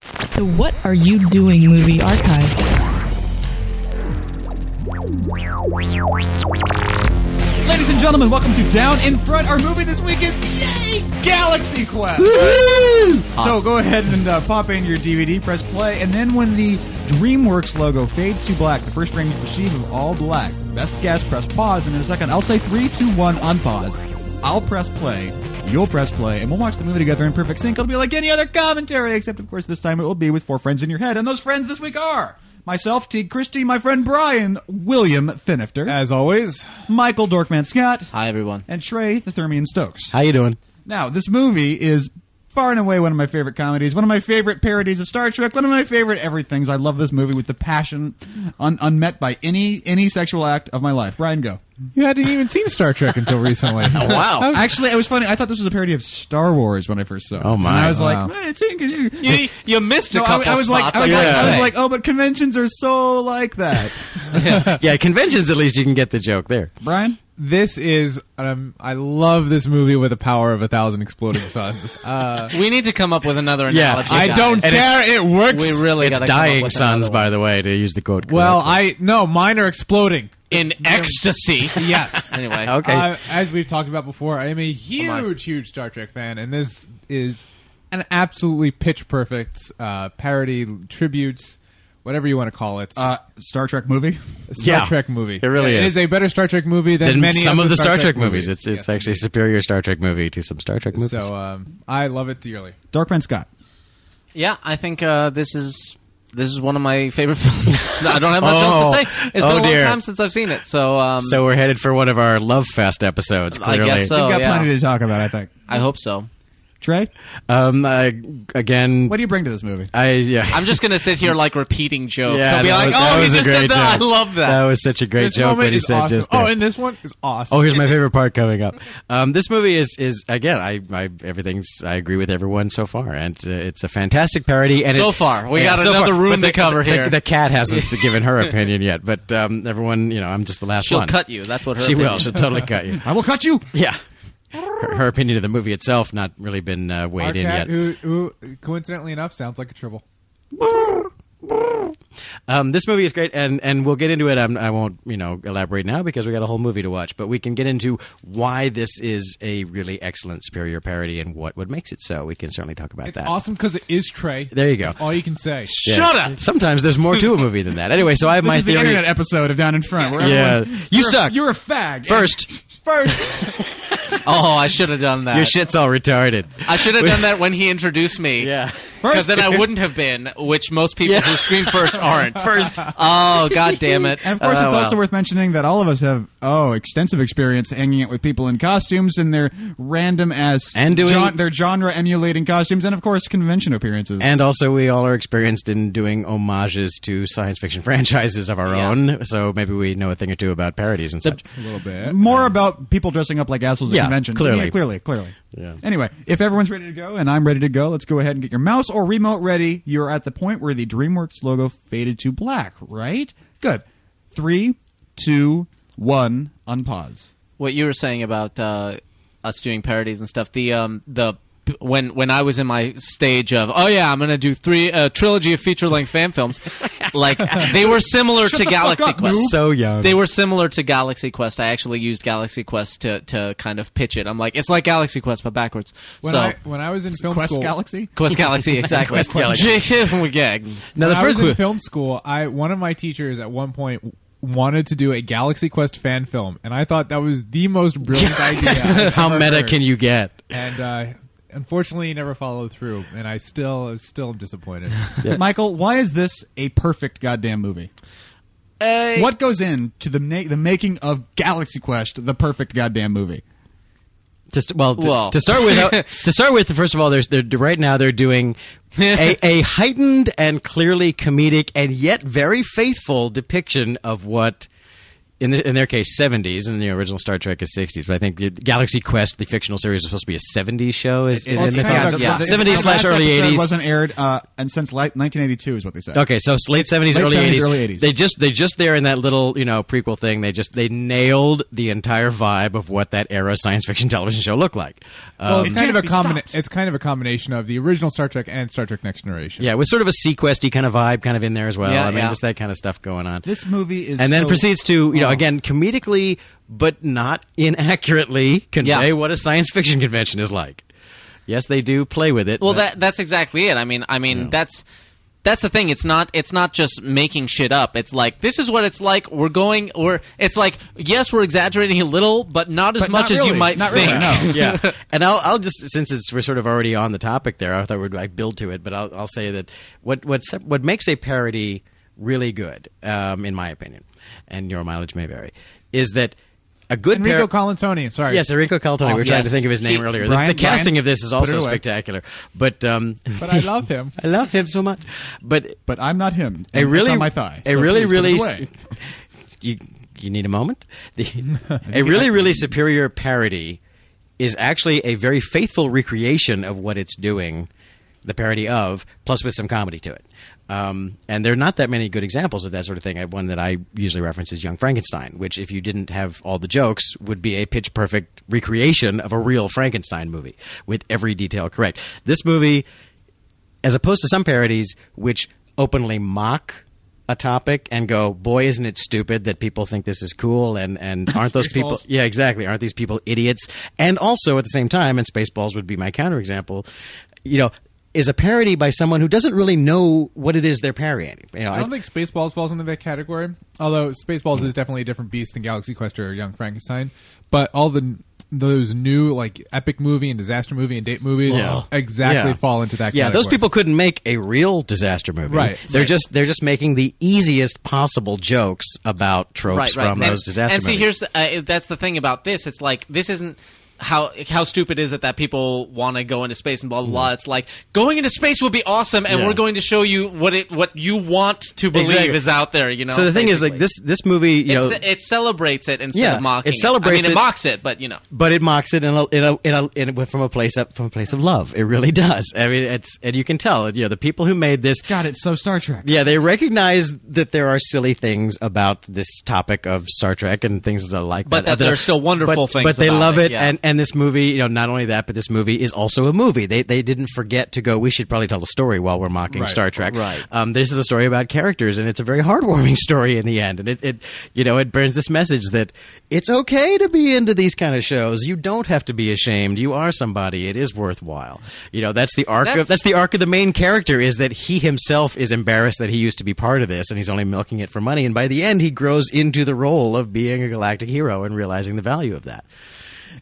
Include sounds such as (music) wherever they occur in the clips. The What Are You Doing movie archives. Ladies and gentlemen, welcome to Down in Front. Our movie this week is Yay Galaxy Quest. So go ahead and uh, pop in your DVD, press play, and then when the DreamWorks logo fades to black, the first frame you receive of all black. Best guess, press pause, and in a second I'll say three, two, one, unpause. I'll press play. You'll press play, and we'll watch the movie together in perfect sync. It'll be like any other commentary, except of course this time it will be with four friends in your head, and those friends this week are myself, Teague Christie, my friend Brian William Finifter. As always, Michael Dorkman Scott Hi, everyone. and Trey the Thermian Stokes. How you doing? Now, this movie is far and away one of my favorite comedies, one of my favorite parodies of Star Trek, one of my favorite everything's. I love this movie with the passion un- unmet by any any sexual act of my life. Brian, go. you hadn't even seen Star Trek until (laughs) recently. Oh, Wow. Actually, it was funny. I thought this was a parody of Star Wars when I first saw it. Oh, my. And I was Wow. like, eh, it's ain't- You, you missed a No, I, couple I was like, spots. I was, like, I was Yeah. like, oh, but conventions are so like that. (laughs) yeah, conventions at least you can get the joke there. Brian, This is, um, I love this movie with the power of a thousand exploding suns. Uh, we need to come up with another Yeah. analogy. I guys. don't And it's- care. It works. We really it's gotta come up dying with sons, another one. by the way, to use the quote. well, I correctly. no, mine are exploding. in (laughs) ecstasy. (laughs) Yes. anyway, okay. Oh, Uh, as we've talked about before, I am a my. huge, huge Star Trek fan, and this is an absolutely pitch perfect uh, parody, tributes, whatever you want to call it, uh, Star Trek movie. Star yeah. Trek movie. It really It is. is a better Star Trek movie than Than many some of the Star, Trek, movies. It's Yes, it's actually a superior Star Trek movie to some Star Trek movies. So um, I love it dearly. Darkman Scott. yeah, I think uh, this is this is one of my favorite (laughs) films. I don't have much else to say. It's Oh, been a long dear. time since I've seen it, so um, So we're headed for one of our Love Fest episodes. I Clearly, guess so. We've got Oh, yeah. plenty to talk about, I think. I hope so. Trey, Um, uh, again, what do you bring to this movie? I yeah. I'm just gonna sit here like repeating jokes. Yeah, I'll be that like, was- that oh, he was a just said great that. joke. I love that. That was such a great This joke moment when he is said awesome. just. oh, that. and this one is awesome. Oh, (laughs) here's my favorite part coming up. Um, this movie is is again. I, I everything's. I agree with everyone so far, and uh, it's a fantastic parody. And So it- far. We got another But room the- to cover the- here. The, (laughs) cat hasn't given her opinion yet, but um, everyone, you know, I'm just the last She'll one. cut you. That's what her. She opinion will. is. She'll totally cut (laughs) you. I will cut you. Yeah. Her, her opinion of the movie itself not really been uh, weighed Our in cat, yet. who, who coincidentally enough sounds like a tribble. Um, this movie is great, and, and we'll get into it. I'm, I won't, you know, elaborate now because we got a whole movie to watch. But we can get into why this is a really excellent superior parody and what what makes it so. We can certainly talk about It's that. awesome because it is Trey. There you go. That's all you can say. Yeah. Shut up. Sometimes there's more to a movie than that. Anyway, so I have This my is the theory. internet episode of Down in Front. Where Yeah. everyone's, You "You're a- suck." you're a fag. First, Oh, I should have done that. your shit's all retarded. I should have (laughs) done that when he introduced me. Yeah. Because then I wouldn't have been, which most people who scream first aren't. (laughs) First. Oh, god damn it. And of Oh, course, it's also worth mentioning that all of us have oh extensive experience hanging out with people in costumes and their random as And doing- gen- their genre emulating costumes, and of course convention appearances. And also, we all are experienced in doing homages to science fiction franchises of our Yeah. own, so maybe we know a thing or two about parodies and such. A little bit. More about people dressing up like assholes Yeah, at conventions. clearly. yeah, clearly, clearly. Yeah. Anyway, if everyone's ready to go and I'm ready to go, let's go ahead and get your mouse or remote ready. You're at the point where the DreamWorks logo faded to black, right? Good. Three, two, one. Unpause. What you were saying about uh, us doing parodies and stuff, the, um, the, when when I was in my stage of oh yeah I'm gonna do three a trilogy of feature length fan films, like they were similar to the fuck Galaxy up, Quest. noob. So young. They were similar to Galaxy Quest. I actually used Galaxy Quest to, to kind of pitch it. I'm like it's like Galaxy Quest but backwards. When so I when I was in film Quest school, (laughs) Galaxy. Quest Galaxy, exactly. (laughs) Quest Galaxy. we gag. Now, the when I was first in film school, I one of my teachers at one point wanted to do a Galaxy Quest fan film, and I thought that was the most (laughs) brilliant (laughs) idea. I've how ever meta heard. can you get? And uh, unfortunately, he never followed through, and I still still am (laughs) disappointed. Michael, why is this a perfect goddamn movie? what goes into the na- the making of Galaxy Quest, the perfect goddamn movie? To st- well, to, Well. to start with, uh, to start with, first of all, there's they're right now they're doing a, a heightened and clearly comedic and yet very faithful depiction of what in the, in their case seventies, and the original Star Trek is sixties. But I think the Galaxy Quest, the fictional series, was supposed to be a seventies show. Is It- in it's the kind thought? of- yeah. the- the- 70s the slash last early episode 80s. wasn't aired, uh, and since li- 1982 is what they said. Okay, so it's late seventies, Late early 70s, eighties. early 80s. They just they just there in that little you know prequel thing. They just they nailed the entire vibe of what that era science fiction television show looked like. Well, it's Um, kind of Can't a be stopped. combina- It's kind of a combination of the original Star Trek and Star Trek Next Generation. yeah, it was sort of a sequesty kind of vibe, kind of in there as well. Yeah, I mean, yeah. just that kind of stuff going on. This movie is and then so- proceeds to you Oh. know again comedically but not inaccurately convey Yeah. what a science fiction convention is like. Yes, they do play with it. Well, but- that that's exactly it. I mean, I mean that's that's the thing. It's not it's not just making shit up. It's like this is what it's like. We're going. We're it's like yes, we're exaggerating a little, but not as But not much as you really. might Not really, think. no. yeah. And I'll, I'll just since it's we're sort of already on the topic there, I thought we'd like build to it, but I'll, I'll say that what what sep- what makes a parody really good, um, in my opinion, and your mileage may vary, is that a good Enrico par- Colantoni. Sorry. Yes, Enrico Caltoni. We were Awesome. trying to Yes. think of his name He- earlier. The- Brian- the casting Brian, of this is put also it away. spectacular. But um, But I (laughs) love him. I love him so much. But but I'm not him. a And really it's on my thigh. A so really please put it really away. (laughs) you you need (laughs) a moment. The, a really really superior parody is actually a very faithful recreation of what it's doing, the parody of, plus with some comedy to it. Um, and there are not that many good examples of that sort of thing. I- One that I usually reference is Young Frankenstein, which, if you didn't have all the jokes, would be a pitch perfect recreation of a real Frankenstein movie with every detail correct. This movie as opposed to some parodies which openly mock a topic and go, boy, isn't it stupid that people think this is cool (laughs) and, and aren't those people Spaceballs. Yeah, exactly. Aren't these people idiots? And also at the same time, and Spaceballs would be my counterexample, you know, is a parody by someone who doesn't really know what it is they're parodying. You know, I don't think Spaceballs falls into that category. Although Spaceballs is definitely a different beast than Galaxy Quest or Young Frankenstein. But all the those new like epic movie and disaster movie and date movies Yeah. exactly Yeah. fall into that. Yeah, category. those people couldn't make a real disaster movie. Right. They're just they're just making the easiest possible jokes about Right, tropes right. from and, those disaster and see, movies. here's the, uh, that's the thing about this. It's like this isn't. How how stupid is it that people want to go into space and blah blah blah? It's like going into space will be awesome, and Mm. Yeah. we're going to show you what it what you want to believe Exactly. is out there. You know. so the thing is like basically. this this movie, you know, It ce- it celebrates it instead Yeah, of mocking. it celebrates I mean, it- it mocks it, but you know. but it mocks it in a, in a, in a, in a, from a place up from a place of love. It really (laughs) does. I mean, it's and you can tell. You know, the people who made this God, it's so Star Trek. yeah, they recognize that there are silly things about this topic of Star Trek and things that are like But that that there are still wonderful but, things But they about love it, it, yeah. and and this movie, you know, not only that, but this movie is also a movie. They they didn't forget to go. We should probably tell a story while we're mocking Right. Star Trek. Right. Um, this is a story about characters, and it's a very heartwarming (laughs) story in the end. And it, it you know it brings this message that it's okay to be into these kind of shows. You don't have to be ashamed. You are somebody. It is worthwhile. You know that's the arc That's- of that's the arc of the main character is that he himself is embarrassed that he used to be part of this and he's only milking it for money and by the end he grows into the role of being a galactic hero and realizing the value of that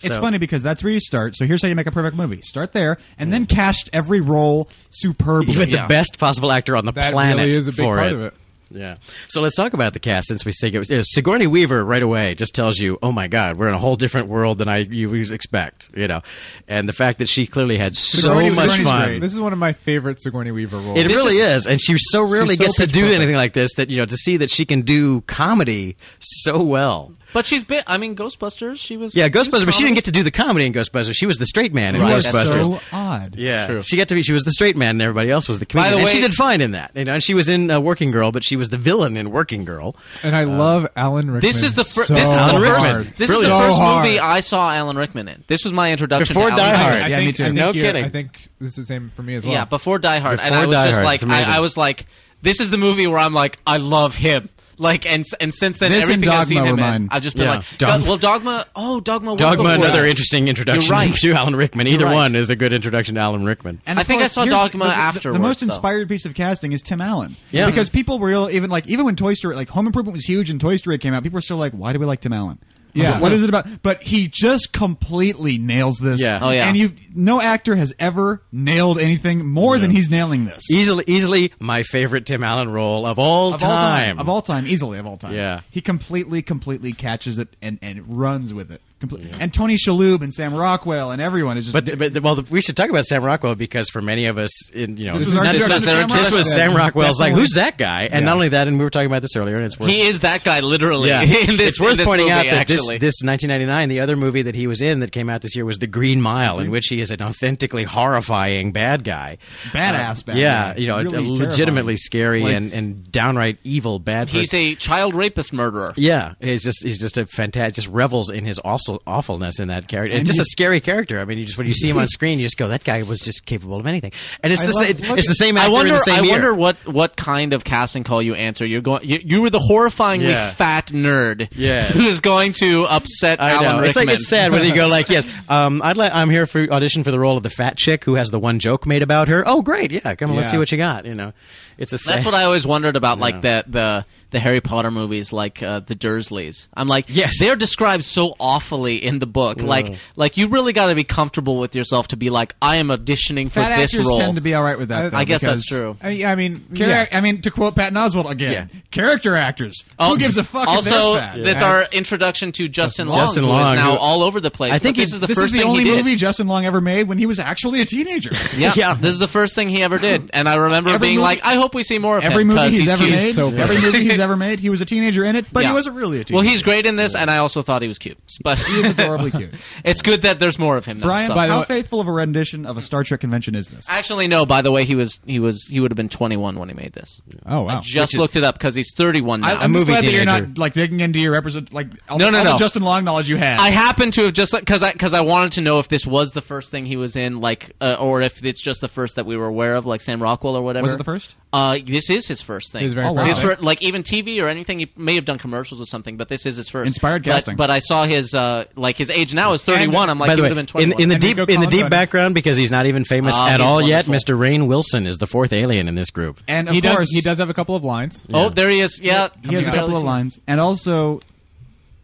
It's So- funny because that's where you start. So here's how you make a perfect movie: start there, and then cast every role superbly. with the best possible actor on the That planet really is a big for part of it. Yeah. So let's talk about the cast since we say it was, uh, Sigourney Weaver right away just tells you, oh my God, we're in a whole different world than I you would expect, you know, and the fact that she clearly had Sigourney so much Weaver's fun. great. This is one of my favorite Sigourney Weaver roles. It really is, and she so rarely she's so gets to pitch do perfect. anything like this. That you know, to see that she can do comedy so well. But she's been. I mean, Ghostbusters. She was. Yeah, she was Ghostbusters, but comedy. she didn't get to do the comedy in Ghostbusters. She was the straight man in You are Right, Ghostbusters. that's so odd. Yeah, True. she got to be. She was the straight man, and everybody else was the comedian. the and she way- did fine in that. You know, and she was in uh, Working Girl, but she was the villain in Working Girl. and Uh, I love Alan Rickman. This is the fir- so this is the Alan first hard. this is Brilliant. the first So hard. movie I saw Alan Rickman in. This was my introduction Before to Die Alan Hard. Rickman. Yeah, me too. I No think you're- kidding. I think this is the same for me as well. Yeah, before Die Hard, and Before I was Die just Hard. It's like, amazing. I, I was like, this is the movie where I'm like, I love him. Like and s- and since then This and everything I've seen Dogma him were in, mine. I've just been Yeah. like, Dog- "God, well, Dogma. Oh, Dogma. Was Dogma, before another us. interesting introduction You're (laughs) right. to Alan Rickman. Either right. one is a good introduction to Alan Rickman. And I of think I course, saw here's Dogma the, the- afterwards, The most though. inspired piece of casting is Tim Allen. Yeah. Because people were real, even like even when Toy Story, like Home Improvement was huge and Toy Story came out, people were still like, why do we like Tim Allen? Yeah. What is it about? But he just completely nails this. Yeah. Oh, yeah. And you, no actor has ever nailed anything more than he's nailing this. Easily, easily my favorite Tim Allen role of all, of all time. time, of all time, easily of all time. Yeah. He completely, completely catches it and and runs with it. Comple- And Tony Shalhoub and Sam Rockwell and everyone is just. But but well, we should talk about Sam Rockwell because for many of us, in you know, this was our This introduction was to our Sam this introduction. was Rockwell. Sam Rockwell's like, definitely- who's that guy? And Yeah. not only that, and we were talking about this earlier, and it's worth He is that guy literally (laughs) yeah. in this. it's worth in this pointing movie, out that actually. this this 1999, the other movie that he was in that came out this year was The Green Mile, Mm-hmm. in which he is an authentically horrifying bad guy, Badass bad uh, yeah, guy. you know, a- Really a terrifying. legitimately scary Like- and, and downright evil bad. he's person. a child rapist murderer. yeah, he's just he's just a fantastic. Just revels in his awful awfulness in that character. And It's just you- a scary character. I mean, you just when (laughs) you see him on screen, you just go, that guy was just capable of anything. And it's I the love- same. look It's the at- same. I actor in wonder. the same I year. wonder what what kind of casting call you answer. You're going. You, you were the horrifyingly Yeah. fat nerd. (laughs) Yes. who's going to upset I Alan know. Rickman? It's like it's sad when you go like, yes, um, I'd like I'm here for audition for the role of the fat chick who has the one joke made about her. Oh, great, yeah, come on, let's Yeah. see what you got. You know, it's a sad. That's what I always wondered about, like the the the Harry Potter movies, like uh, the Dursleys. I'm like, Yes. they're described so awfully in the book. Like, like you really got to be comfortable with yourself to be like, I am auditioning for Fat this actors role. tend to be (laughs) all right with that. though, I guess that's because- true. I, yeah, I mean, Chara- yeah. I mean, to quote Patton Oswalt again, character actors. Oh, Who gives a fuck? if Also, they're fat? that's our introduction to Justin Long, Justin who is Long, now who- all over the place. I think But this he's- is the this first is the thing only he did. movie Justin Long ever made when he was actually a teenager. (laughs) Yeah, Yeah. this is the first thing he ever did, and I remember Every being movie- like, I hope we see more of Every him. movie 'cause he's, ever cute. made, so funny. every movie (laughs) he's ever made, he was a teenager in it, but Yeah. he wasn't really a teenager. Well, he's great in this, and I also thought he (laughs) was cute. But He is adorably cute. (laughs) it's good that there's more of him. Now, Brian, so- the how way- faithful of a rendition of a Star Trek convention is this? Actually, no. By the way, he was he was he would have been 21 when he made this. oh wow. Just looked it up because he's 31 now. I, I, am movie just glad that you're teenager. not like digging into your represent like all, No, the- no, all no. the Justin Long knowledge you had. happen to have just because I because I wanted to know if this was the first thing he was in, like, uh, or if it's just the first that we were aware of, like Sam Rockwell or whatever. Was it the first? Uh, this is his first thing. His very Oh, wow. His first. fir- like even TV or anything. He may have done commercials or something, but this is his first Inspired But- casting. But, I saw his uh, like his age now is 31. I'm like, By he would the way, have been in, 21. in the And they deep go in the deep Comic-Con. background because he's not even famous Ah, at he's all yet. wonderful. Mr. Rain Wilson is the fourth alien in this group. and of he course, does. He does have a couple of lines. oh, there he is. Yeah, He has a Barely couple of seen- lines, and also,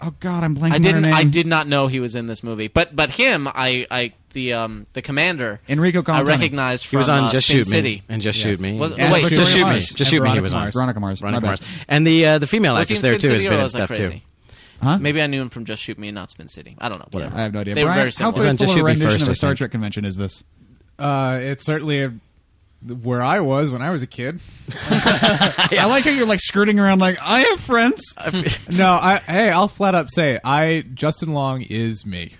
oh god, I'm blanking I on her didn't. name. I did not know he was in this movie, but but him, I, I the um the commander Enrico I Colantoni. recognized He from was on uh, Just Sin Shoot City. Me and Just Yes. Shoot Me. Was- And wait, Victoria just shoot me. Mars. Just And shoot me. He Veronica was on Mars. Veronica Mars. Veronica my Mars. bad. And the uh, the female Was he actress in there Spin too City has or been in was I stuff too. crazy? Huh? Maybe I knew him from Just Shoot Me and not Spin City. I don't know. Whatever. I have no idea. They were Brian, very how similar. It was faithful on of Just a Shoot Me rendition first, of I a Star think. Trek convention is (laughs) this? Uh, it's certainly a, where I was when I was a kid. I like how you're like skirting around like I have (laughs) friends. No, I hey, I'll flat up say I Justin Long is me.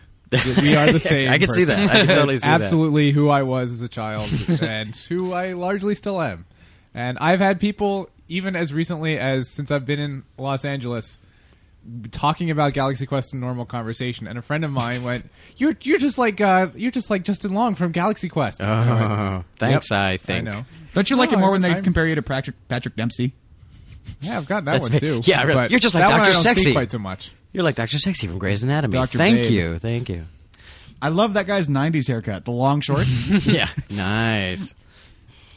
We are (laughs) the same. I can see person. that. I can totally It's see that. absolutely who I was as a child and who I largely still am. And I've had people even as recently as since I've been in Los Angeles talking about Galaxy Quest in normal conversation and a friend of mine went, "You're you're just like uh, you're just like Justin Long from Galaxy Quest." And I went, Oh, thanks. "Yep, I think. I know. Don't you like No, it more when they I'm- compare you to Patrick Patrick Dempsey? Yeah, I've gotten that That's one big. too. Yeah, really. But You're just like that one I Dr. don't see Sexy. quite so much. You're like Dr. Sexy from Grey's Anatomy. Dr. Thank Babe. you. Thank you. I love that guy's '90s haircut, the long (laughs) short. yeah. Nice.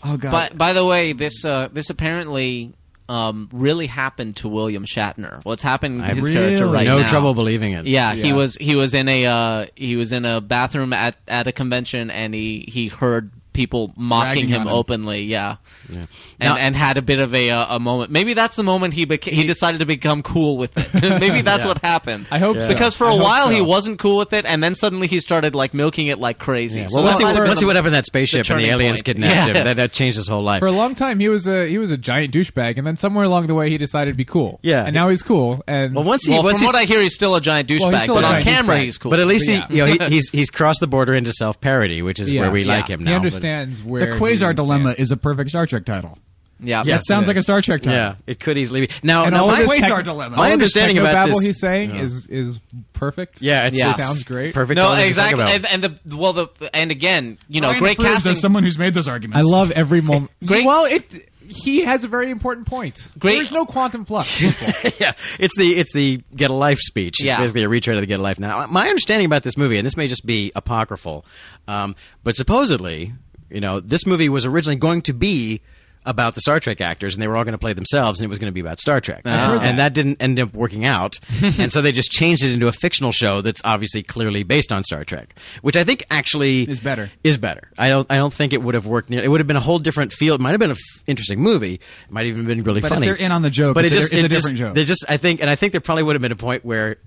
oh god, But by the way, this uh, this apparently um, really happened to William Shatner. What's happened to I his really- character right no now. trouble believing it. Yeah, he Yeah. was he was in a uh, he was in a bathroom at, at a convention and he, he heard people mocking Ragging him, on him. openly. Yeah, and Now- and had a bit of a uh, a moment. Maybe that's the moment he beca- he decided to become cool with it. (laughs) Maybe that's what happened. I hope so. because for I a hope while he so. wasn't cool with it, and then suddenly he started like milking it like crazy. Yeah, So Well, that once, he, might have been once the- he went up in that spaceship and turning the aliens point. kidnapped Yeah. him, that, that changed his whole life. For a long time, he was a he was a giant douchebag, and then somewhere along the way, he decided to be cool. Yeah. and now he's cool. And well, once he, Well, once from he's, what I hear, he's still a giant douchebag, Well, he's still but a on giant camera douchebag. he's cool. but at least yeah. he, you (laughs) know, he, he's he's crossed the border into self parody, which is Yeah. where we Yeah. like him he now. but- understands where the he Quasar stands. Dilemma is a perfect Star Trek title. yeah, Yeah. That sounds like a Star Trek title. yeah, it could easily be. Now, And now all my, of his Quasar techno- Dilemma. all My of his understanding about technobabble this- he's saying Yeah. is is perfect. yeah, it's, Yeah. it's Sounds great. Perfect. No, television to talk exactly. about. And, and the well, the and again, you know, Brian great Froobs casting. as someone who's made those I arguments. love (laughs) every moment. Great- Well, it he has a very important point. Great- There's no quantum flux. (laughs) people. yeah, it's the it's the get a life speech. It's Yeah. basically a retread of the get a life. Now, my understanding about this movie, and this may just be apocryphal, um, but supposedly, you know, this movie was originally going to be about the Star Trek actors, and they were all going to play themselves, and it was going to be about Star Trek, heard and that didn't end up working out, and so they just changed it into a fictional show that's obviously clearly based on Star Trek, which I think actually Is better. is better. I don't I don't think it would have worked. Near, it would have been a whole different feel. It might have been an interesting movie. It might have even been really But if funny. they're in on the joke, But it's it a- just it's a it just- different joke. They just I think, and I think there probably would have been a point where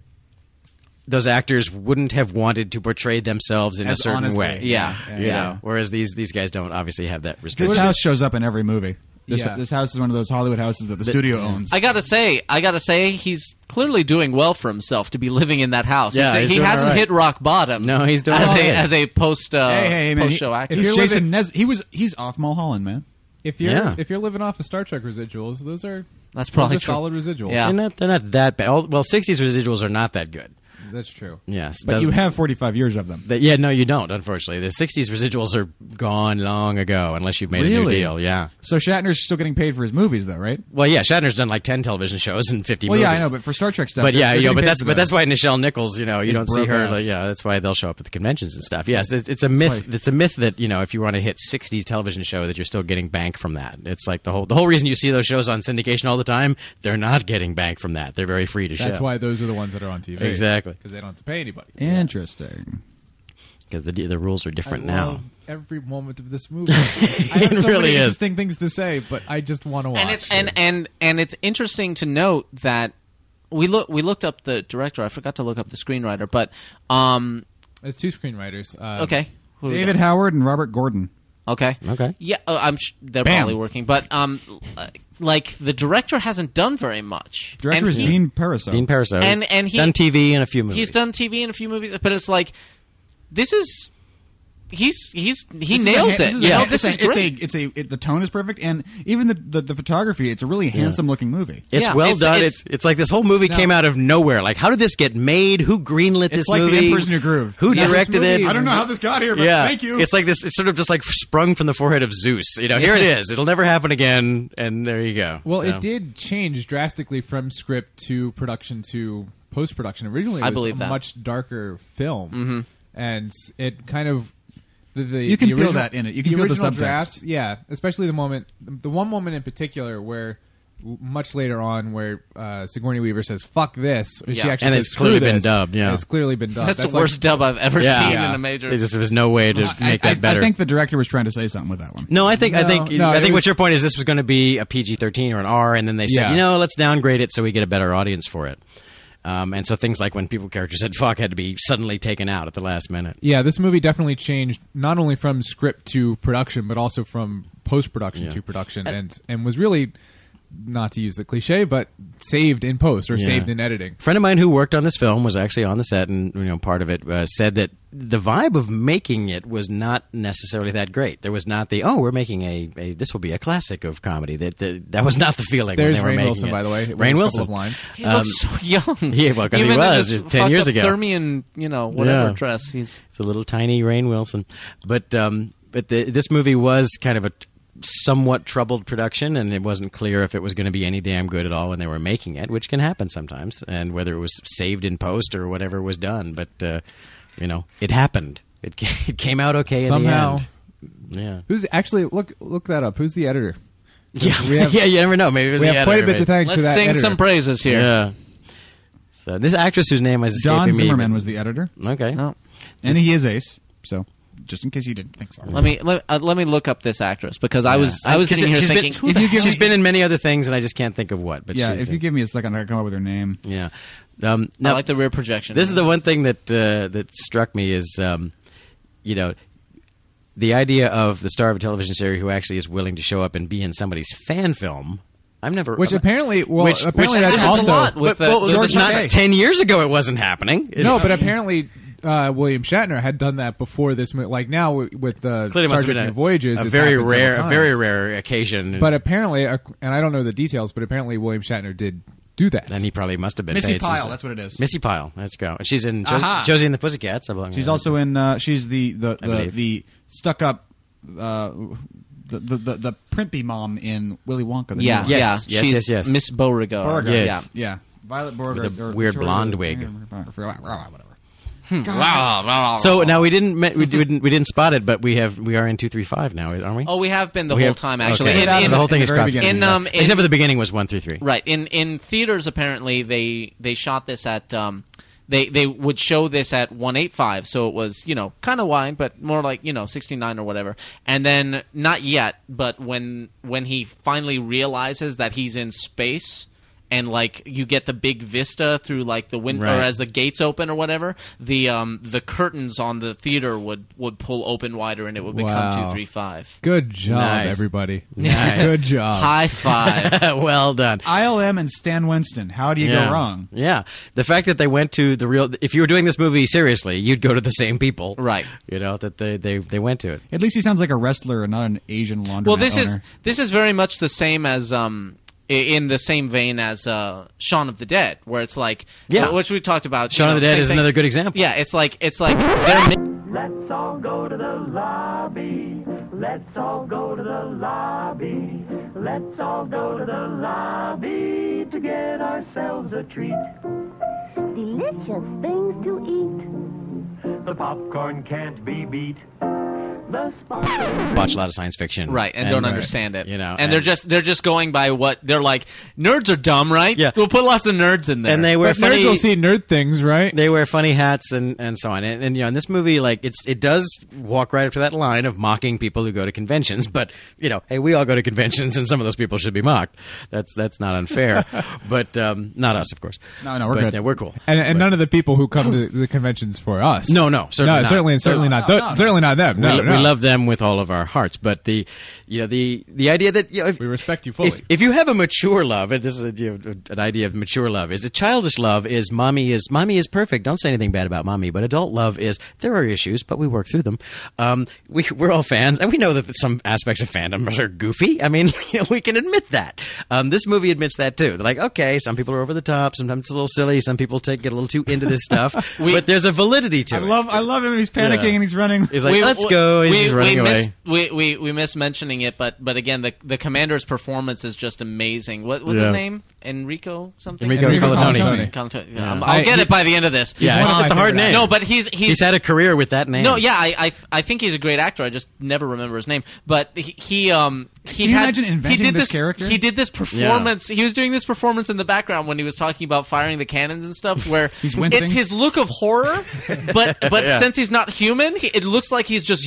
those actors wouldn't have wanted to portray themselves in As a certain honestly. way. Yeah, Yeah. You yeah. know, whereas these these guys don't obviously have that This restriction. house shows up in every movie. This, Yeah. this house is one of those Hollywood houses that the studio owns. I gotta say, I gotta say, he's clearly doing well for himself to be living in that house. Yeah, He's- he's he doing hasn't all right. hit rock bottom. No, he's doing as all a right. as a post uh, hey, hey, man! post He, show actor. if he's you're Jason living- Nes. He was he's off Mulholland, man. If you're Yeah. if you're living off of Star Trek residuals, those are That's probably those are true. solid residuals. Yeah. They're not they're not that bad. All- Well, '60s residuals are not that good. that's true. Yes, But those- you have forty five years of them. that- yeah, no, you don't. Unfortunately, the '60s residuals are gone long ago, unless you've made a new Really? deal. Yeah. So Shatner's still getting paid for his movies, though, right? Well, yeah, Shatner's done like ten television shows and fifty. Well, movies. yeah, I know, but for Star Trek stuff, but they're- yeah, they're you know, getting but paid that's for but that. that's why Nichelle Nichols, you know, you Is don't see broke her. ass. Like, yeah, that's why they'll show up at the conventions and stuff. Yes, it's, it's a myth. why- It's a myth that you know, if you want to hit '60s television show, that you're still getting bank from that. It's like the whole the whole reason you see those shows on syndication all the time. They're not getting bank from that. They're very free to show. That's why those are the ones that are on TV. Exactly. Because they don't have to pay anybody. Interesting. because the the rules are different I now. love every moment of (laughs) this movie. I have so really many is. interesting things to say, but I just want to watch. and it's and, and and it's interesting to note that we look we looked up the director. I forgot to look up the screenwriter, but um, It's two screenwriters. Um, okay, Who do we David got? Howard and Robert Gordon. Okay. Okay. Yeah, uh, I'm. Sh- they're Bam. probably working, but um, l- like the director hasn't done very much. Director And is he- Dean Pariseau. Dean Pariseau He's And- and he- done TV and a few movies. He's done TV in a few movies, but it's like this is he's he's he This is a nails ha- it. This is yeah, a, it's this is a, it's a, great. it's a, it, the tone is perfect, and even the, the, the photography. It's a really handsome looking movie. It's Yeah, well it's- done. it's- It's, it's like this whole movie came out of nowhere. Like, how did this get made? Who greenlit It's this like The movie? Emperor's New Groove. Who Yeah. directed This it? movie- I don't know how this got (laughs) here, but yeah, thank you. It's like this. It's sort of just like sprung from the forehead of Zeus. You know, here it is. It'll never happen again. And there you go. Well, So- it did change drastically from script to production to post production. Originally, it I was believe a that. much darker film, and it kind of the, the You can the feel original- that in it. You can the feel the original subtext. drafts. Yeah, especially the moment, the one moment in particular where. w- Much later on, where uh, Sigourney Weaver says "fuck this," and she Yeah. actually And says, it's clearly "Screw been this," dubbed, yeah. and it's clearly been dubbed. That's, the like- worst dub I've ever Yeah. seen Yeah. in a major. There just there was no way to I, make that I- better. I think the director was trying to say something with that one. no, I think I No, think no, I it think was- what your point is. This was going to be a PG thirteen or an R, and then they said, Yeah. you know, let's downgrade it so we get a better audience for it. Um, and so things like when people characters said "fuck" had to be suddenly taken out at the last minute. Yeah, this movie definitely changed not only from script to production, but also from post production Yeah. to production, and and was really not to use the cliche, but saved in post or Yeah. saved in editing. A friend of mine who worked on this film was actually on the set and you know part of it uh, said that the vibe of making it was not necessarily that great. There was not the oh we're making a, a this will be a classic of comedy. That that, that was not the feeling. There's when Rainn they were making Wilson, it. by the way. It was a Rain couple Wilson. Um, of lines. he looks so (laughs) young. (laughs) yeah, well, 'cause he Even in was his 10 years fucked up ago. Thermian, you know, whatever Yeah. dress he's. It's a little tiny Rain Wilson, but um, but the, this movie was kind of a somewhat troubled production, and it wasn't clear if it was going to be any damn good at all when they were making it, which can happen sometimes, and whether it was saved in post or whatever was done. But uh, you know, it happened. It, ca- (laughs) it came out okay Somehow. In the end. Who's actually look look that up? Who's the editor? Yeah, yeah, We have- (laughs) yeah. You never know. Maybe it was We the have quite a editor, bit to maybe. thank to Let's that sing editor. some praises here. Yeah. So this actress whose name is John escaping me, Zimmerman but- was the editor, okay. No. and he is ace. So, just in case you didn't think so, Let me let, uh, let me look up this actress because I was I was Because sitting here she's been- thinking who if the (laughs) you give hell- she's been in many other things, and I just can't think of what. But yeah, she's if in- you give me a second, I can come up with her name. Yeah. Um, I now, like the rear projection. this is the one thing that uh, that struck me is, um, you know, the idea of the star of a television series who actually is willing to show up and be in somebody's fan film. I've never, Which apparently- well, apparently which- that's this is also- a lot with with, the- well, with George the not Shatner. ten years ago. It wasn't happening. It- No, but apparently. Uh, William Shatner had done that before this movie. Like now with- with the (laughs) clearly Sergeant must have been a, and Voyages, a it's very happened several rare, a very times. rare occasion. But apparently, uh, and I don't know the details, but apparently William Shatner did do that. and he probably must have been Missy paid some- Pyle, that's what it is. Missy Pyle. Let's go. She's in Jos- Aha. Josie and the Pussycats. I belong She's there. also in. Uh, she's the the the, believe. the stuck up. Uh, the, the the the primpy mom in Willy Wonka. The new yeah one. Yes, yeah yes, she's yes, yes. Miss Beauregard. Beauregard. Yes. Yeah. yeah. Violet Beauregard. With a or weird Victoria- blonde wig. Whatever. So now we didn't ma- (laughs) we didn't we didn't spot it, but we have we are in two three five now, aren't we? Oh, we have been the We whole have- time actually. okay. In- Without in- the whole thing in is the very cropped. beginning. In, um, in- except for the beginning was one through three. Right. In in theaters, apparently they they shot this at um, they they would show this at one eight five, so it was you know kind of wide, but more like you know sixty nine or whatever. And then not yet, but when when he finally realizes that he's in space. and like you get the big vista through like the window or Right. as the gates open or whatever, the um the curtains on the theater would would pull open wider and it would Wow. become two three five. Good job, Nice. everybody. Nice. Good job. (laughs) High five. (laughs) well done. ILM and Stan Winston. How do you go wrong? Yeah, the fact that they went to the real. If you were doing this movie seriously, you'd go to the same people, Right. You know that they they, they went to it. At least he sounds like a wrestler and not an Asian laundromat well, this is owner. this is very much the same as um i- in the same vein as uh Shaun of the Dead, where it's like Yeah. uh, which we talked about. you Shaun of know, the Dead same is thing. another good example. Yeah, it's like it's like they're mi- Let's all go to the lobby. Let's all go to the lobby. Let's all go to the lobby to get ourselves a treat. delicious things to eat. The popcorn can't be beat. The sponsor. Watch a lot of science fiction, uh, right and, don't understand it. You know, and, they're just they're just going by what they're like. Nerds are dumb, right? Yeah. we'll put lots of nerds in there. and they But wear funny. nerds will see nerd things, right? (laughs) they wear funny hats and, and so on and, and you know in this movie like it's it does walk right up to that line of mocking people who go to conventions but you know hey we all go to conventions and some of those people should be mocked that's that's (laughs) not unfair but um, not us of course No, no, we're but, good. yeah, we're cool and, and none of the people who come to the conventions for us. No, no, certainly no, not. certainly, certainly No, not. no, tho- no, no. Certainly not them. No, we, no. we love them with all of our hearts, but the you know the the idea that you know, if, We respect you fully. If, if you have a mature love, and this is a, you know, an idea of mature love, is the childish love is mommy is mommy is perfect. Don't say anything bad about mommy. But adult love is there are issues, but we work through them. Um, we we're all fans, and we know that some aspects of fandom are goofy. I mean, (laughs) you know, we can admit that. Um, this movie admits that too. They're like, okay, some people are over the top, sometimes it's a little silly, some people take get a little too into (laughs) this stuff, but there's a validity to I it. love, I love him. He's panicking Yeah. and he's running. He's like, let's go. He's just running we away. Missed, we, we we miss mentioning it, but but again, the the commander's performance is just amazing. What was Yeah. his name? Enrico something. Enrico Enrico Colatoni. Colatoni. Colatoni. Yeah. Um, I'll I- get he- it by the end of this. Yeah, one it's, of my it's a hard favorite name. No, but he's he's, he's had a career with that name. no. Yeah, I, I I think he's a great actor. I just never remember his name. But he, he um he Can you had, imagine inventing he did this character? He did this performance. He was doing this performance in the background when he was talking about firing the cannons and stuff. Where (laughs) He's wincing. It's his look of horror, but (laughs) but since he's not human, he, it looks like he's just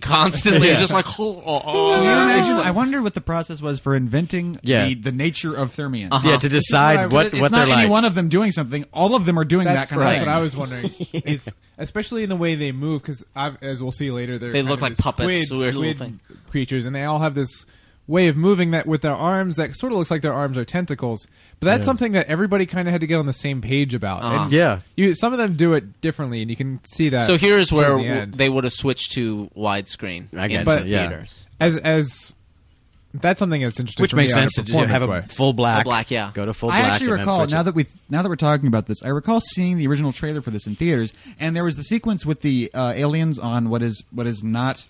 (laughs) constantly. He's just like (laughs) oh, oh, oh. Can you imagine? I wonder what the process was for inventing Yeah. the, the nature of thermians. uh-huh. Yeah, to decide Right, what it's what not they're any like. one of them doing something. All of them are doing That's, that kind that's of what thing. I was wondering. It's especially in the way they move because, as we'll see later, they're They kind look of like these puppets, squid, weird little squid thing. creatures, and they all have this way of moving that with their arms that sort of looks like their arms are tentacles. But that's something that everybody kind of had to get on the same page about. And Yeah. you, some of them do it differently, and you can see that. So here is where towards the w- end. they would have switched to widescreen I in gotcha, the yeah. theaters. as as that's something that's interesting, which for me makes on a sense to do- have a performance way. full black. Full black, yeah. Go to full I black. actually and then recall switch now it. that we now that we're talking about this, I recall seeing the original trailer for this in theaters, and there was the sequence with the uh, aliens on what is what is not,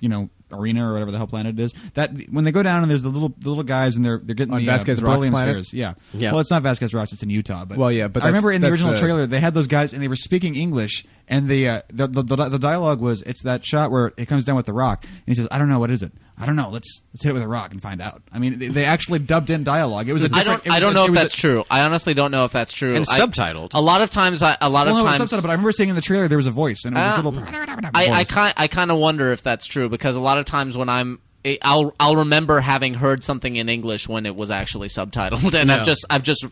you know, arena or whatever the hell planet it is. That when they go down and there's the little the little guys and they're they're getting On the, Vasquez uh, the Rock's beryllium planet? spheres. Yeah. Yeah. well, it's not Vasquez Rocks; it's in Utah. But Well, yeah, but I remember that's- in the that's original the- trailer they had those guys and they were speaking English. And the, uh, the, the the the dialogue was it's that shot where it comes down with the rock and he says I don't know what is it I don't know let's let's hit it with a rock and find out I mean they, they actually dubbed in dialogue it was a I different, don't. it was I don't a- know it if was a- that's true. I honestly don't know if that's true. And I- subtitled. A lot of times. I, a lot Well, of no, it was times. subtitled, but I remember seeing in the trailer there was a voice, and it was Uh, this little. I, I (laughs) voice. kind. I kind of wonder if that's true because a lot of times when I'm. eh, I'll I'll remember having heard something in English when it was actually subtitled, (laughs) and I've No. just I've just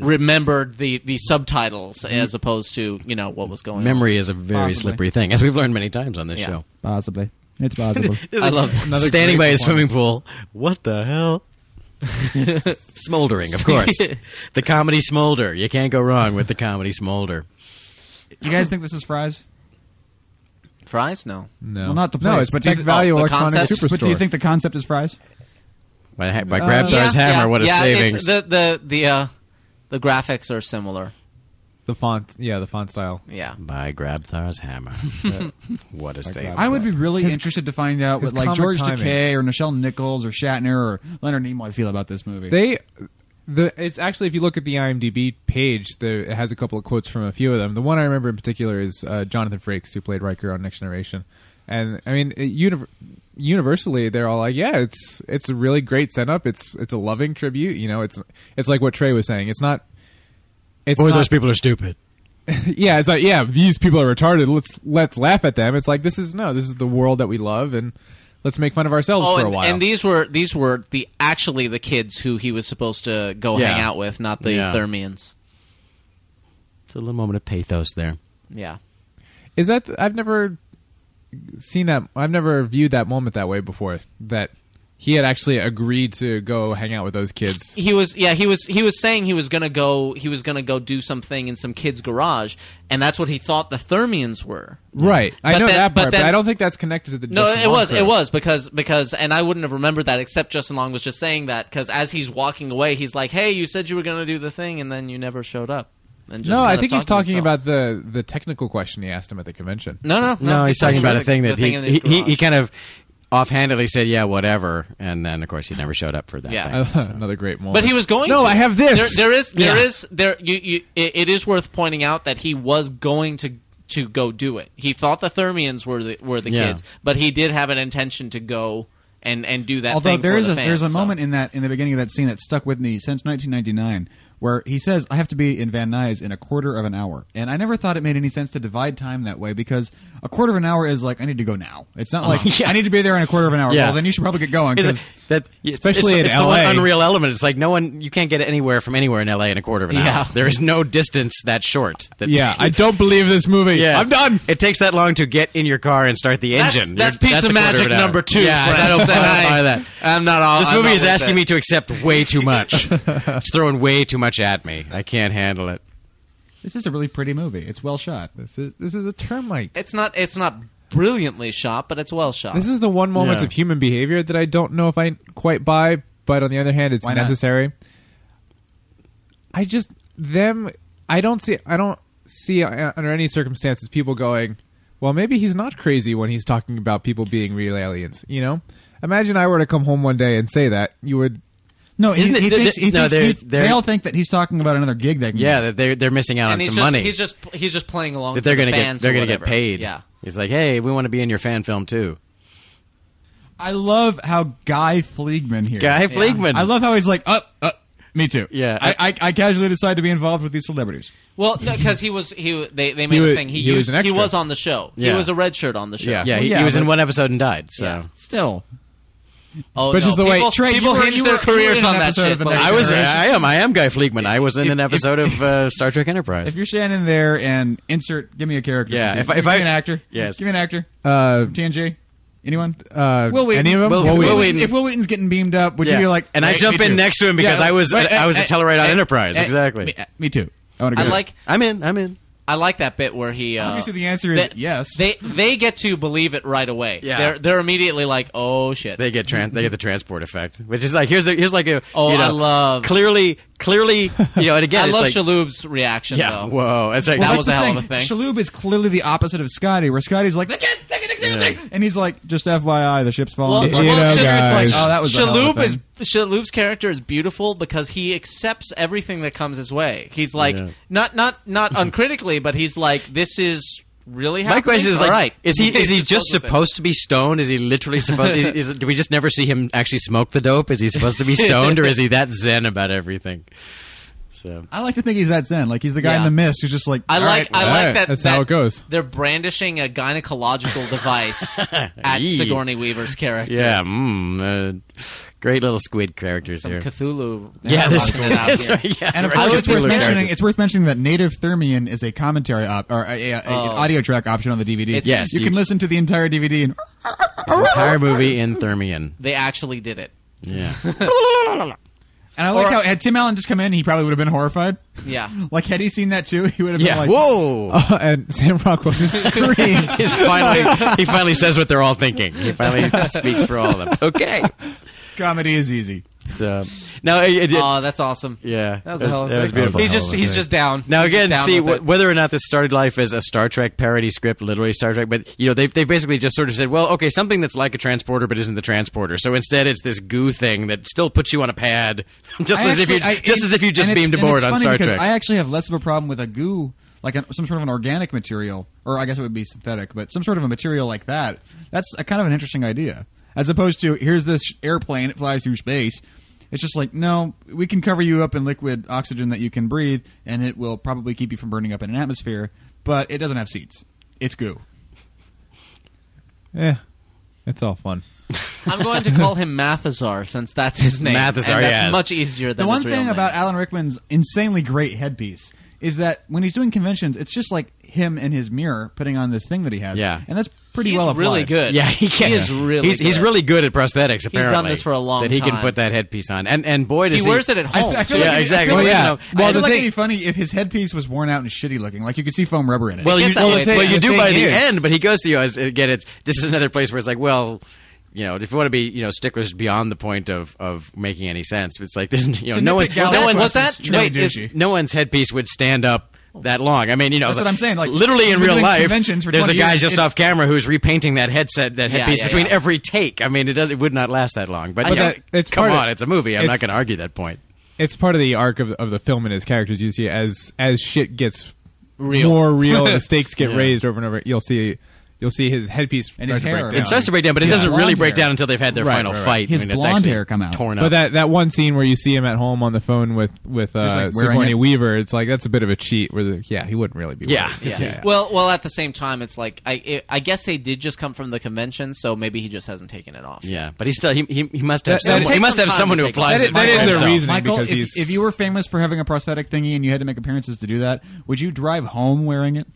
remembered the, the subtitles as opposed to you know what was going memory is a very Possibly. slippery thing, as we've learned many times on this Yeah. show. possibly. It's (laughs) possible. on. I love Another Standing great by a swimming performance. pool. What (laughs) the hell? Smoldering, of course. the comedy smolder. You can't go wrong with the comedy smolder. you guys think this is fries? fries. No, No, Well, not the No, place, it's but do you Tech th- Value oh, the Electronic concepts? Superstore. But do you think the concept is fries? By, ha- by Grabdar's Yeah, hammer, yeah, what a yeah, it's savings. The the the uh, the graphics are similar. the font? Yeah, the font style. Yeah, by Grabthar's hammer. what a savings. I would be really interested to find out his what like comic George timing. Takei or Nichelle Nichols or Shatner or Leonard Nimoy feel about this movie. They, the it's actually if you look at the IMDb page, there it has a couple of quotes from a few of them. The one I remember in particular is uh, Jonathan Frakes, who played Riker on Next Generation, and I mean, it, univ- universally they're all like, yeah, it's it's a really great setup. It's it's a loving tribute. You know, it's it's like what Trey was saying. It's not. It's Or not- those people are stupid. yeah, it's like yeah, these people are retarded. Let's let's laugh at them. It's like this is no, this is the world that we love, and let's make fun of ourselves Oh, for a and, while. and these were these were the actually the kids who he was supposed to go Yeah. hang out with, not the Yeah. Thermians. It's a little moment of pathos there. Yeah. Is that I've never seen that. I've never viewed that moment that way before. That he had actually agreed to go hang out with those kids. he was yeah he was he was saying he was gonna go he was gonna go do something in some kid's garage and that's what he thought the thermians were Right, I But know then- that but part, but, then- I don't think that's connected to the. no Justin it was Long it crew. was because because and i wouldn't have remembered that except justin long was just saying that because as he's walking away he's like hey you said you were gonna do the thing and then you never showed up and just No, kinda I think he's talked to talking about himself. the the technical question he asked him at the convention. no no no, No, he's talking about a thing the that he, in he, his he he garage. kind of offhandedly said, "Yeah, whatever," and then of course he never showed up for that. Yeah. (laughs) thing. Another great moment. Mm. But he was going. No, to. I have this. There, there is, there Yeah. is, there. You, you, it, it is worth pointing out that he was going to to go do it. He thought the Thermians were the were the Yeah. kids, but he did have an intention to go and and do that. Although thing there for is the a fans, there's a so. moment in that in the beginning of that scene that stuck with me since 1999 where he says I have to be in Van Nuys in a quarter of an hour, and I never thought it made any sense to divide time that way because a quarter of an hour is like I need to go now. It's not like I need to be there in a quarter of an hour. Oh, Yeah. Well, then you should probably get going Is it- 'cause- that- it's- Especially it's, in it's the one LA. unreal element. It's like no one you can't get anywhere from anywhere in LA in a quarter of an Yeah. hour. There is no distance that short. That, Yeah, (laughs) I don't believe this (laughs) movie. Yes. I'm done. It takes that long to get in your car and start the That's, engine. that's You're- piece a of quarter magic an hour. number two. Yeah, friends, I (laughs) don't and I- (laughs) buy that. I'm not all. This I'm movie not is with asking it. me to accept (laughs) way too much. it's throwing way too much at me. I can't handle it. this is a really pretty movie. It's well shot. This is this is a termite. It's not. It's not brilliantly shot, but it's well shot. This is the one moment Yeah. of human behavior that I don't know if I quite buy, but on the other hand, it's Why not? necessary. I just them. I don't see. I don't see uh, under any circumstances people going. Well, maybe he's not crazy when he's talking about people being real aliens. You know, imagine I were to come home one day and say that you would. (laughs) No, he, Isn't it- he th- thinks, he th- no, thinks they're- he- they're- they all think that he's talking about another gig they can Yeah, get. that they're they're missing out on and he's some just, money He's just. He's just playing along. that they're going gonna to get they're going to get paid. Yeah. He's like, hey, we want to be in your fan film too. I love how Guy Fleegman here. Guy Fleegman. I love how he's like, uh, uh, me too. Yeah. I, I, I casually decide to be involved with these celebrities. Well, because he was he they, they made wa- a thing. He, he used, was an he extra. was on the show. He Yeah. was a red shirt on the show. (laughs) Yeah, he, Well, he yeah, was in but- one episode and died. So Yeah. Still, Oh, But no. just the way- people, Trey, you people were- hinge you their were- you were careers in on an that episode shit. of the but- Next I was. Generation. I am. I am Guy Fleegman. I was in If- an if- episode of uh, Star Trek Enterprise. if you're standing there and insert, give me a character. Yeah, Give- if I- if give me I- an actor, yes. give me an actor. Uh, TNG, anyone? uh, Will Wheaton. any of them? Will- Will Will Wheaton. Wheaton. If Will Wheaton's getting beamed up, would you Yeah. be like? And I "Hey, jump me in too." uh, eh, next to him because I was- I was at Telluride on Enterprise. Exactly. Me, uh, eh, me too. I would I agree. like I'm in. I'm in. I like that bit where he. Uh, Obviously the answer is that- yes. They they get to believe it right away. Yeah. they're they're immediately like, oh shit. They get trans. they get the transport effect, which is like here's a, here's like a. Oh, you know, I love- Clearly, clearly, you know. And (laughs) again, I it's love like, Shaloub's reaction Yeah. though. Whoa. That's right. Well, that that's was. the a- hell of a thing. Shaloub is clearly the opposite of Scotty, where Scotty's like, they can't, they can't accept Yeah. it," and he's like, just FYI, the ship's falling. Well, You know, Shaloub- guys. Oh, that was a hell of Shaloub a is thing. Shaloub's character is beautiful because he accepts everything that comes his way. He's like Yeah. not not not uncritically, but he's like this is really My happening. question is All like, right. is he is he Just just goes with it. supposed to be stoned? Is he literally supposed? Is, is, do we just never see him actually smoke the dope? Is he supposed to be stoned, or is he that zen about everything? So I like to think he's that zen. Like he's the guy Yeah. in the mist who's just like, I "All right, like I All like right, that. that's that how it goes. They're brandishing a (laughs) gynecological device at Yee. Sigourney Weaver's character. yeah, mm, uh, great little squid characters Some here. Cthulhu. (laughs) yeah, rocking there's, it out that's here. right, yeah, And of right. course, would it's worth be mentioning. scared. It's worth mentioning that native Thermion is a commentary op or a, a, a- Oh. an audio track option on the DVD. It's- Yes, you, you- can listen to the entire DVD. And This entire movie in Thermion. They actually did it. Yeah. and I like Or- how had Tim Allen just come in, he probably would have been horrified. (laughs) (laughs) Yeah. Like had he seen that too, he would have yeah. been like, Whoa. oh. and Sam Rockwell just (laughs) (laughs) screams. (laughs) He's finally, he finally says what they're all thinking. He finally speaks for all of them. Okay. "Comedy is easy." So now, it, it, Oh, that's awesome. yeah, That was a hell of a that was thing. beautiful. He's just he's just down. (laughs) Now He's just again, down see with it. wh- whether or not this started life as a Star Trek parody script, literally Star Trek, but you know they they basically just sort of said, well, okay, something that's like a transporter but isn't the transporter. So instead, it's this goo thing that still puts you on a pad, (laughs) just I as if actually- you I- just and- as if you just and it's- beamed and aboard it's on funny Star because Trek. I actually have less of a problem with a goo, like a, some sort of an organic material, or I guess it would be synthetic, but some sort of a material like that. That's a, kind of an interesting idea, as opposed to here's this airplane it flies through space. It's just like no, we can cover you up in liquid oxygen that you can breathe, and it will probably keep you from burning up in an atmosphere, but it doesn't have seats. It's goo. Yeah, it's all fun. I'm going to call him Mathazar since that's his name. Mathazar, and that's yes. much easier than the one his real thing name. about Alan Rickman's insanely great headpiece is that when he's doing conventions, it's just like him in his mirror putting on this thing that he has. Yeah. and that's pretty he's well applied. really good. (laughs) Yeah, he can. is really He's, he's good. really good at prosthetics. Apparently, done this for a long That he can time. put that headpiece on, and and boy, does He he, wears it at I, home. I feel Yeah, like I feel exactly. like, Well, it's- yeah. Well, I feel the like thing- it'd be funny if his headpiece was worn out and shitty looking. Like you could see foam rubber in it. Well, It you, gets that well, way. The well, you thing- do the by thing the is- end, but he goes to you as, again. It's this is another place where it's like, well, you know, if you want to be, you know, sticklers beyond the point of of making any sense, it's like (laughs) there's, you know, To no one, nitpick no Galaxy one's- Quest is that- really wait, is- douchey. no one's headpiece would stand up that long. I mean, you know, That's what I'm saying, like, literally he's in been real doing life, conventions for there's a 20 guy years. just It's- off camera who's repainting that headset, that Yeah, headpiece yeah, between yeah. every take. I mean, it does, it would not last that long. But, I you know, think- But that- it's come part of- on, it's a movie. I'm not it's- going to argue that point. it's part of the arc of, of the film and his characters. You see, as as shit gets Real. more (laughs) real, and the stakes get Yeah. raised over and over. You'll see, you'll see his headpiece And his start to hair. break down. It starts to break down, but it doesn't really Blonde break hair. down until they've had their Right, final right, right. fight. His I mean, it's blonde actually hair come out. torn up. but that, that one scene where you see him at home on the phone with with Just, uh, like, wearing Sigourney it. Weaver, it's like that's a bit of a cheat. Where the, yeah, he wouldn't really be. Yeah. wearing it. Yeah. Well, well. At the same time, it's like I, it, I guess they did just come from the convention, so maybe he just hasn't taken it off. Yeah, but he still he, he, he must have That- that someone, he takes must some have time someone to who take applies off. it. That is to their himself. reasoning. Michael, because if, he's- if you were famous for having a prosthetic thingy and you had to make appearances to do that, would you drive home wearing it,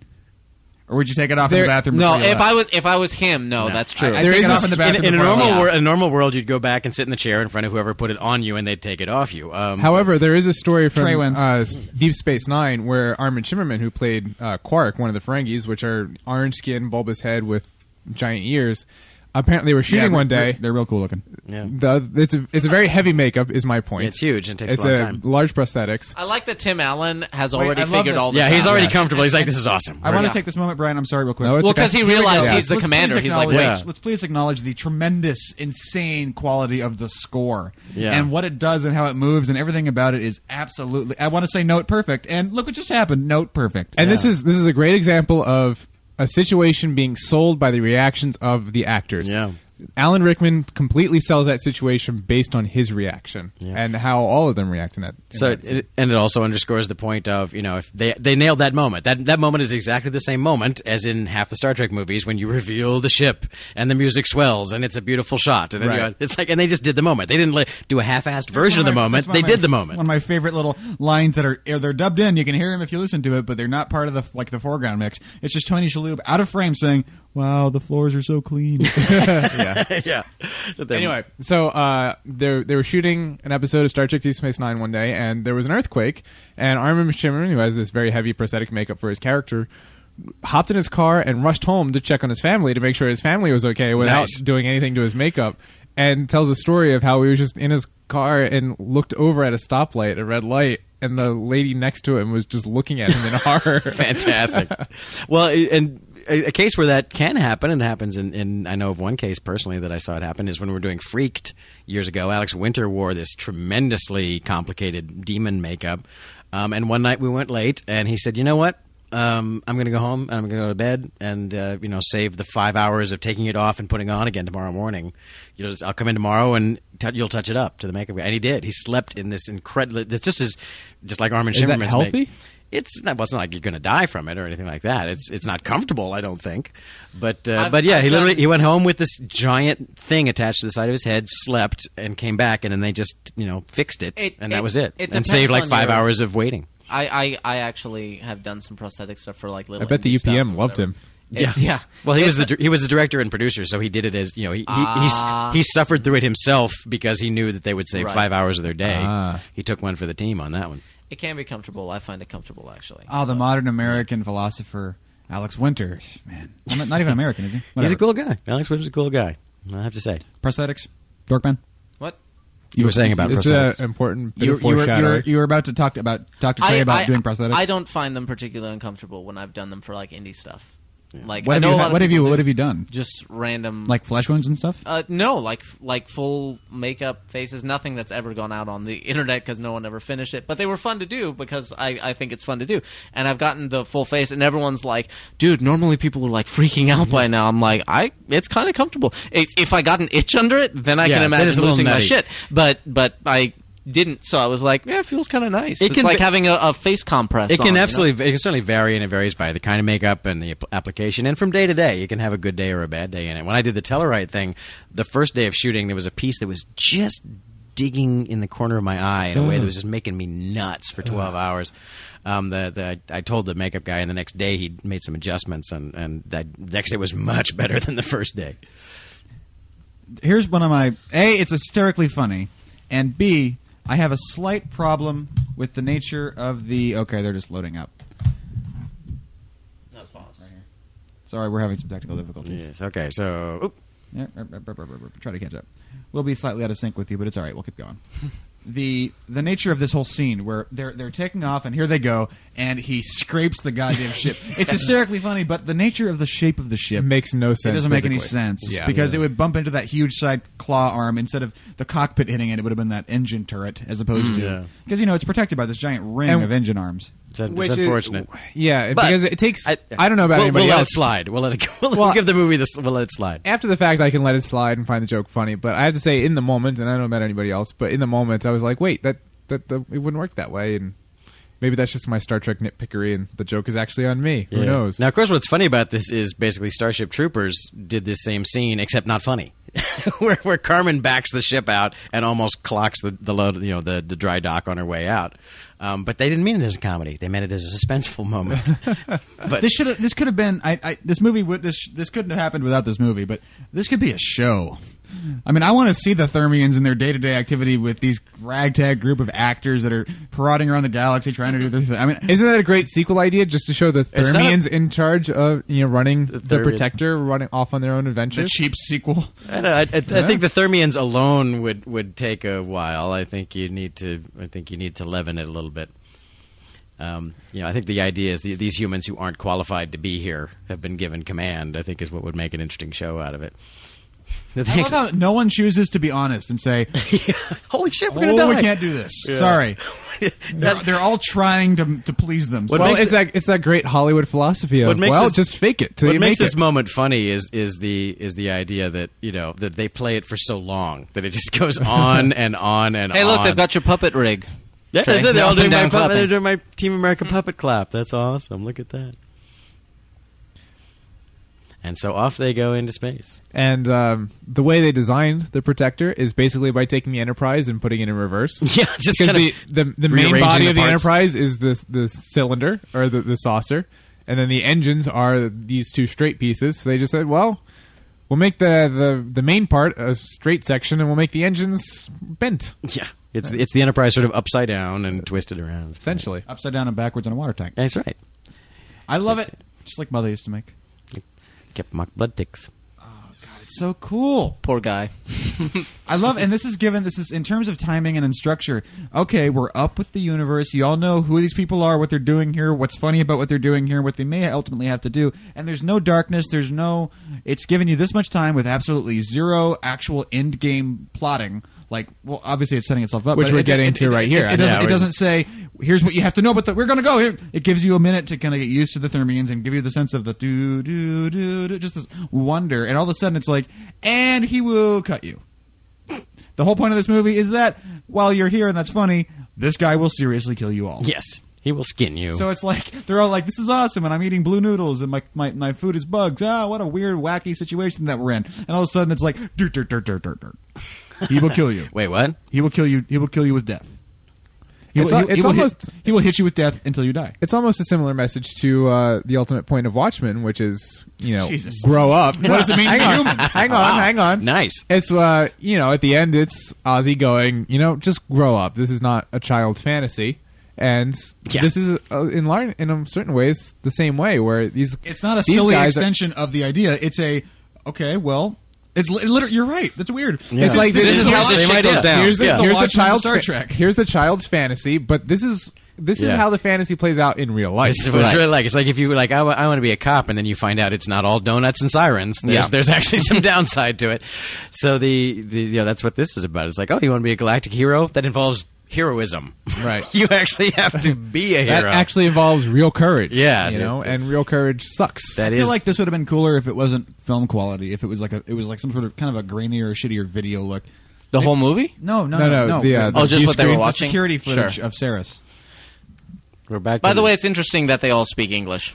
or would you take it off in There- the bathroom? No, before you if left? I was, if I was him, no, No. that's true. I, I'd take is it a off in the sk- bathroom In, in a before I normal left. wor- a normal world, you'd go back and sit in the chair in front of whoever put it on you, and they'd take it off you. Um, However, there is a story from Trey wins. uh, S- Deep Space Nine where Armin Shimmerman, who played uh, Quark, one of the Ferengis, which are orange skin, bulbous head with giant ears, apparently they were shooting Yeah, one they're- day. they're real cool looking. yeah. The, it's a it's a very heavy makeup, is my point. It's huge and takes a it's long time. large prosthetics. I like that Tim Allen has already I love figured this. all this. yeah, he's out. already Yeah. comfortable. He's like, this is awesome. I want Yeah. to take this moment, Brian. I'm sorry, real quick. No, it's Well, okay. because he Here we go. realized Let's- he's the let's commander. please He's like, acknowledge- wait, Yeah. Let's please acknowledge the tremendous, insane quality of the score Yeah. and what it does and how it moves and everything about it is absolutely. I want to say note perfect, and look what just happened. Note perfect. And this is this is a great example of a situation being sold by the reactions of the actors. Yeah. Alan Rickman completely sells that situation based on his reaction and how all of them react in that. in So, that scene. it, and it also underscores the point of you know if they they nailed that moment. That that moment is exactly the same moment as in half the Star Trek movies when you reveal the ship and the music swells and it's a beautiful shot. And Right. you know, it's like and they just did the moment. They didn't like, do a half-assed version of One the my- moment. that's one They of my- did the moment. One of my favorite little lines that are they're dubbed in. You can hear them if you listen to it, but they're not part of the like the foreground mix. It's just Tony Shalhoub out of frame saying, "Wow, the floors are so (laughs) clean." (laughs) yeah. Anyway, so uh, they they were shooting an episode of Star Trek: Deep Space Nine one day, and there was an earthquake, and Armin Shimmerman, who has this very heavy prosthetic makeup for his character, hopped in his car and rushed home to check on his family to make sure his family was okay without Nice. doing anything to his makeup, and tells a story of how he was just in his car and looked over at a stoplight, a red light, and the lady next to him was just looking at him in horror. (laughs) fantastic. well, i- and a, a case where that can happen, and it happens in, in I know of one case personally that I saw it happen is when we were doing Freaked years ago. Alex Winter wore this tremendously complicated demon makeup, um, and one night we went late, and he said, "You know what?" Um, I'm going to go home and I'm going to go to bed and, uh, you know, save the five hours of taking it off and putting it on again tomorrow morning. You know, just- I'll come in tomorrow and t- you'll touch it up to the makeup guy. And he did. He slept in this incredible, it's just as, just like Armin Is that Shimmerman's make- healthy? it's not, well, it's not like you're going to die from it or anything like that. It's it's not comfortable, I don't think. But uh, I've- but yeah, I've he done- literally he went home with this giant thing attached to the side of his head, slept, and came back, and then they just you know fixed it, It- and it- that was it, it and depends saved like on five your- hours of waiting. I, I, I actually have done some prosthetic stuff for like little. I bet the indie stuff UPM and loved whatever. him. It's- yeah. Well, he It's was the the- dir- he was the director and producer, so he did it as you know he he, Ah. he, he suffered through it himself because he knew that they would save Right. five hours of their day. Ah. He took one for the team on that one. It can be comfortable. I find it comfortable actually. oh, the modern American philosopher Alex Winter. Man, I'm not- not even American, is he? He's a Whatever. cool guy. Alex Winter's a cool guy. I have to say. prosthetics dorkman. what? You were saying about This is prosthetics. an uh, important bit You, of you were, you, foreshadowing. were, you were about to talk about Dr. Trey about doing prosthetics. I don't find them particularly uncomfortable when I've done them for like indie stuff. Like What I have know you? a lot had- of What have you? people What do have you done? Just random Like flesh wounds and stuff. Uh, no, like like full makeup faces, nothing that's ever gone out on the internet because no one ever finished it. But they were fun to do because I, I think it's fun to do. And I've gotten the full face, and everyone's like, "Dude, normally people are like freaking out by now." I'm like, "I, it's kind of comfortable. If, if I got an itch under it, then I Yeah, can then imagine it's a little losing my nutty. shit." But but I didn't, so I was like, yeah, it feels kind of nice. It it's can like be- having a, a face compress. It on, you can know? absolutely, it can certainly vary, and it varies by the kind of makeup and the ap- application. And from day to day, you can have a good day or a bad day in it. When I did the Telluride thing, the first day of shooting, there was a piece that was just digging in the corner of my eye in a way that was just making me nuts for twelve hours. Um, the, the I told the makeup guy, and the next day he made some adjustments, and and that next day was much better than the first day. here's one of my a it's hysterically funny and b i have a slight problem with the nature of the okay they're just loading up sorry we're having some technical difficulties Yes. Okay. So. oop. yeah, er, er, er, er, er, er, try to catch up we'll be slightly out of sync with you but it's all right we'll keep (laughs) going the the nature of this whole scene where they're they're taking off and here they go and he scrapes the (laughs) goddamn ship it's hysterically funny but the nature of the shape of the ship It makes no sense. it doesn't make any physically. sense Yeah. because it would bump into that huge side claw arm instead of the cockpit hitting it. It would have been that engine turret as opposed yeah. to because you know it's protected by this giant ring Mm. And- of engine arms. It's, un- Which it's is- unfortunate. yeah, But because it takes. I, don't know about we'll, anybody we'll let else. it slide. We'll let it go. (laughs) We'll, Well, give the movie this. We'll let it slide. After the fact, I can let it slide and find the joke funny, but I have to say, in the moment, and I don't know about anybody else, but in the moment, I was like, wait, that that, that it wouldn't work that way, and maybe that's just my Star Trek nitpickery, and the joke is actually on me. Who Yeah. knows? Now, of course, what's funny about this is basically Starship Troopers did this same scene, except not funny, (laughs) where, where Carmen backs the ship out and almost clocks the, the load, you know, the, the dry dock on her way out. Um, but they didn't mean it as a comedy; they meant it as a suspenseful moment. (laughs) but This should have this could have been I, I this movie would this this couldn't have happened without this movie, but this could be a show. I mean, I want to see the Thermians in their day to day activity with these ragtag group of actors that are parading around the galaxy trying to do their thing. I mean, Isn't that a great sequel idea? Just to show the It's not a- Thermians in charge of you know running the, Thermians. protector, running off on their own the adventures. cheap sequel. I, don't know, I, I, I think the Thermians alone would, would take a while. I think you need to. I think you need to leaven it a little bit. Um, you know, I think the idea is the, these humans who aren't qualified to be here have been given command. I think is what would make an interesting show out of it. (laughs) The I things- love how no one chooses to be honest and (laughs) say, Holy shit, we're gonna "Oh, die. we can't do this." Sorry. (laughs) They're, That- they're all trying to to please them. What well, makes it's the- that it's that great Hollywood philosophy of What makes well, this- just fake it till what you makes make this it. moment funny is is the is the idea that you know that they play it for so long that it just goes on and on and Hey, on. look, they've got your puppet rig. yeah, Trey. that's it. They're all Up and doing my down puppet, clapping. they're doing my Team America puppet clap. That's awesome. Look at that. And so off they go into space. And um, the way they designed the protector is basically by taking the Enterprise and putting it in reverse. (laughs) Yeah, just because kind the, of the, the main rearranging body the of the parts. Enterprise is the the cylinder or the, the saucer, and then the engines are these two straight pieces. So they just said, well, we'll make the, the, the main part a straight section, and we'll make the engines bent Yeah, it's it's the Enterprise sort of upside down and twisted around. essentially. upside down and backwards in a water tank. that's right. I love it, just like Mother used to make. Kept mock blood ticks. It's so cool. Poor guy. I love, and this is given. This is in terms of timing and in structure. Okay, we're up with the universe. You all know who these people are, what they're doing here, what's funny about what they're doing here, what they may ultimately have to do. And there's no darkness. There's no. It's given you this much time with absolutely zero actual end game plotting. Like, well, obviously it's setting itself up, Which but we're it- getting it- to it- right it- here. It, doesn't, Yeah, it we're- doesn't say here's what you have to know, but the, we're gonna go here. It gives you a minute to kind of get used to the Thermians and give you the sense of the do do do do, just this wonder. And all of a sudden, it's like, and he will cut you. The whole point of this movie is that while you're here and that's funny, this guy will seriously kill you all. Yes, he will skin you. So it's like they're all like, "This is awesome," and I'm eating blue noodles, and my, my, my food is bugs. Ah, what a weird, wacky situation that we're in. And all of a sudden, it's like, dirt, dirt, dirt, dirt, dirt, dirt. He will kill (laughs) you. Wait, what? He will kill you. He will kill you with death. He It's will, he, al- he it's will almost- hit, he will hit you with death until you die. It's almost a similar message to uh, the ultimate point of Watchmen, which is you know Jesus. grow up. what does it mean to hang be on, human? Hang on, hang on. Ah, Nice. It's uh, you know, at the end, it's Ozzy going, you know, just grow up. This is not a child's fantasy, and Yeah. this is uh, in line in um, certain ways the same way where these It's not a these silly guys are- extension of the idea. It's a okay. Well, it's li- literally you're right. That's weird. It's like, this is how this shit goes down. Here's the, Yeah. The here's the Watchmen to child's Star fa- Trek. Here's the child's fantasy, but this is this is Yeah. how the fantasy plays out in real life. This is what it's Right. really like. It's like if you were like, I, want to be a cop, and then you find out it's not all donuts and sirens. There's, Yeah. there's actually (laughs) some downside to it. So the, the you know, that's what this is about. It's like, oh, you want to be a galactic hero? That involves heroism. Right. (laughs) you actually have to be a That hero. actually involves real courage. Yeah, you it- know, and it's- real courage sucks. that I feel is like this would have been cooler if it wasn't film quality. If it was like a, it was like some sort of kind of a grainier, shittier video look. The whole movie? No, no, no, No, no, no. the, uh, Oh, just view what they were screen- the watching? Security footage Sure. of Saris. We're back. By to the way, it's interesting that they all speak English.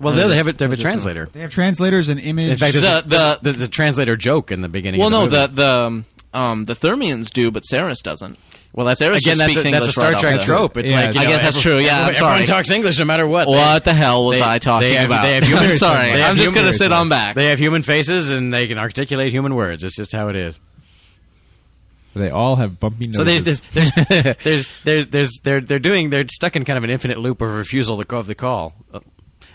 well, no, they have a, they have a (laughs) translator. They have translators and image. In fact, there's, The- a, there's, the- there's a translator joke in the beginning. Well, of the no, movie. the the um, um, the Thermians do, but Saris doesn't. well, that's Sarah again just that's a, speaks that's a English Star right off Trek the- trope. It's Yeah. like you I know, guess that's every- true. Yeah, I'm everyone, sorry. everyone talks English no matter what. What the hell was they- I they talking have- about? (laughs) they have I'm humor- sorry. they have I'm just humor- gonna sit on back. They have human faces and they can articulate human words. It's just how it is. They all have bumpy noses. So there's, there's, there's, (laughs) there's, there's, there's, they're, they're doing, they're stuck in kind of an infinite loop of refusal to go of the call. (laughs)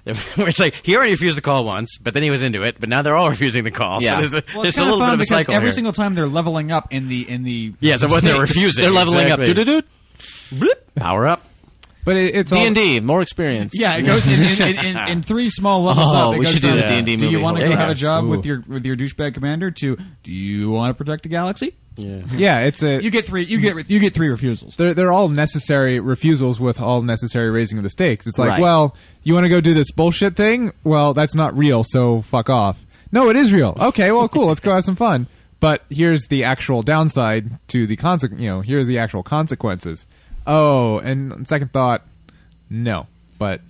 Uh, Where it's like he already refused the call once, but then he was into it, but now they're all (laughs) refusing the call. Yeah. So there's a, well, it's there's a kind of little bit fun of a because cycle every here. single time they're leveling up in the in the (laughs) yeah, so (laughs) what they're refusing, They're leveling up. exactly. Doo-doo-doo. (laughs) Power up. but it, it's D all- and D, more experience. Yeah, it goes in, in, in, in, in three small levels. Oh, up. It we goes should do from, the D&D Do movie. you want to go Yeah. have a job with Ooh. your with your douchebag commander? To do you want to protect the galaxy? Yeah, it's a. You get three. You get you get three refusals. they're, they're all necessary refusals with all necessary raising of the stakes. It's like, Right. well, you want to go do this bullshit thing? Well, that's not real, so fuck off. No, it is real. Okay, well, cool. Let's go have some fun. But here's the actual downside to the consequence. You know, here's the actual consequences. Oh, and on second thought, no. But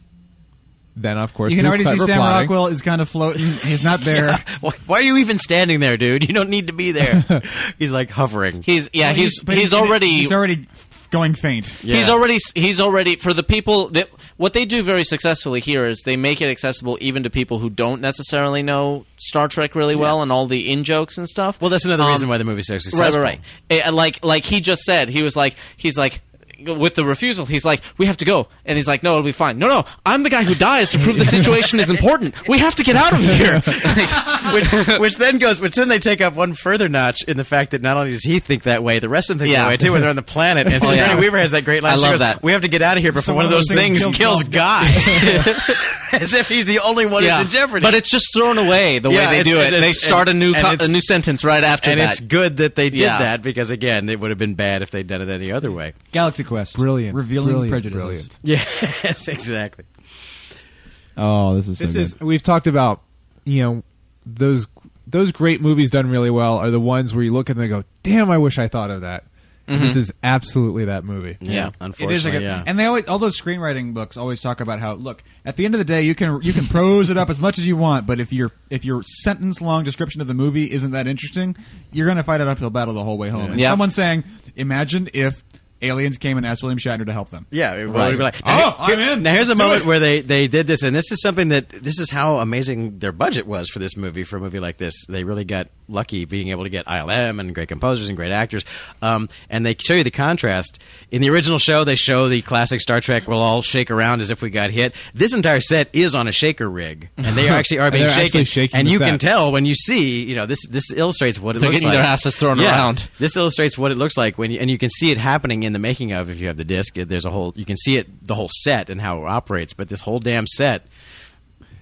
then, of course, You can through already see clever Sam plotting- Rockwell is kind of floating. He's not there. (laughs) Why, why are you even standing there, dude? You don't need to (laughs) be there. He's like hovering. He's yeah, Well, he's but he's, already he's already going faint. He's Yeah. already he's already for the people that what they do very successfully here is they make it accessible even to people who don't necessarily know Star Trek really well and all the in jokes and stuff. Well, that's another Um, reason why the movie's so Right, successful. right, right. Eh, and like like he just said, he was like he's like with the refusal, he's like, "We have to go," and he's like, "No, it'll be fine." No, no, I'm the guy who dies to prove the situation is important. We have to get out of (laughs) here. (laughs) which, which then goes, which then they take up one further notch in the fact that not only does he think that way, the rest of them think Yeah. that way too. When they're on the planet, (laughs) and Oh, Sigourney yeah. Weaver has that great line. I she love goes, that. We have to get out of here before one of those things, kills, Guy, (laughs) (laughs) as if he's the only one Yeah. who's in jeopardy. But it's just thrown away the way Yeah, they it's- do it. and They it's- start and- a new and co- a it's- new sentence right after and that. it's good that they did Yeah. that because again, it would have been bad if they'd done it any other way. Galaxy Quest, Brilliant. revealing Brilliant. prejudices. Brilliant. (laughs) Yes, exactly. Oh, this is this is we've talked about you know those those great movies done really well are the ones where you look and they go damn i wish i thought of that And Mm-hmm. this is absolutely that movie Yeah. It unfortunately, is like a, yeah. and they always all those screenwriting books always talk about how look at the end of the day you can you can prose it up as much as you want but if your if your sentence long description of the movie isn't that interesting you're gonna fight an uphill battle the whole way home and Yeah. someone's saying imagine if aliens came and asked William Shatner to help them Yeah, it Right. would be like, Oh, here- I'm in. Now here's a Let's do moment it. where they they did this, and this is something that this is how amazing their budget was for this movie. For a movie like this, they really got lucky being able to get ILM and great composers and great actors. Um, and they show you the contrast in the original show. They show the classic Star Trek. We'll all shake around as if we got hit. This entire set is on a shaker rig, and they are actually are And being they're shaken. actually shaking and the you set. can tell when you see, you know, this this illustrates what it They're looks getting like. their asses thrown Yeah. around. This illustrates what it looks like when, you, and you can see it happening in the making of. If you have the disc, there's a whole. You can see it, the whole set and how it operates. But this whole damn set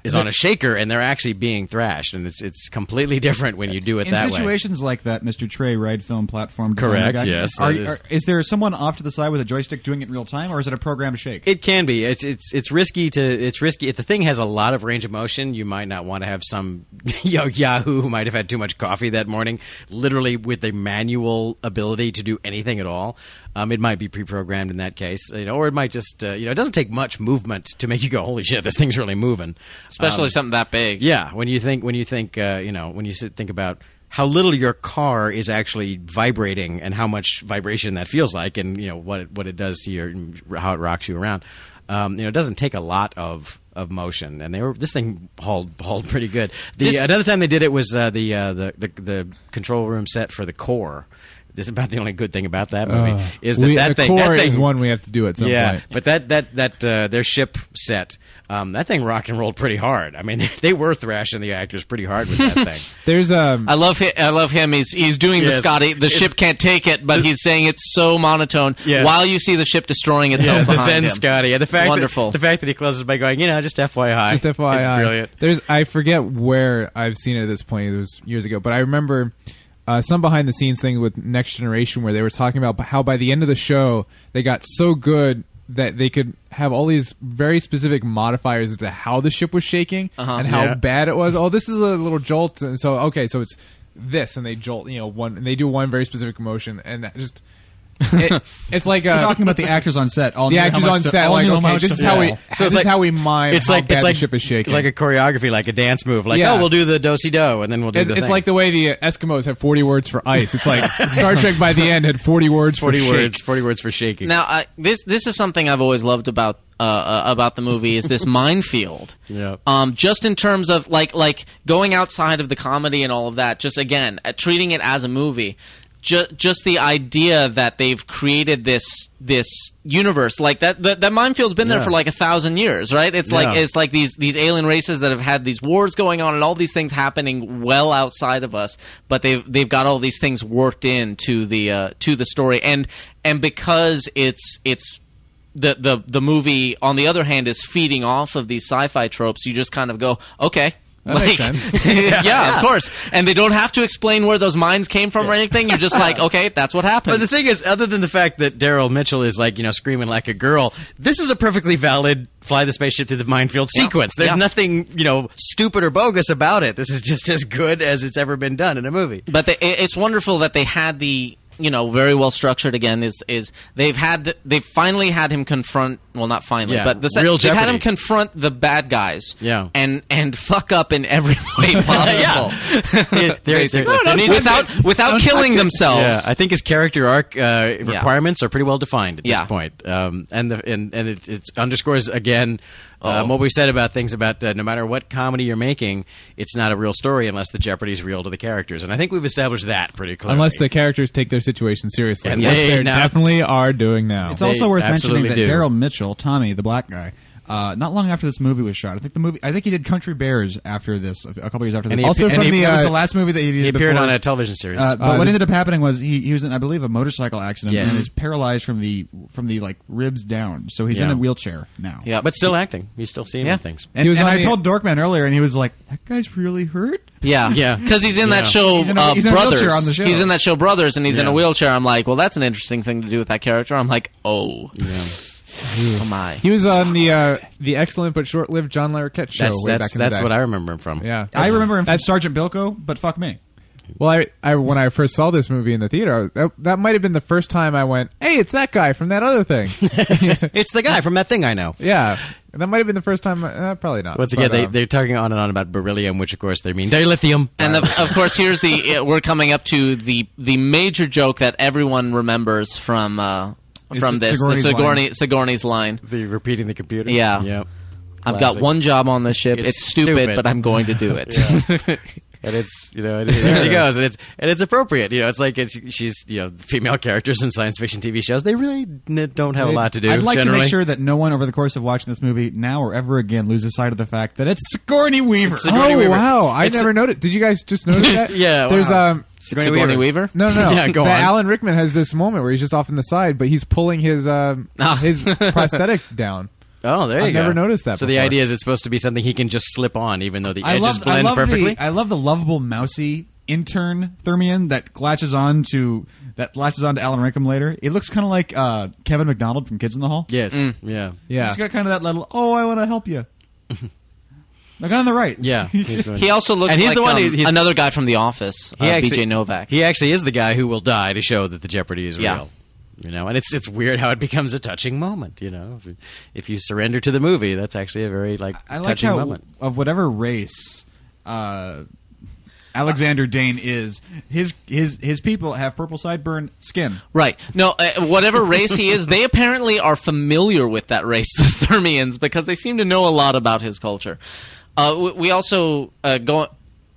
is on a shaker, and they're actually being thrashed, and it's it's completely different when you do it in that way. situations like that, Mr. Trey, Ride Film Platform designer Correct, guy, yes, Are, that is- are- is there someone off to the side with a joystick doing it in real time, or is it a programmed shake? It can be. It's it's it's risky to. It's risky if the thing has a lot of range of motion. You might not want to have some (laughs) yo Yahoo who might have had too much coffee that morning, literally with the manual ability to do anything at all. Um, it might be pre-programmed in that case, you know, or it might just uh, you know it doesn't take much movement to make you go, holy shit, this thing's really moving. Especially Um, something that big. yeah, when you think when you think uh, you know when you sit, think about how little your car is actually vibrating and how much vibration that feels like, and you know what it, what it does to your how it rocks you around. Um, you know, it doesn't take a lot of of motion, and they were this thing hauled hauled pretty good. The This- another time they did it was uh, the, uh, the the the control room set for the core. This is about the only good thing about that movie Uh, is that we- that the thing that core thing is one we have to do at some yeah, point but that that that uh, their ship set, um, that thing rock and rolled pretty hard. I mean, (laughs) they, they were thrashing the actors pretty hard (laughs) with that thing. there's um I love him. I love him. He's he's doing the Yes. Scotty. The It's- ship can't take it, but he's saying it's so monotone. Yes. While you see the ship destroying itself the behind Zen him. Scotty, and the It's fact wonderful. that, the fact that he closes by going, you know, just FYI, just FYI, it's brilliant. There's I forget where I've seen it at this point. It was years ago, but I remember uh, some behind the scenes thing with Next Generation where they were talking about how by the end of the show they got so good that they could have all these very specific modifiers Uh-huh. as to how the ship was shaking and how Yeah. bad it was. Oh, this is a little jolt, and so okay, so it's this, and they jolt, you know, one, and they do one very specific motion, and that just. it, it's like uh, We're talking about the actors on set. All the knew how actors much on to- set, all like, knew okay, much this to is how we, fall. so this is how we mime. It's how like bad it's the like ship is shaking. Like a choreography, like a dance move. Like Yeah. oh, we'll do the do si do, and then we'll do it's, the. it's thing. like the way the Eskimos have forty words for ice. It's (laughs) like Star Trek by the end had forty words forty for shake. words. Forty words for shaking. Now, I this this is something I've always loved about uh, uh, about the movie is (laughs) this minefield. Yeah. Um, just in terms of like like going outside of the comedy and all of that. Just again, uh, treating it as a movie. Just, just the idea that they've created this this universe like that that, that minefield's been there Yeah. for like a thousand years right it's like Yeah. it's like these these alien races that have had these wars going on and all these things happening well outside of us but they've they've got all these things worked into the uh, to the story and and because it's it's the, the the movie on the other hand is feeding off of these sci-fi tropes you just kind of go okay That makes (laughs) sense. yeah, of course. And they don't have to explain where those mines came from or anything. You're just like, okay, that's what happened. But the thing is, other than the fact that Daryl Mitchell is like, you know, screaming like a girl, this is a perfectly valid fly the spaceship through the minefield sequence. There's Yeah. nothing, you know, stupid or bogus about it. This is just as good as it's ever been done in a movie. but they, it- it's wonderful that they had the you know very well structured again is is they've had the, they've finally had him confront well not finally Yeah, but the se- real they've had Jeopardy. him confront the bad guys Yeah. and and (laughs) fuck up in every (laughs) way possible It- there- basically there- there needs to be- without without killing themselves Yeah, I think his character arc uh, requirements are pretty well defined at Yeah. this point, um, and the, and and it, it underscores again um, what we said about things about uh, no matter what comedy you're making, it's not a real story unless the jeopardy is real to the characters, and I think we've established that pretty clearly. Unless the characters take their situation seriously, And which they they now- definitely are doing now. It's also worth mentioning absolutely that do. Daryl Mitchell, Tommy, the black guy, uh, not long after this movie was shot, I think the movie, I think he did Country Bears after this, a couple years after this. he Also appear- from he- the, that was uh, the last movie that he did. he appeared before- on a television series. Uh, but Uh, what the- ended up happening was he, he was in I believe a motorcycle accident Yes. and is paralyzed from the from the like ribs down, so he's in Yeah. a wheelchair now. yeah but still acting. He's still seeing Yeah. things. And, He was and on I the- told Dorkman earlier, and he was like, "That guy's really hurt." Yeah, Yeah. Because he's in that Yeah. show He's in a- uh, he's in a Brothers. wheelchair on the show. He's in that show Brothers, and he's in Yeah. a wheelchair. I'm like, well, that's an interesting thing to do with that character. I'm like, oh, oh my. he was on the uh, the excellent but short lived John Larroquette show. That's way that's back in the that's day. what I remember him from. Yeah, I remember him from That's- Sergeant Bilko, but fuck me. Well, I, I when I first saw this movie in the theater, I was- that, that might have been the first time I went, "Hey, it's that guy from that other (laughs) thing." It's the guy from that thing I know. yeah, and that might have been the first time. Uh, probably not. Once But, again, they, um, they're talking on and on about beryllium, which of course they mean dilithium. And of, of course, here's (laughs) the uh, we're coming up to the the major joke that everyone remembers from uh, Is from it this Sigourney's the Sigourney line? Sigourney's line. the repeating the computer. Yeah. Yep. I've got Classic. one job on this ship. It's, It's stupid, stupid. but I'm going to do (laughs) it. And it's you (laughs) know and there she goes and it's and it's appropriate you know it's like it's, she's you know female characters in science fiction TV shows they really n- don't have a lot to do. I'd like generally. to make sure that no one over the course of watching this movie now or ever again loses sight of the fact that it's Sigourney Weaver. Sigourney oh Weaver. wow, I It's- never noticed. Did you guys just (laughs) notice that? (laughs) Yeah, there's wow. um. Sigourney Sigourney Weaver. Weaver? No, (laughs) no, no. Yeah, go That on. Alan Rickman has this moment where he's just off in the side, but he's pulling his um, Ah. (laughs) his prosthetic down. Oh, there you I've go. never noticed that So the before. idea is it's supposed to be something he can just slip on, even though the I edges love, I blend love perfectly. The, I love the lovable mousy intern Thermion that latches on to that latches on to Alan Rickman later. It looks kind of like uh, Kevin McDonald from Kids in the Hall. yes. Mm. Yeah. Yeah, he's got kind of that little. Oh, I want to help (laughs) you. Look on the right. (laughs) Yeah. He's the one- He also looks And he's like the one um, who- he's- another guy from The Office, uh, BJ Novak. He actually is the guy who will die to show that the jeopardy is Yeah. real. You know, and it's it's weird how it becomes a touching moment. You know, if, if you surrender to the movie, that's actually a very like I like touching how moment. of whatever race uh, Alexander Dane is, his his his people have purple sideburn skin. Right. No, uh, whatever race he is, they apparently are familiar with that race, the Thermians, because they seem to know a lot about his culture. Uh, we, we also uh, go.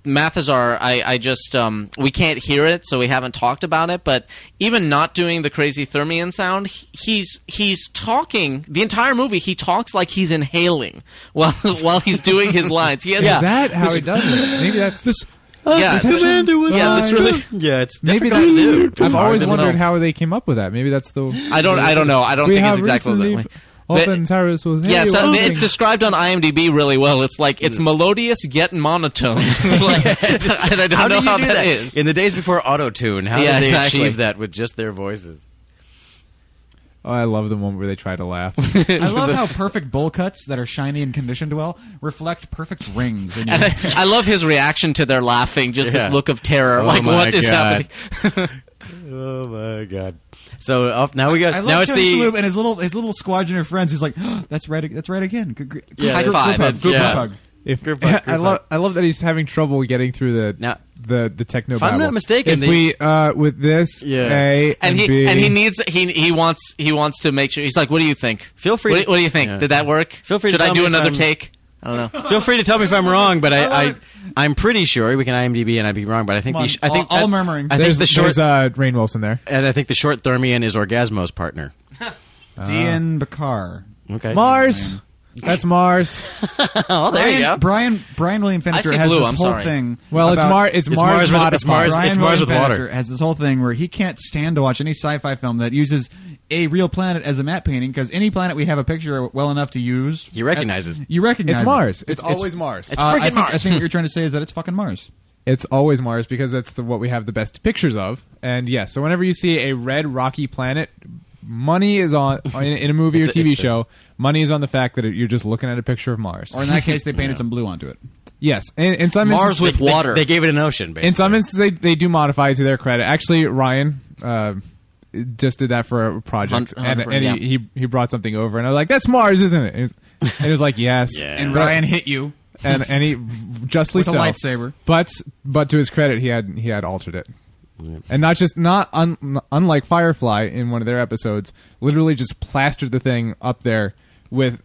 Mathazar, I, I just um, we can't hear it, so we haven't talked about it. But even not doing the crazy Thermian sound, he- he's he's talking the entire movie. He talks like he's inhaling (laughs) while while he's doing his lines. He has is that how he does it? Maybe that's Oh, yeah, yeah, this really. yeah, (laughs) it's maybe difficult to do. that's. It's I've hard always to know. wondered how they came up with that. Maybe that's the. I don't. I don't know. I don't we think it's have exactly that recently way. But- opened Tyrus with. Yeah, hey, so one it's thing. described on IMDb really well. It's like Mm. it's melodious yet monotone. (laughs) (laughs) like, and (laughs) I don't How do know you how do that that is. in the days before auto tune? How Yeah, did they exactly. achieve that with just their voices? Oh, I love the moment where they try to (laughs) laugh. I (laughs) love how perfect bowl cuts that are shiny and conditioned well reflect perfect rings. (laughs) In your And (laughs) I, I love his reaction to their laughing, just Yeah. this look of terror, Oh like my what is God. (laughs) happening? Oh my god! So off now we got I love now it's Tony the Shalhoub and his little his little squadron of friends. He's like, "Oh, that's right, that's right again. Good, gr- Yeah, High group, five. Group hug, That's- group yeah. hug. If Group hug, (laughs) I group love, hug. I love that he's having trouble getting through the Now- the the techno. If I'm babble. not mistaken, if the- we uh, with this Yeah. A and, And he B, and he needs he he wants he wants to make sure. He's like, "What do you think? Feel free What, to- do- what do you think? Yeah. Did that work? Feel free to Should I tell do me if another I'm- take? I don't know. Feel free to tell me if I'm wrong, but I I, I, love I am pretty sure we can IMDb and I'd be wrong, but I think Come on, the sh- I think all- all I- murmuring. I think there's the short there's, uh, Rain Wilson there. and I think the short Thermion is Orgasmo's partner. Uh. Dean Bakar. Okay, Mars, that's Mars. Oh, there Brian, you go. Brian Brian William Fincher see has blue, this I'm whole sorry. thing. Well, it's, about- Mar- it's, It's Mars. Mars with- modified. it's Mars- Brian Mars William with water. Fincher has this whole thing where he can't stand to watch any sci-fi film that uses a real planet as a map painting because any planet we have a picture well enough to use, uh, He recognizes. You recognize It's it. Mars. It's, always Mars. It's Uh, I freaking think- Mars. I think what you're trying to say is that it's fucking Mars. It's always Mars because that's the, what we have the best pictures of. And yes, so whenever you see a red rocky planet, money is (laughs) on in, in a movie or It's a- TV it's a- show. money is on the fact that it, you're just looking at a picture of Mars. Or in (laughs) that case, they painted some blue onto it. yes, in, in some Mars instances, with They- water. They, gave it an ocean. Basically, in some instances they, they do modify it to their credit. Actually, Ryan. Uh, just did that for a project, Hundred- hundred and, and percent, he, he he brought something over, and I was like, "That's Mars, isn't it?" And it was, and it was like, (laughs) "Yes." Yeah. And Ryan hit you. and and he justly With a so. lightsaber. But but to his credit, he had he had altered it, and not just not un, unlike Firefly in one of their episodes, literally just plastered the thing up there with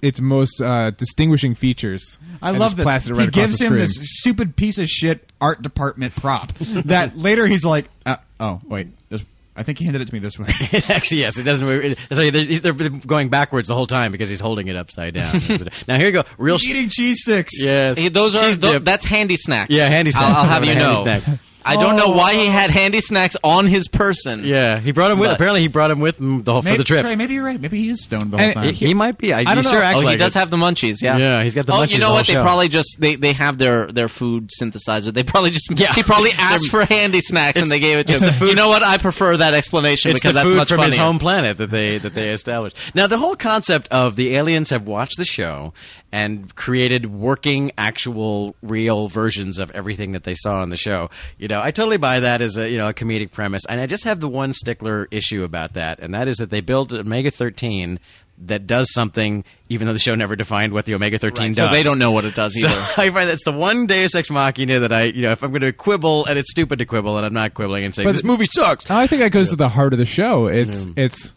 its most uh, distinguishing features. I and love just this. Plastered it he right across gives the him this screen. stupid piece of shit art department prop that later he's like, uh, oh wait, this, I think he handed it to me this way. It's (laughs) actually yes, it doesn't. move. It, so they're, he's- they're going backwards the whole time because he's holding it (laughs) upside down. now here you go, real (laughs) He's sh- eating cheese sticks. Yes, Hey, those are Cheese tho- dip. that's handy snacks. Yeah, handy snacks. I'll, I'll have Someone you had know. a handy snack. I don't know why Oh. he had handy snacks on his person. Yeah, he brought him with. But- apparently, he brought him with him the whole for Maybe, the trip. Trey, maybe you're right. Maybe he is stoned the whole And time. he, he might be. I, don't he know. sure acts Oh, he like does it. have the munchies. Yeah, Yeah, he's got the oh, munchies you the know whole what? They show. probably just they, they have their, their food synthesizer. They probably just he (laughs) probably asked for handy snacks and they gave it to him. You know what? I prefer that explanation It's because the that's food much from funnier. his home planet that they that they established. Now the whole concept of the aliens have watched the show and created working, actual, real versions of everything that they saw on the show. You know, I totally buy that as a you know a comedic premise, and I just have the one stickler issue about that, and that is that they built an Omega thirteen that does something, even though the show never defined what the Omega thirteen Right, does. so they don't know what it does So either. (laughs) I find that's the one Deus Ex Machina that I, you know, if I'm going to quibble, and it's stupid to quibble, and I'm not quibbling and saying But- this movie sucks. I think that goes to the heart of the show. It's it's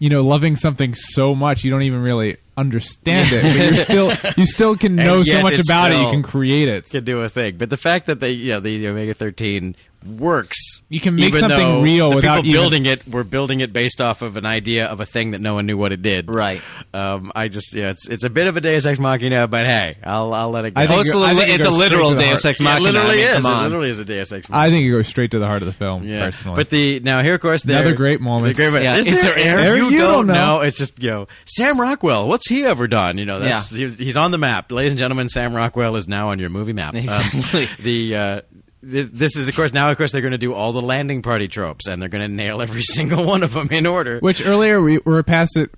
you know loving something so much you don't even really understand it, but you're still you still (laughs) can know so yet much it's about it. You still- can create it. can do a thing. But the fact that they, you know, the, omega thirteen works. You can make even something though real the without people even- building it. We're building it based off of an idea of a thing that no one knew what it did. Right. Um, I just, you know, it's it's a bit of a Deus Ex Machina, but hey, I'll I'll let it go. I Oh, think it's a, I li- think it it's a goes literal straight to the Deus heart. Ex Yeah, it Machina. literally I mean, is. Come It on. literally is a Deus Ex Machina. I think it goes straight to the heart of the film. Yeah. Personally, But the now here, of course, there, Another great moment. the great moment. Yeah. Is, there, air? You, don't know. It's just you know Sam Rockwell. What's he ever done? You know, that's he's, he's on the map, ladies and gentlemen. Sam Rockwell is now on your movie map. Um, (laughs) Exactly. the. Uh, thi- this is, of course, now. Of course, they're going to do all the landing party tropes, and they're going to nail every (laughs) single one of them in order. Which earlier we were past it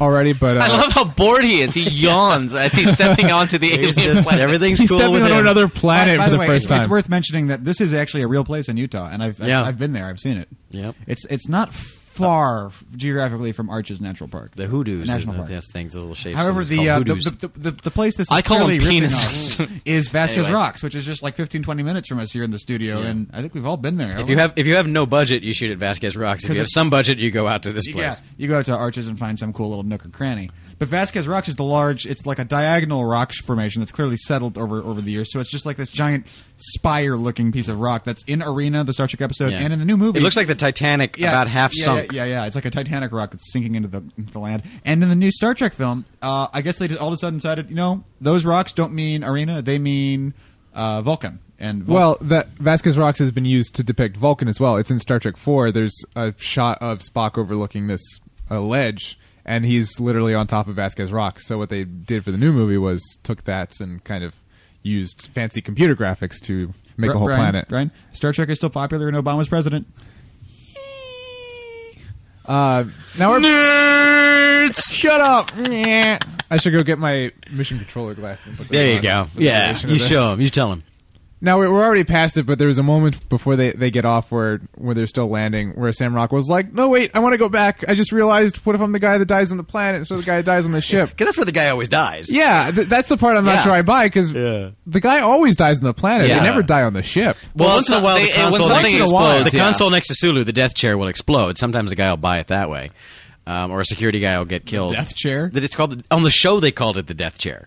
already, but uh, I love how bored he (laughs) is. He yawns as he's stepping onto the alien (laughs) He's just, planet. everything's (laughs) he's cool stepping with on him. another planet By- by for the, way, first it's, time. It's worth mentioning that this is actually a real place in Utah, and I've I've, Yeah. I've been there. I've seen it. Yep. It's it's not far f- geographically from Arches Natural Park, The hoodoos, national park. Yes, things, those little shapes. However, It's the, called uh, the, hoodoos. the, the the place this is I call 'em clearly ripping penises. (laughs) off is Vasquez Anyway. Rocks, which is just like 15, 20 minutes from us here in the studio, and I think we've all been there. if you have if you have no budget, you shoot at Vasquez Rocks. If you have it's- some budget, you go out to this Yeah, place. you go out to Arches and find some cool little nook or cranny. But Vasquez Rocks is the large. It's like a diagonal rock formation that's clearly settled over over the years. So it's just like this giant spire-looking piece of rock that's in Arena, the Star Trek episode, Yeah. and in the new movie. It looks like the Titanic Yeah, about half yeah, sunk. Yeah, yeah, yeah. It's like a Titanic rock that's sinking into the, into the land. And in the new Star Trek film, uh, I guess they just all of a sudden decided, you know, those rocks don't mean Arena; they mean uh, Vulcan. And Vul- well, that Vasquez Rocks has been used to depict Vulcan as well. It's in Star Trek Four. There's a shot of Spock overlooking this uh, ledge, and he's literally on top of Vasquez Rocks. So what they did for the new movie was took that and kind of used fancy computer graphics to make Bri- a whole Brian, planet. Brian, Star Trek is still popular, and Obama's president. Uh, now we're nerds. Shut up. (laughs) I should go get my mission controller glasses. and put them There you on go. with the Yeah, duration of you this. show him. You tell him. Now we- we're already past it, but there was a moment before they, they get off where where they're still landing, where Sam Rockwell's like, "No, wait, I want to go back. I just realized, what if I'm the guy that dies on the planet, so the guy that dies on the (laughs) ship?" Because that's where the guy always dies. Yeah, th- that's the part I'm not Yeah. sure I buy because Yeah. the guy always dies on the planet. Yeah. They never die on the ship. Well, Well, once in a so- while, they- the and when console, something next, explodes, the yeah. console next to Sulu, the death chair will explode. Sometimes the guy will buy it that way, um, or a security guy will get killed. death chair? That it's called on the show. They called it the death chair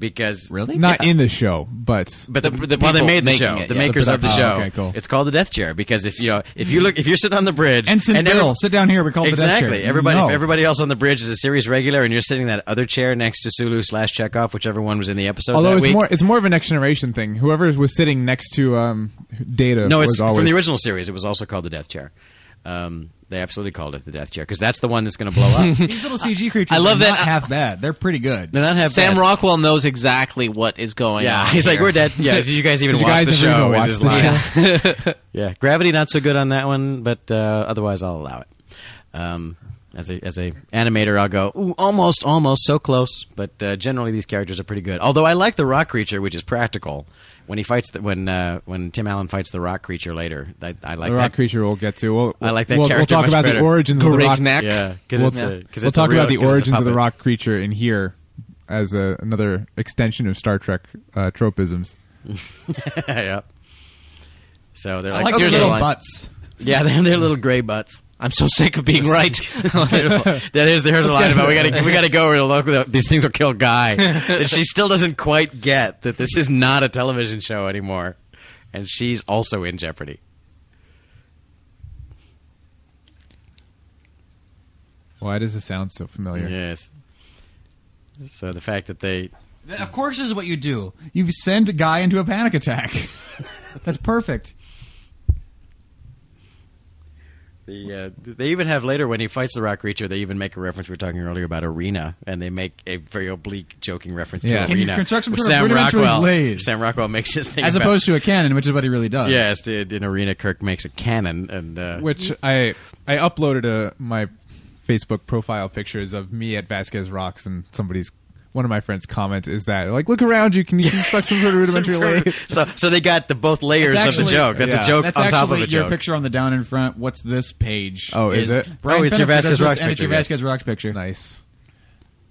because Not in the show, but But the, The- the well, they people made the making show. it, the yeah. makers The of the produ- show. oh, okay, cool. It's called the death chair because if you if you look if you're sitting on the bridge Ensign every- Bill, sit down here. We call it the death chair. exactly everybody No. if everybody else on the bridge is a series regular and you're sitting in that other chair next to Sulu slash Chekhov, whichever one was in the episode. although that it's week. more it's more of a next generation thing. Whoever was sitting next to um, Data, No, was it's always, from the original series. It was also called the Death Chair. Um, they absolutely called it the Death Chair because that's the one that's going to blow (laughs) up. These little CG creatures. I love are that- Not half bad. They're pretty good. They're not half Sam bad. Rockwell knows exactly what is going on. Yeah, he's like, here. (laughs) we're dead. (laughs) Yeah, did you guys even Did you watch guys the ever show? even Is watch his the line? (laughs) show? yeah, gravity not so good on that one, but uh, otherwise I'll allow it. Um, as a as a animator, I'll go Ooh, almost, almost, so close. But uh, generally, these characters are pretty good. Although I like the rock creature, which is practical. When he fights, the, when uh, when Tim Allen fights the rock creature later, I, I like the rock that. creature we'll get to. We'll, I like that We'll, we'll character talk much about better. the origins of the Gorig rock. Neck. Yeah, because We'll, it's a, cause we'll it's a talk real- about the 'cause it's a origins of the puppet. rock creature in here as a, another extension of Star Trek uh, tropisms. (laughs) yeah. So they're I like, like "Oh, their here's little one. butts. yeah, (laughs) they're, they're little gray butts. I'm so sick of (laughs) being right. Beautiful. Yeah, there's there's a line about we gotta we gotta go over to local. These things will kill Guy. that she still doesn't quite get that this is not a television show anymore, and she's also in jeopardy. Why does it sound so familiar? Yes. So the fact that they That, Of course, is what you do. You send a guy into a panic attack. (laughs) That's perfect. the uh, they even have later when he fights the rock creature, they even make a reference we were talking earlier about arena, and they make a very oblique joking reference Yeah. to Can you arena. construct some with sort of Sam rudimentary Rockwell. lays? Sam Rockwell makes his thing As about- opposed to a cannon, which is what he really does. Yes, dude, in Arena Kirk makes a cannon, (laughs) and uh, Which I I uploaded a, my Facebook profile pictures of me at Vasquez Rocks, and somebody's one of my friends' comments is that like, look around you, can you construct some (laughs) sort of rudimentary lay? so so they got the both layers That's of the actually- joke. That's yeah. a joke That's on top actually of a your joke. picture on the down in front. What's this page? Oh, is it? Brian Oh, it's your Benedict Vasquez does this, Rocks and it's your picture, yes. Vasquez Rocks picture. Nice.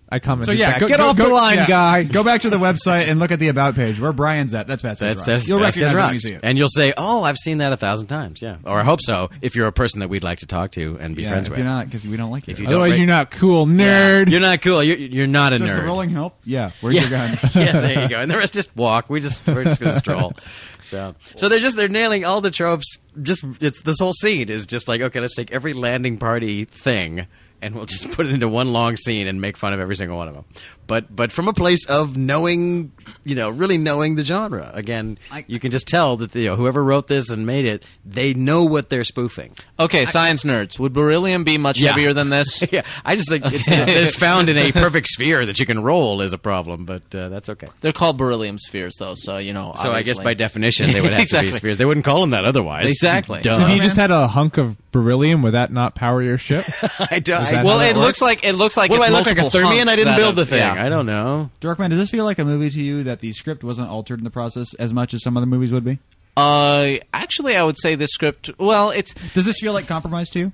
I commented So yeah, back, go, get go- off go- the line, yeah. guy. Go back to the website and look at the about page where Brian's at. That's Vasquez That's, Rocks. that's You'll Vasquez recognize it when you Rocks. see it. and you'll say, "Oh, I've seen that a thousand times." Yeah, or I hope so. If you're a person that we'd like to talk to and be yeah, friends if with, you're not, because we don't like Oh, you. If you don't- Otherwise, right. you're not cool, Yeah. nerd. you're not cool. You're, you're not a does nerd. the rolling help? Yeah, where's yeah. your gun? (laughs) yeah, there you go. And the rest just walk. We just we're just gonna stroll. So so they're just they're nailing all the tropes. Just it's this whole scene is just like okay, let's take every landing party thing and we'll just (laughs) put it into one long scene and make fun of every single one of them. But but from a place of knowing, you know, really knowing the genre. Again, I- you can just tell that you know, whoever wrote this and made it, they know what they're spoofing. (laughs) Okay, science nerds. Would beryllium be much Yeah. heavier than (laughs) this? yeah, I just think it- that it's found in a perfect sphere that you can roll is a problem, but uh, that's okay. They're called beryllium spheres, though, so you know. So I guess obviously. by definition (laughs) they would have Exactly. to be spheres. They wouldn't call them that otherwise. Exactly. Duh. So if you man. just had a hunk of beryllium, would that not power your ship? (laughs) (laughs) I don't. Is that Well, how it that looks works? like it looks like what do it's I look like a multiple thermian? hunks I didn't that build the have- thing. yeah. I don't know. Dorkman, does this feel like a movie to you that the script wasn't altered in the process as much as some other movies would be? Uh, actually, I would say this script. Well, it's Does this feel like compromise to you?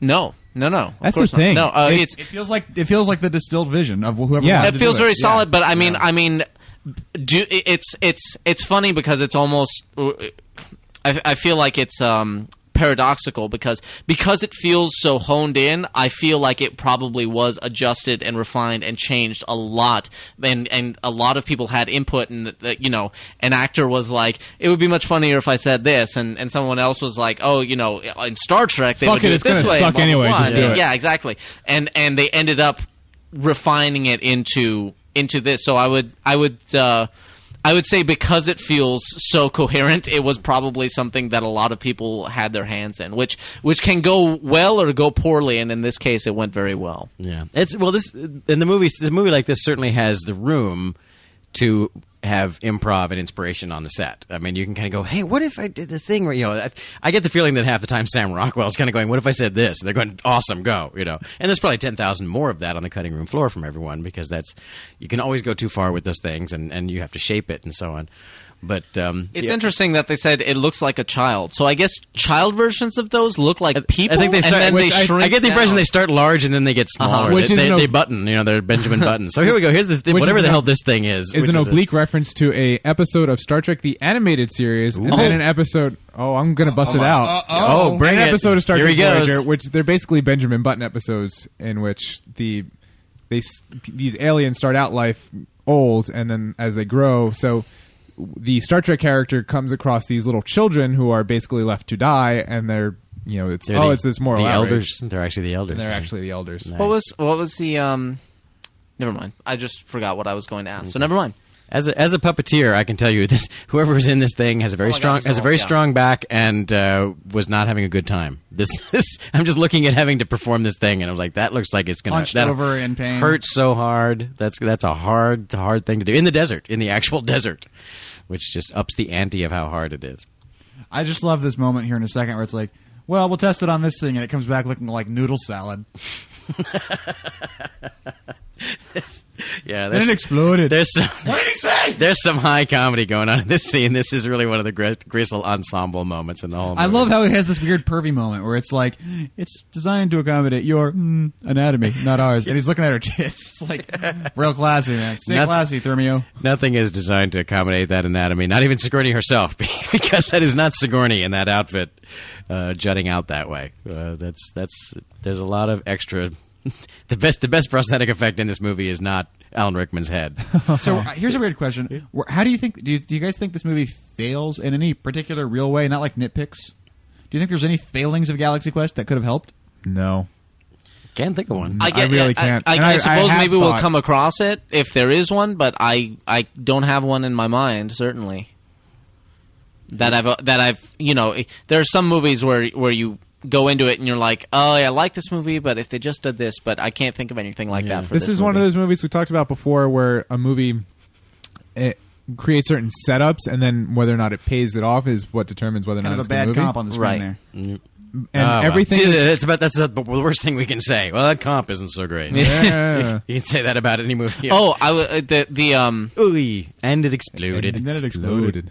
no, no, no. Of That's the course not. thing. No, uh, It- it's It feels like it feels like the distilled vision of whoever. Yeah. wanted That to it feels do very it. solid, Yeah. but I mean, I mean, do it's it's it's funny because it's almost I, I feel like it's um paradoxical because because it feels so honed in i feel like it probably was adjusted and refined and changed a lot and and a lot of people had input and that- that you know an actor was like it would be much funnier if i said this and and someone else was like oh you know in star trek they Fuck would it, do it's it this gonna way and suck blah, blah, anyway, blah." just do yeah, it. yeah, exactly. And and they ended up refining it into into this. So I would I would uh, I would say because it feels so coherent, it was probably something that a lot of people had their hands in, which which can go well or go poorly. And in this case, it went very well. Yeah, it's well. This in the movies. The movie like this certainly has the room to have improv and inspiration on the set. I mean, you can kind of go, "Hey, what if I did the thing where you know?" I, I get the feeling that half the time Sam Rockwell's kind of going, "What if I said this?" And they're going, "Awesome, go!" You know. And there's probably ten thousand more of that on the cutting room floor from everyone because that's you can always go too far with those things, and and you have to shape it and so on. But um, It's yeah. interesting that they said it looks like a child. So I guess child versions of those look like people. I think they start. And then which they I- shrink I, get the impression down. they start large and then they get smaller. Which they, is they, an ob- they button. You know, they're Benjamin Button. So here we go. Here's the thi- Which whatever is the an- hell this thing is. is an which oblique reference to a episode of Star Trek: The Animated Series, and then an episode. Oh, I'm gonna bust it out. oh, bring an it. episode of Star Here Trek he goes. Voyager, which they're basically Benjamin Button episodes in which the they s- these aliens start out life old, and then as they grow, so the Star Trek character comes across these little children who are basically left to die, and they're you know it's They're oh the- it's this moral The outrage. elders. They're actually the elders. And they're actually the elders. What was what was the um? Never mind. I just forgot what I was going to ask. So never mind. As a, as a puppeteer, I can tell you (laughs) this: whoever was in this thing has a very my God, strong he's has a old, very yeah. strong back and uh, was not having a good time. This, (laughs) this I'm just looking at having to perform this thing, and I'm like, that looks like it's gonna Hunched that over in pain. hurts so hard. That's that's a hard hard thing to do in the desert, in the actual (laughs) desert, which just ups the ante of how hard it is. I just love this moment here in a second where it's like, well, we'll test it on this thing, and it comes back looking like noodle salad. Yeah, Then there's, it exploded. there's some, what did he say? (laughs) there's some high comedy going on in this scene. This is really one of the gris- gristle ensemble moments in the whole. Movie. I love how it has this weird pervy moment where it's like it's designed to accommodate your mm, anatomy, not ours. And he's looking at her tits, (laughs) It's like real classy, man. Stay Noth- classy, Thermio. Nothing is designed to accommodate that anatomy. Not even Sigourney herself, (laughs) because that is not Sigourney in that outfit, uh, jutting out that way. Uh, that's that's. There's a lot of extra. (laughs) the best the best prosthetic effect in this movie is not Alan Rickman's head. So uh, here's a weird question: Where- How do you think? Do you, do you guys think this movie fails in any particular real way? Not like nitpicks. Do you think there's any failings of Galaxy Quest that could have helped? No. Can't think of one. I, get, really can't. I, And I I- I suppose have maybe we'll thought- come across it if there is one, but I I don't have one in my mind certainly. That I've uh, that I've you know eh, there are some movies where where you go into it and you're like oh yeah, I like this movie but if they just did this but I can't think of anything like that for this, this, is one of movie. those movies we talked about before where a movie it creates certain setups and then whether or not it pays it off is what determines whether or Kind not of it's a bad good movie. comp on the screen Right. there. and Ah, Oh, (laughs) well. everything See, is, that's about that's the the worst thing we can say. Well, that comp isn't so great. (laughs) yeah. (laughs) You can say that about any movie. Oh, I w- uh, the the um. Ooh, and it exploded. And then it exploded.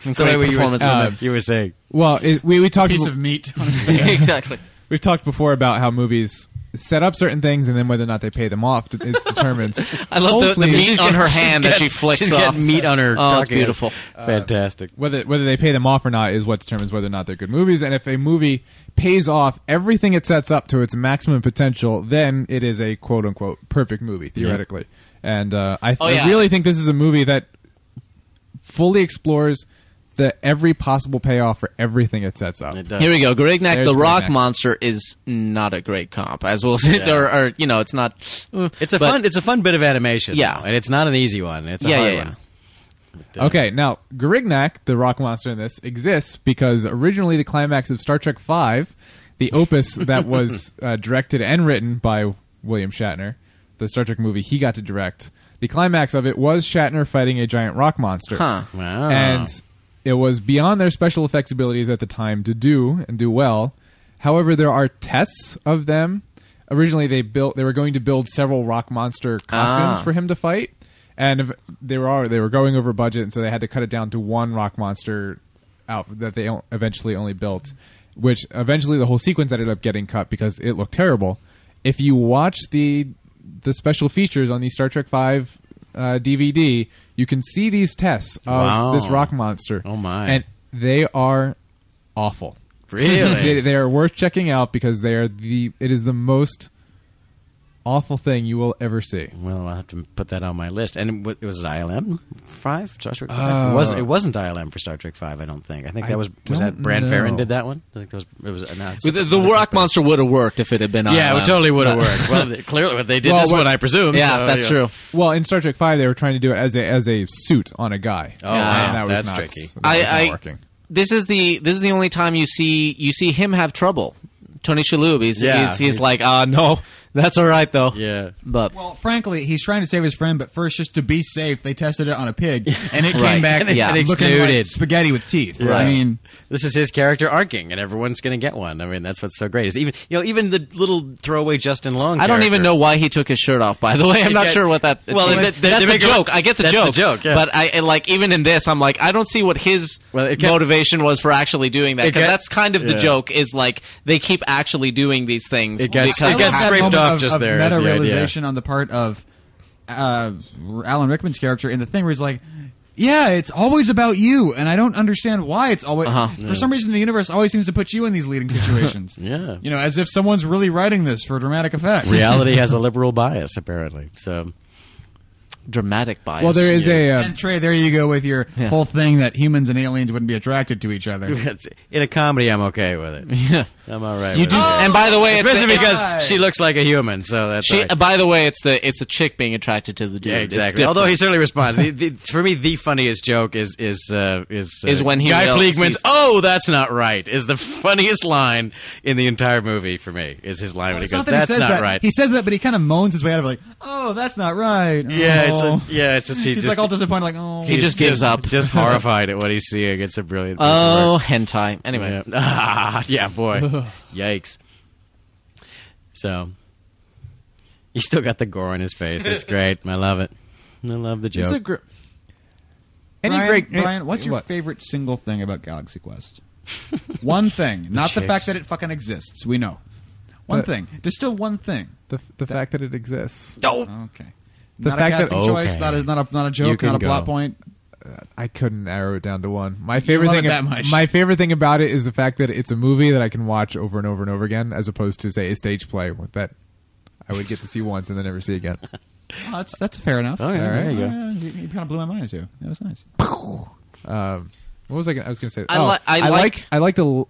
So great anyway, you were, performance uh, from you were saying Well, it, we we talked Piece be- of (laughs) meat on (laughs) his him. face. exactly. we've talked before about how movies set up certain things and then whether or not they pay them off d- (laughs) is determines. I love the, the Hopefully- meat on her She's hand that got- she flicks She's off. got meat on her. Oh, it's talking. Um, beautiful. Fantastic. whether whether they pay them off or not is what determines whether or not they're good movies. And if a movie pays off everything it sets up to its maximum potential, then it is a quote unquote perfect movie theoretically. And uh, I, Oh, I yeah. really think this is a movie that fully explores the every possible payoff for everything it sets up. It uh, does. Here we go. Grignac, There's the Rock Grignac. Monster, is not a great comp, as we'll (laughs) see. Yeah. Or, or you know, it's not. It's a but- fun. It's a fun bit of animation. Yeah. though, and it's not an easy one. It's a Yeah, hard yeah, yeah. one. Okay, now Grignac, the rock monster in this, exists because originally the climax of Star Trek V, the opus that was uh, directed and written by William Shatner, the Star Trek movie he got to direct, the climax of it was Shatner fighting a giant rock monster. Huh. Wow. And it was beyond their special effects abilities at the time to do and do well. However, there are tests of them. Originally, they built they were going to build several rock monster costumes Ah. for him to fight, and if- they were all- they were going over budget, and so they had to cut it down to one rock monster out that they o- eventually only built, which eventually the whole sequence ended up getting cut because it looked terrible. If you watch the the special features on the Star Trek Five uh, DVD, you can see these tests of Wow. this rock monster. Oh, my. And they are awful. they, (laughs) really. they are worth checking out because they are the. It is the most awful thing you will ever see. well, I'll have to put that on my list. And what, was it ILM five? Star Trek. Five? it wasn't. It wasn't ILM for Star Trek five. I don't think. I think that was was don't that Brand Ferrin know. did that one. I think that was it was announced. Uh, The, the Rock Monster would have worked if it had been. Yeah, ILM. it totally would have worked. Well, (laughs) they- clearly, what they did Well, this what- one, I presume. Yeah, so, that's yeah. true. Well, in Star Trek Five, they were trying to do it as a as a suit on a guy. Oh, And wow. that was That's not- tricky. that was I, not I- working. this is the this is the only time you see you see him have trouble. Tony Shalhoub, he's Yeah, he's, he's, he's- like, uh, no, (laughs) That's all right though. Yeah. But Well, frankly, he's trying to save his friend, but first, just to be safe, they tested it on a pig, and it Right. came back And it- Yeah. it looking like exploded. spaghetti with teeth. I Right. mean, This is his character arcing, and everyone's going to get one. I mean, that's what's so great. Is even you know even the little throwaway Justin Long. I don't even character. know why he took his shirt off. By the way, (laughs) I'm not Yeah. sure what that. Well, they- they- they that's the make a- joke. I get the that's the joke. joke, yeah. But I and, like even in this, I'm like, I don't see what his Well, it kept- motivation was for actually doing that It because got- that's kind of the yeah. joke. Is like they keep actually doing these things. It got- because it I got love that scraped moment off of- just of there is the Meta idea. realization on the part of uh, Alan Rickman's character in the thing where he's like, "Yeah, it's always about you," and I don't understand why it's always. Uh-huh. For some reason, the universe always seems to put you in these (laughs) leading situations. Yeah. you know, as if someone's really writing this for dramatic effect. (laughs) Reality has a liberal bias, apparently. So dramatic bias. Well, there is a um, uh, And Trey, there you go with your Yeah. whole thing that humans and aliens wouldn't be attracted to each (laughs) other. it's- in a comedy, I'm okay with it. (laughs) Yeah. I'm all right. You with do, it. and by the way, it's Oh! especially the- it's- because she looks like a human. So that's She, all right. by the way, it's the it's the chick being attracted to the dude. yeah, It's exactly. different. Although he certainly responds. (laughs) The, the, for me, the funniest joke is is uh, is uh, Is when he Guy yells- Fleegman's. he's- Oh, that's not right. Is the (laughs) funniest line in the entire movie for me. Is his line when he It's goes, not that he "That's says not that. right." He says that, but he kind of moans his way out of it, like, "Oh, that's not right." yeah, it's (laughs) Oh. a, yeah, it's just he he's just like all disappointed, like, "Oh." He he's just gives up. (laughs) Just horrified at what he's seeing. It's a brilliant. piece of work. oh hentai. Anyway, Yeah. Ah, yeah, (laughs) boy. (laughs) Yikes. So he's still got the gore on his face. It's great. I love it. I love the it's a joke. gr- any Brian, great any- Brian, what's your what? favorite single thing about Galaxy Quest? (laughs) one thing, not the chicks. fact that it fucking exists. We know. One But- thing. There's still one thing. The, the fact that it exists. Oh, Okay. The not fact a that- casting choice. Okay. Not a not a, not a You joke. can Not a plot go. point. Oh, I couldn't narrow it down to one. My favorite love thing it ab- that much. my favorite thing about it is the fact that it's a movie that I can watch over and over and over again as opposed to say a stage play with that I would get to see once and then never see (laughs) again. Oh, that's that's fair enough. Oh, yeah, All there right. you go. Yeah, you, kind of blew my mind too. That was nice. Um, what was I? Gonna, I was going to say. I oh, li- I I like- liked- I like the. l-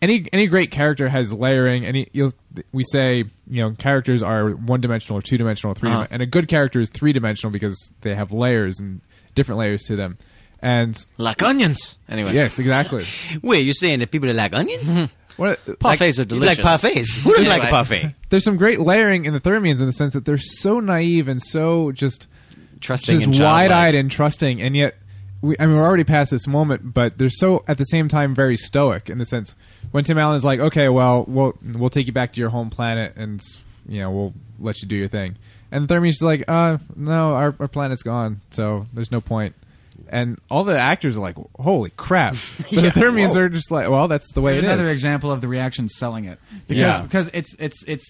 Any any great character has layering. Any you'll we say you know characters are one dimensional, two dimensional, 3 Uh-huh. and a good character is three dimensional because they have layers and different layers to them. And like onions. Anyway, yes, exactly. Wait, you're saying that people that like onions? What Mm-hmm. parfaits are You like delicious. parfaits? Who doesn't Right. like a parfait? there's some great layering in the Thermians in the sense that they're so naive and so just Trusting and just childlike. wide-eyed and trusting, and yet we, I mean we're already past this moment, but they're so at the same time very stoic in the sense when Tim Allen is like, okay, well we'll we'll take you back to your home planet and you know we'll let you do your thing, and the Thermians is like, uh no, our, our planet's gone, so there's no point. And all the actors are like, "Holy (laughs) crap!" But the Thermians are just like, "Well, that's the way Here's it is." another example of the reaction selling it because Yeah. because it's it's it's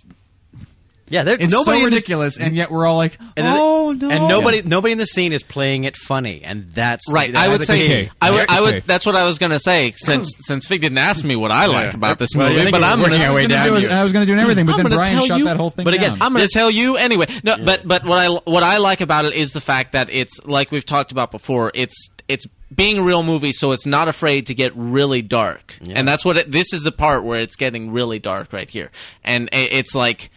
Yeah, there- it's nobody so in this- ridiculous, and yet we're all like, and then- "Oh no!" And nobody, nobody in the scene is playing it funny, and that's Right, That's I would the say key. Hmm. I would. That's I the would. key. That's what I was gonna say. Since since Fig didn't ask me what I like about this Well, movie, you're but thinking I'm we're gonna, working our way sit And I'm down doing- you. and I was going to do everything, but Mm-hmm. I'm then gonna Brian tell shot you- that whole thing. But again, down. I'm going to tell you anyway. No, but but what I what I like about it is the fact that it's like we've talked about before. It's it's being a real movie, so it's not afraid to get really dark, and that's what it, this is the part where it's getting really dark right here, and i- it's like,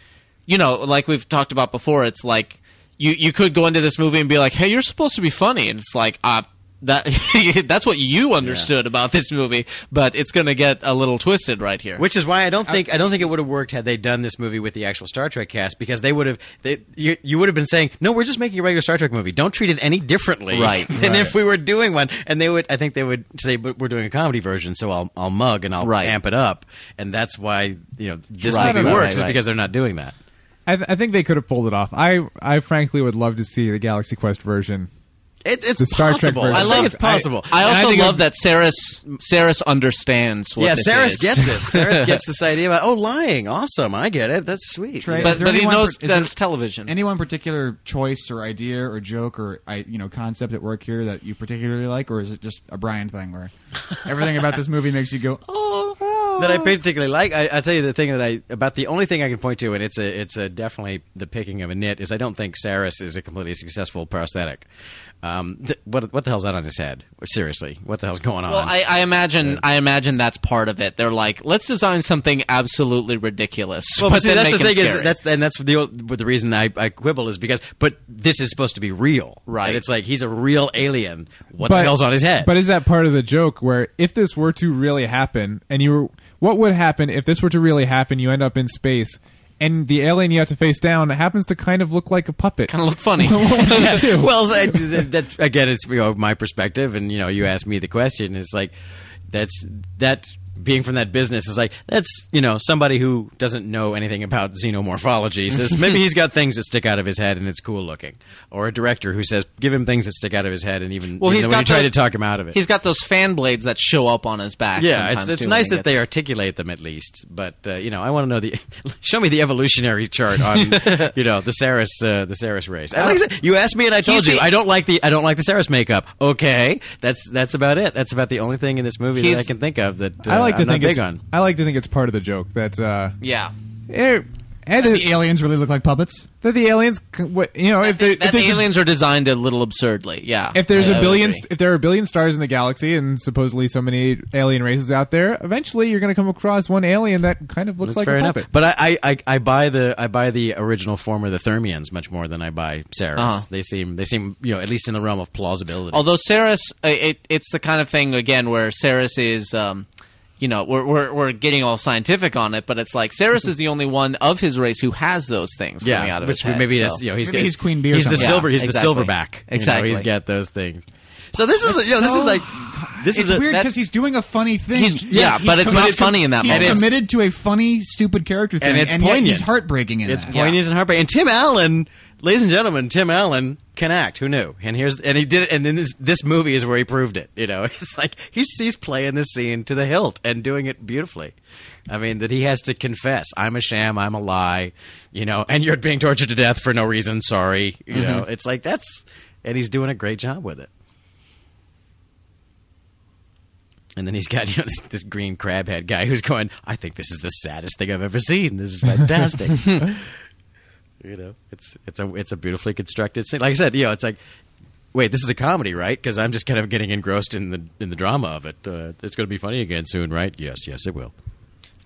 you know, like we've talked about before. It's like you you could go into this movie and be like, hey, you're supposed to be funny, and it's like, uh. That (laughs) that's what you understood about this movie, but it's going to get a little twisted right here. Which is why I don't think I don't think it would have worked had they done this movie with the actual Star Trek cast because they would have they, you, you would have been saying no we're just making a regular Star Trek movie don't treat it any differently Right. (laughs) than if we were doing one and they would I think they would say but we're doing a comedy version so I'll I'll mug and I'll Right. amp it up and that's why you know this Right, movie right, works right, is right. because they're not doing that I, th- I think they could have pulled it off. I, I frankly would love to see the Galaxy Quest version. it, it's The Star Trek possible version. I I love love- it's possible I And I also think love it- that Saris Saris understands what yeah this Saris is. gets it Saris gets this idea about oh lying awesome I get it that's sweet Trey, Yeah. Is (laughs) But, there but he anyone knows per- is that there it's television. Any one particular choice or idea or joke or I, you know concept at work here that you particularly like, or is it just a Brian thing (laughs) where everything about this movie makes you go, "Oh, oh." that I particularly like. I, I tell you the thing that I about the only thing I can point to, and it's a it's a definitely the picking of a nit is I don't think Saris is a completely successful prosthetic. Um, th- what what the hell's that on his head? Seriously, what the hell's going on? well, I, I imagine I imagine that's part of it. They're like, let's design something absolutely ridiculous. well, but but see, then that's make the him thing is scary. (laughs) that's and that's the but the reason I, I quibble is because but this is supposed to be real, Right. And it's like he's a real alien. What the hell's on his head? But is that part of the joke where if this were to really happen and you were what would happen if this were to really happen, you end up in space and the alien you have to face down happens to kind of look like a puppet. kind of look (laughs) funny. (laughs) well, that, that, that- again, it's you know my perspective, and you know you asked me the question. It's like that's that being from that business is like that's you know somebody who doesn't know anything about xenomorphology says maybe he's got things that stick out of his head and it's cool looking, or a director who says give him things that stick out of his head and even well, even he's though got when you try those- to talk him out of it. He's got those fan blades that show up on his back. yeah, it's, sometimes, it's too, nice and that they it's- articulate them at least, but uh, you know, I want to know the (laughs) show me the evolutionary (laughs) chart on you know the Saris uh, the Saris race. And like I said, you asked me, and I told you the- I don't like the I don't like the Saris makeup. Okay, that's that's about it. That's about the only thing in this movie that He's- I can think of that uh, I like to am think not it's big on. I like to think it's part of the joke that uh, Yeah. eh, eh, "Oh, The there's- aliens really look like puppets. that the aliens, c- what- you know, if, there, That if there's a- aliens are designed a little absurdly. Yeah. if there's I- I a would billion, agree. st- if there are a billion stars in the galaxy, and supposedly so many alien races out there, eventually you're going to come across one alien that kind of looks That's like fair a enough. puppet. But I, I, I, I buy the I buy the original form of the Thermians much more than I buy Saris. Uh-huh. They seem they seem you know at least in the realm of plausibility. Although Saris, uh, it, it's the kind of thing again where Saris is, um, you know, we're, we're we're getting all scientific on it, but it's like Saris is the only one of his race who has those things yeah, coming out of which his head. maybe so. that's you know he's Maybe got- he's Queen Bee or He's the something. silver. Yeah, he's exactly. the silverback. You know, Exactly. he's got those things. So this is you know, this is like this It's is a, weird that's- because he's doing a funny thing. He's- yeah, he's but it's not committed to- funny in that He's moment. And it's- committed to a funny, stupid character thing, and it's yet poignant. he's heartbreaking in It's that. poignant and heartbreaking. And Tim Allen, ladies and gentlemen, Tim Allen can act. Who knew? And here's and he did it. And then this this movie is where he proved it. You know, (laughs) it's like he's he's playing this scene to the hilt and doing it beautifully. I mean, that he has to confess, I'm a sham, I'm a lie, you know, and you're being tortured to death for no reason. Sorry, you Mm-hmm. know, it's like that's and he's doing a great job with it. And then he's got (laughs) you know this, this green crab head guy who's going, I think this is the saddest thing I've ever seen. This is fantastic. you know, it's it's a it's a beautifully constructed scene. Like I said, you know, it's like, wait, this is a comedy, right? Because I'm just kind of getting engrossed in the in the drama of it. Uh, it's going to be funny again soon, right? Yes, yes, it will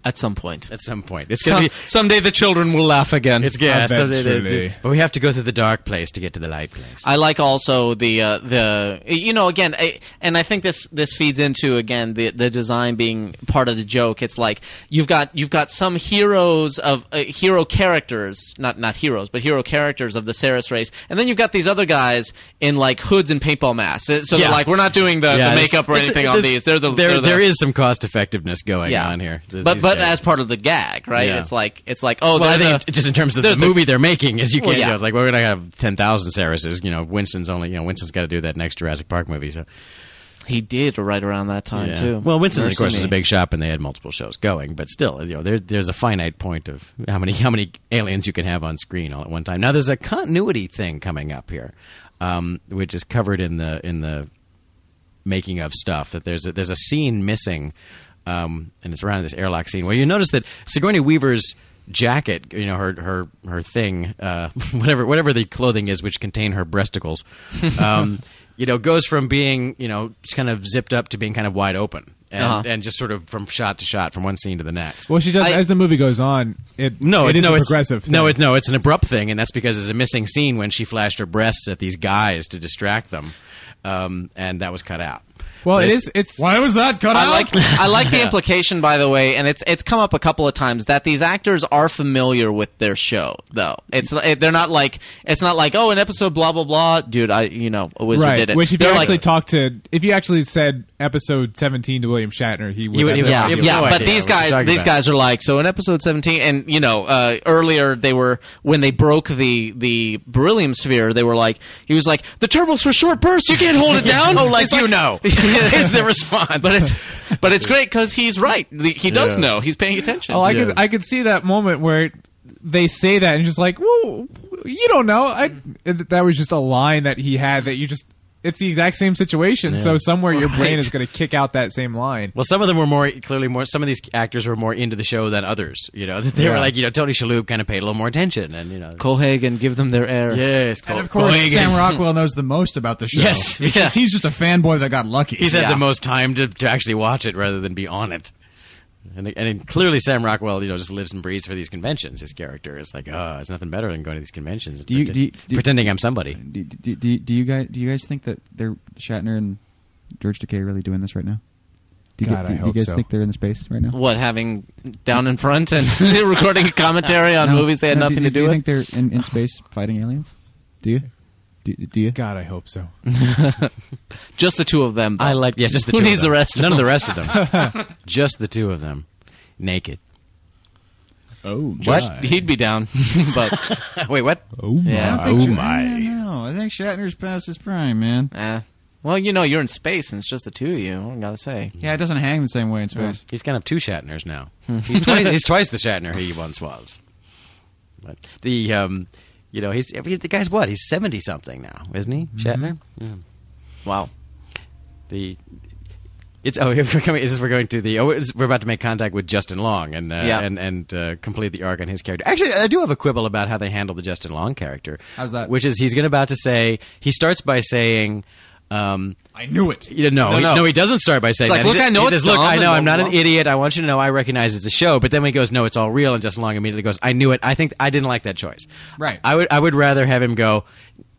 at some point. at some point. It's Some- going to be. someday the children will laugh again. It's yeah, I bet someday they truly. do. but we have to go through the dark place to get to the light place. I like also the uh, the you know again, I, and I think this this feeds into again the the design being part of the joke. It's like you've got you've got some heroes of uh, hero characters, not not heroes, but hero characters of the Saris race, and then you've got these other guys in like hoods and paintball masks. Uh, So they're Yeah. like we're not doing the, Yeah, the it's- makeup or it's- anything on it's- these. They're the there, they're the, there is some cost effectiveness going yeah. on here. th- but these but days. as part of the gag, right? Yeah. It's like it's like oh, well, I they're think the- just in terms of they're the movie they're making is you Well, can't. yeah. you know, it's like well, we're gonna have ten thousand Sarases. You know, Winston's only. You know, Winston's got to do that next Jurassic Park movie. So he did right around that time Yeah. too. Well, Winston, of course, Mercy is a me. big shop, and they had multiple shows going. But still, you know, there, there's a finite point of how many how many aliens you can have on screen all at one time. Now, there's a continuity thing coming up here, um, which is covered in the in the making of stuff. That there's a, there's a scene missing, um, and it's around this airlock scene where you notice that Sigourney Weaver's jacket, you know, her her her thing, uh, (laughs) whatever whatever the clothing is, which contain her breasticles, (laughs) um, you know, goes from being you know just kind of zipped up to being kind of wide open, and, Uh-huh. and just sort of from shot to shot, from one scene to the next. well, she does I- as the movie goes on. It No, it is no, a it's- progressive. No, thing. it, no, it's an abrupt thing, and that's because it's a missing scene when she flashed her breasts at these guys to distract them, um, and that was cut out. well, But it it's- is. It's Why was that cut I out? like I like the implication, by the way, and it's it's come up a couple of times that these actors are familiar with their show, though. It's it, they're not like it's not like oh, an episode blah blah blah, dude. I you know a wizard right. did it. Which if you They're like- actually talked to, if you actually said episode seventeen to William Shatner, he would. have would- he no would- yeah, you idea. have yeah, no but idea these what you're guys, talking these about. guys are like so in episode seventeen, and you know uh, earlier they were when they broke the the beryllium sphere, they were like he was like the turbo's for short bursts, you can't (laughs) hold it down. Oh, like It's you know. (laughs) is the response. but it's but it's great because he's right. The- He does Yeah. know. He's paying attention. Oh, I Yeah. could I could see that moment where they say that and just like, whoa, you don't know. I it- that was just a line that he had that you just. It's the exact same situation. So somewhere your brain Right. is going to kick out that same line. Well, some of them were more clearly more. Some of these actors were more into the show than others. You know, (laughs) they were Yeah. like you know Tony Shalhoub kind of paid a little more attention, and you know, Cohagen, give them their air. yes, and of course, Sam (laughs) Rockwell knows the most about the show. Yes. It's just- he's just a fanboy that got lucky. he's Yeah. had the most time to, to actually watch it rather than be on it. And, and clearly, Sam Rockwell, you know, just lives and breathes for these conventions. His character is like, oh, it's nothing better than going to these conventions, and Do you- pretend- do you- do you- pretending I'm somebody. Do, do, do, do you guys do you guys think that they're Shatner and George Takei really doing this right now? Do you, get, do, God, I do you hope guys so. think they're in the space right now? What having down in front and (laughs) recording commentary on No. movies they had No, do- nothing do, to Do do, you with? think they're in, in (laughs) space fighting aliens? Do you? Do, do you? God, I hope so. Just the two of them. though. I like yeah, just the Who two needs of them. the rest of None of them? the rest of them. just the two of them, naked. Oh, What? He'd be down, (laughs) but (laughs) (laughs) Wait, what? Oh Yeah. my! I don't think Oh, Shat- my. I don't know. I think Shatner's past his prime, man. eh. well, you know, you're in space and it's just the two of you. I gotta say, Yeah, it doesn't hang the same way in space. He's kind of two Shatners now. Hmm. (laughs) he's twice, he's twice the Shatner he once was. But the um, you know, he's the guy's what? He's seventy something now, isn't he? Mm-hmm. Shatner. Yeah. wow. The it's oh (laughs) we're coming. This is we're going to the oh it's, we're about to make contact with Justin Long and uh, Yeah. and and uh, complete the arc on his character. Actually, I do have a quibble about how they handle the Justin Long character. How's that? Which is he's going about to say he starts by saying. Um, I knew it. You know, No, no, no. no. he doesn't start by saying like, that. He look, sa- I know he it's says, look, dumb I and know blah, I'm not blah, an blah." idiot. I want you to know I recognize it's a show. But then when he goes, no, it's all real, and Justin Long immediately goes, I knew it. I think I didn't like that choice. Right. I would I would rather have him go.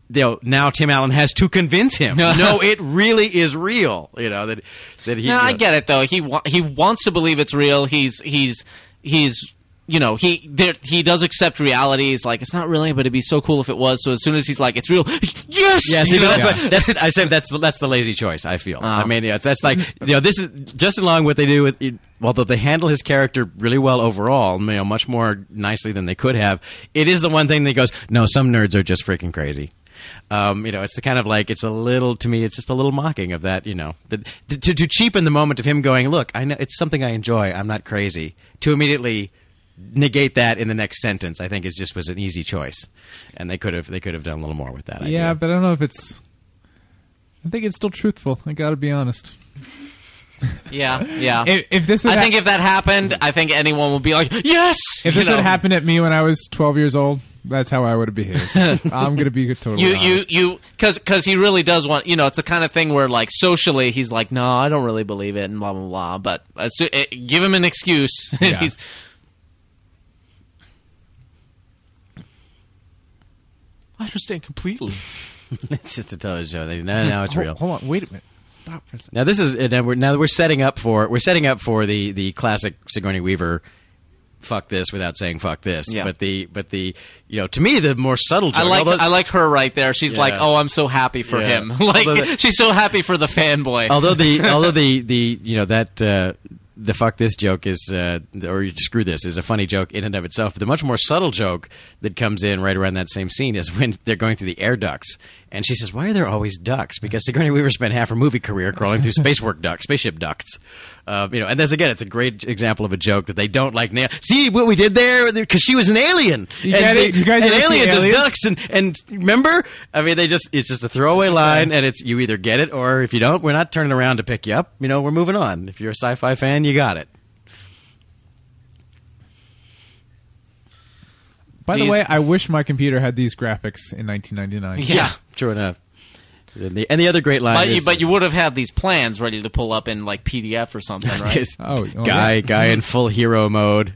You know, now Tim Allen has to (laughs) convince him. no, it really is real. You know that that he. No, you I know- get it though. He wa- he wants to believe it's real. He's he's he's you know he there he does accept reality. He's like it's not really, but it'd be so cool if it was. So as soon as he's like it's real, (laughs) yes, Yes, you you know, know? that's what that's Oh. I said that's the, that's the lazy choice. I feel. I mean, yeah, it's, that's like you know, this is Justin Long. What they do with, although they handle his character really well overall, you know, much more nicely than they could have. It is the one thing that goes, no, some nerds are just freaking crazy. Um, you know, it's the kind of like it's a little to me. It's just a little mocking of that. You know, that to to cheapen the moment of him going, look, I know it's something I enjoy. I'm not crazy. To immediately negate that in the next sentence, I think is just was an easy choice, and they could have they could have done a little more with that. Yeah, idea. but I don't know if it's. I think it's still truthful. I gotta be honest. yeah, yeah. If, if this, had I think hap- if that happened, I think anyone would be like yes. if you this know? had happened at me when I was 12 years old, that's how I would have (laughs) behaved. I'm gonna be totally. You, you, honest. you, because, because he really does want. You know, it's the kind of thing where, like, socially, he's like, "No, I don't really believe it," and blah blah blah. But as soo- eh, give him an excuse. (laughs) and Yeah. he's, I understand completely. (laughs) It's just a television show. They, no, no, it's Hold- real. Hold on, wait a minute. Stop for a second. Now this is uh, now we're, now we're setting up for we're setting up for the the classic Sigourney Weaver. Fuck this without saying fuck this. Yeah. But the but the you know to me the more subtle. I joke, like, although- I like her right there. She's Yeah. like, "Oh, I'm so happy for Yeah. him." (laughs) Like, Although the- she's so happy for the fanboy. although the although the the you know that uh, the fuck this joke is uh, or screw this is a funny joke in and of itself. But the much more subtle joke that comes in right around that same scene is when they're going through the air ducts, and she says, "Why are there always ducks?" Because Sigourney Weaver spent half her movie career crawling through spacework ducts, spaceship ducts. Uh, you know, and that's again, it's a great example of a joke that they don't like. Now, see what we did there because she was an alien. You and get they- it? You guys and ever see aliens is Aliens? ducks and and remember i mean they just it's just a throwaway line and it's you either get it or if you don't we're not turning around to pick you up you know we're moving on if you're a sci-fi fan you got it By the These- way, I wish my computer had these graphics in 1999. yeah. true enough and the, and the other great line But you, is but you would have had these plans ready to pull up in like PDF or something, (laughs) right? is (laughs) Oh, oh, guy yeah. guy in full hero mode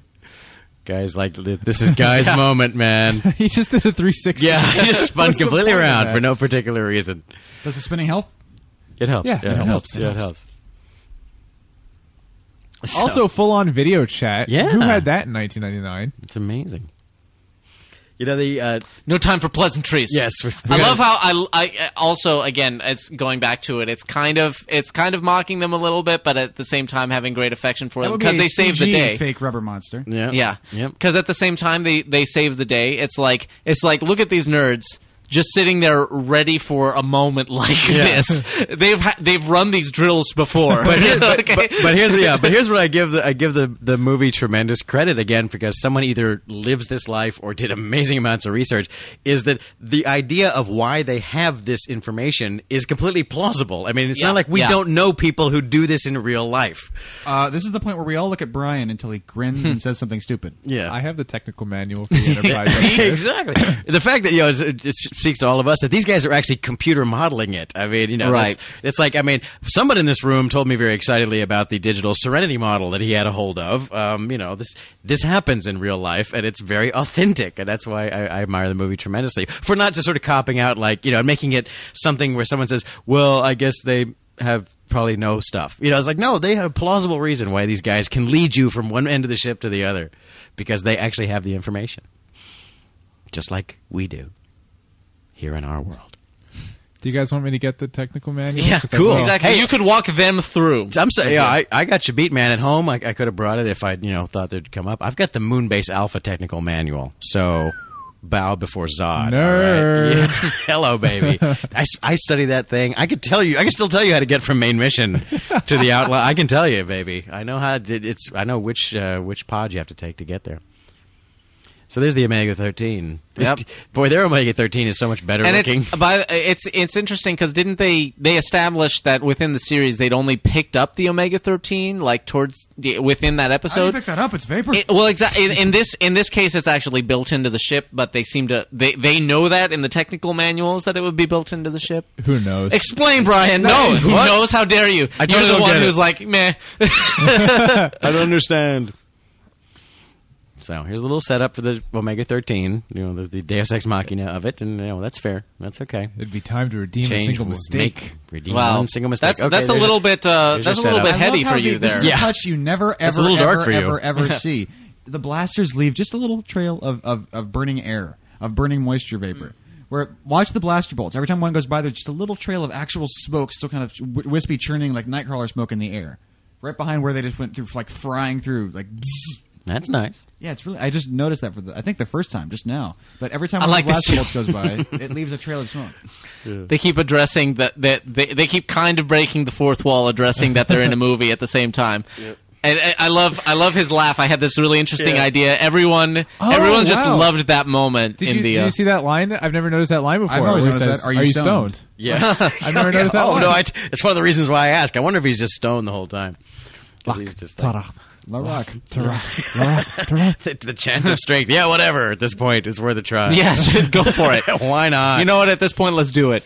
guys like this is guy's (laughs) moment man (laughs) he just did a 360. yeah he just spun What's the completely point of around that? for no particular reason Does the spinning help? it helps Yeah, it it, helps. helps. It yeah it helps. helps Also, full on video chat. Yeah. Who had that in 1999? it's amazing you know the uh, No time for pleasantries. Yes. I love how I, I also again it's going back to it. It's kind of it's kind of mocking them a little bit, but at the same time having great affection for That them would be because a they saved the CG day. Fake rubber monster. yeah Yeah, yep. (laughs) Because at the same time they they saved the day. It's like it's like look at these nerds. Just sitting there, ready for a moment like (laughs) this. They've ha- they've run these drills before. but, (laughs) here, but, Okay? but, but here's yeah, but here's what I give the I give the, the movie tremendous credit again because someone either lives this life or did amazing amounts of research is that the idea of why they have this information is completely plausible. I mean, it's Yeah, not like we yeah. don't know people who do this in real life. Uh, this is the point where we all look at Brian until he grins (laughs) and says something stupid. Yeah. (laughs) I have the technical manual for the Enterprise. exactly. the fact that you know it's- it just speaks to all of us that these guys are actually computer modeling it. I mean, you know, Right. it's, it's like I mean, someone in this room told me very excitedly about the digital Serenity model that he had a hold of. Um, you know, this this happens in real life, and it's very authentic, and that's why I, I admire the movie tremendously for not just sort of copping out, like you know, and making it something where someone says, "Well, I guess they." have probably no stuff. You know, it's like, no, they had a plausible reason why these guys can lead you from one end of the ship to the other because they actually have the information. Just like we do here in our world. Do you guys want me to get the technical manual? Yeah, 'Cause I cool. will. Exactly. you could walk them through. I'm sorry. Yeah, I, I got you beat, man. At home, I, I could have brought it if I, you know, thought they'd come up. I've got the Moonbase Alpha technical manual, so bow before Zod. Nerd. all right? Yeah. (laughs) Hello, baby. I, s- I study that thing. I could tell you. I can still tell you how to get from main mission to the outline. I can tell you, baby. I know how. To, it's. I know which uh, which pod you have to take to get there. So there's the omega thirteen. Yep. Boy, their omega thirteen is so much better and looking. it's by, it's it's interesting because didn't they they established that within the series they'd only picked up the omega thirteen like towards the, within that How do you episode. pick that up? It's vapor. It- well, exactly. In, in this in this case, it's actually built into the ship, but they seem to they they know that in the technical manuals that it would be built into the ship. Who knows? Explain, Brian. No, who What? knows? How dare you? I You're totally the don't one get it. who's like, meh. I don't understand. So here's a little setup for the Omega 13. You know, the, the Deus Ex Machina of it, and you know that's fair. That's okay. It'd be time to redeem a Change single will mistake. make- redeem Wow, one (laughs) single mistake. That's Okay, that's a there's little bit uh, there's your that's a little I bit setup. I love heady how for you the- This there. is a Yeah. touch you never ever It's a little ever, dark for you. ever (laughs) ever see. The blasters leave just a little trail of, of, of burning air, of burning moisture Mm. vapor. Where watch the blaster bolts. Every time one goes by, there's just a little trail of actual smoke, still kind of wh- wispy, churning like nightcrawler smoke in the air, right behind where they just went through, like frying through, like. (sniffs) bzzz. That's nice. Yeah, it's really. I just noticed that for the. I think the first time, just now. But every time I one like of the this blaster bolts goes by, (laughs) it leaves a trail of smoke. They keep addressing that that they, they keep kind of breaking the fourth wall, addressing that they're in a movie at the same time. And I- I love I love his laugh. I had this really interesting idea. Everyone Oh, everyone just wow. loved that moment Did in you, the. did uh, you see that line? I've never noticed that line before. always where he noticed says, that. Are you stoned? (laughs) Yeah. I've never noticed that oh line. no, I, it's one of the reasons why I ask. I wonder if he's just stoned the whole time. 'Cause He's just like, La rock. (laughs) the, the chant of strength. Yeah, whatever. At this point, is worth a try. Yes, (laughs) go for it. (laughs) Why not? You know what? At this point, let's do it.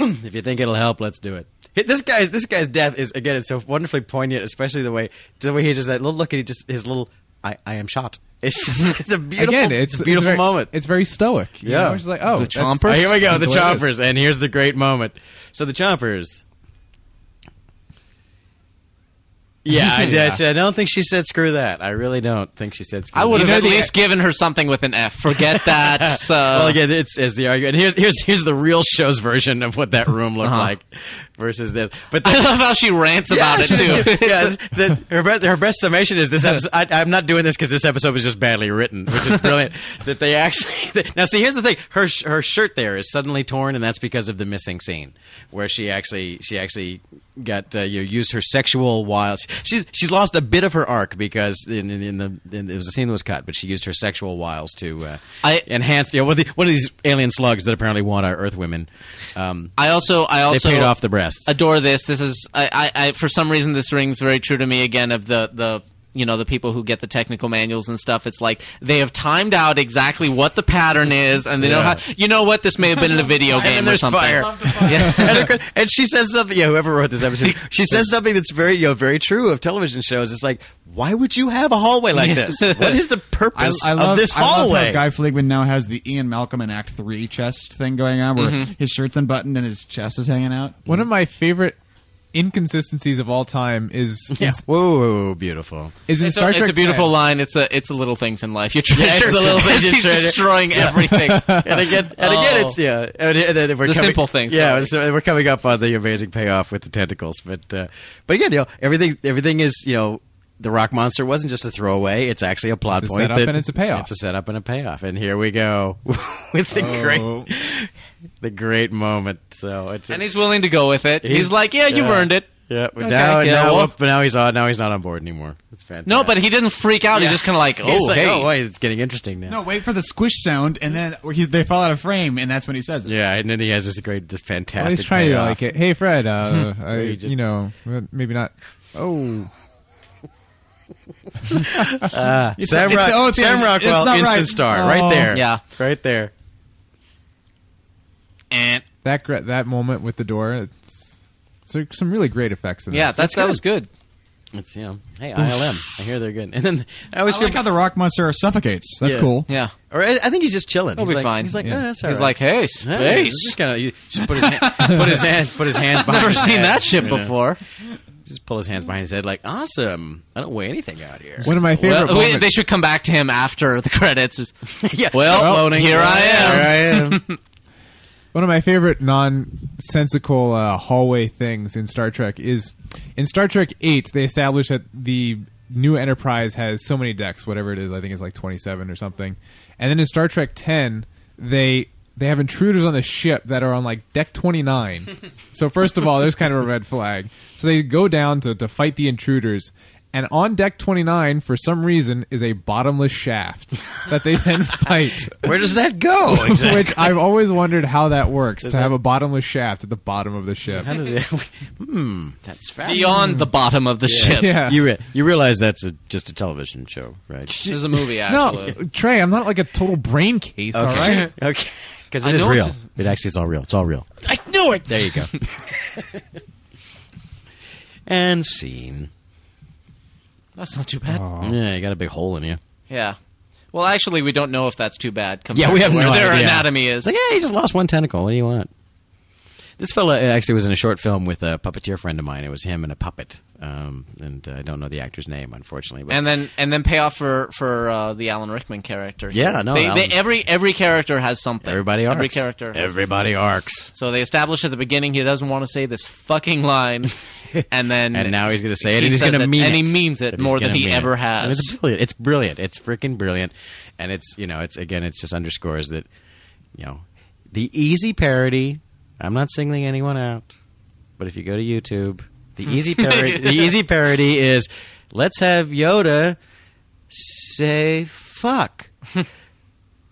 If you think it'll help, let's do it. Hey, This guy's this guy's death is again. It's so wonderfully poignant, especially the way the way he does that little look at he just his little. I, I am shot. It's just (laughs) it's a beautiful Again, it's it's a beautiful it's very, moment. It's very stoic. you Yeah. know? It's just like oh, The that's- chompers? Oh, here we go, the that's what it is. chompers, and here's the great moment. So the chompers. Yeah, (laughs) I, Yeah. I don't think she said screw that. I really don't think she said screw I would that. have know at the- least given her something with an F. Forget that. uh, well, again, it's as the argument. Here's here's here's the real show's version of what that room looked Uh-huh. like versus this. (laughs) But (laughs) the, I love how she rants about it she's too. (laughs) just- (laughs) yeah, it's- the- her, best, her best summation is this episode. I, I'm not doing this because this episode was just badly written, which is (laughs) brilliant. that they actually (laughs) now see. Here's the thing: her sh- her shirt there is suddenly torn, and that's because of the missing scene where she actually she actually got uh, you know, used her sexual wiles. She's she's lost a bit of her arc because in, in, in the in, it was a scene that was cut, but she used her sexual wiles to uh, I- enhance. You know, one, of the, one of these alien slugs that apparently want our Earth women. Um, I also I they also paid off the breasts. adore this. This is I, I, I for some reason this rings very true to me again of the the you know the people who get the technical manuals and stuff. It's like they have timed out exactly what the pattern is, and they know Yeah. how. You know what? This may have been in a video (laughs) And then game or there's something. fire. I love (laughs) (laughs) Yeah. and, of course- and she says something. Yeah, whoever wrote this episode, she says something that's very, you know, very true of television shows. It's like, why would you have a hallway like this? What is the I, purpose I love of this I love hallway? how Guy Fligman now has the Ian Malcolm in Act Three chest thing going on, where Mm-hmm. his shirt's unbuttoned and his chest is hanging out. One of my favorite inconsistencies of all time is yeah. is, Whoa, beautiful. is in It's a, Star it's Trek. a beautiful 10. line. It's a it's a little things in life you treasure. it's the (laughs) little things you He's treasure. destroying everything. (laughs) And again, and again, it's yeah. And, and, and we're The coming, simple things, Yeah, sorry. so and we're coming up on the amazing payoff with the tentacles, but uh, but again, you know, everything everything is you know. The rock monster wasn't just a throwaway; it's actually a plot It's a point. setup that- and it's a payoff. It's a setup and a payoff. And here we go (laughs) with the Oh. great, the great moment. So it's and he's willing to go with it. He's, like, yeah, you've earned it. Yeah, but Okay, now yeah, now, well- whoop, now he's on. Now he's not on board anymore. It's fantastic. No, but he didn't freak out. Yeah. He's just kind of like, He's oh, like, hey. oh, wait, it's getting interesting now. No, wait for the squish sound, and then he, they fall out of frame, and that's when he says it. Yeah, and then he has this great, this fantastic. Well, he's trying to payoff. like it. Hey, Fred. (laughs) Uh, I, you just- you know, uh, maybe not. Oh, (laughs) Sam, it's Rock- the- oh, it's the- Uh, Sam it's Rockwell, not instant right. star, Oh. right there. Yeah. right there. Eh. that gra- that moment with the door. It's, it's like some really great effects in Yeah, this. that's that was good. It's you know, hey ILM. I hear they're good. And then I always I feel like how the rock monster suffocates. That's Yeah. cool. Yeah. Or I, I think he's just chilling. He'll he's be like, fine. He's like, Yeah. "Eh, that's all He's right." like, hey, Hey, this space. is kinda- you- just put his hand, put his hand, put his hands behind. (laughs) Never his seen head. that shit You know, before. Just pull his hands behind his head, like, awesome. I don't weigh anything out here. One of my favorite Well, we, moments. they should come back to him after the credits. (laughs) It's- yeah, Well, still here I am. Here I am. (laughs) One of my favorite nonsensical uh, hallway things in Star Trek is in Star Trek Eight. They establish that the new Enterprise has so many decks, whatever it is. I think it's like twenty-seven or something. And then in Star Trek Ten, they they have intruders on the ship that are on like deck twenty-nine. so first of all, there's kind of a red flag. So they go down to to fight the intruders. And on deck 29, for some reason, is a bottomless shaft that they then (laughs) fight. Where does that go? (laughs) Exactly. Which I've always wondered how that works to that- have a bottomless shaft at the bottom of the ship. How does it, (laughs) hmm, that's fascinating. Beyond the bottom of (laughs) the ship. Yeah. You, re- you realize that's a, just a television show, right? There's a movie, No, actually. Trey, I'm not like a total brain case, all (laughs) right? (laughs) okay. Because I it is know it's real. just- It actually is all real. It's all real. I knew it! There (laughs) you go. and scene. That's not too bad. Yeah, you got a big hole in you. Yeah. Well, actually, we don't know if that's too bad. Compared Yeah, we have to where no their idea. anatomy is. It's like, yeah, he just lost one tentacle. What do you want? This fella uh, actually was in a short film with a puppeteer friend of mine. It was him and a puppet, um, and uh, I don't know the actor's name, unfortunately. But and then and then pay off for for uh, the Alan Rickman character. Yeah, no, They, Alan- they, every every character has something. everybody arcs. Every character. has- Everybody arcs. So they establish at the beginning he doesn't want to say this fucking line, (laughs) and then And now he's going to say it, he and he's says going to mean and it, he means it And he's more than gonna he mean it. ever And has. it's brilliant. It's brilliant. It's freaking brilliant. And it's you know, it's again, it's just underscores that you know the easy parody. I'm not singling anyone out, but if you go to YouTube, the (laughs) easy parody, the easy parody is let's have Yoda (laughs) say fuck.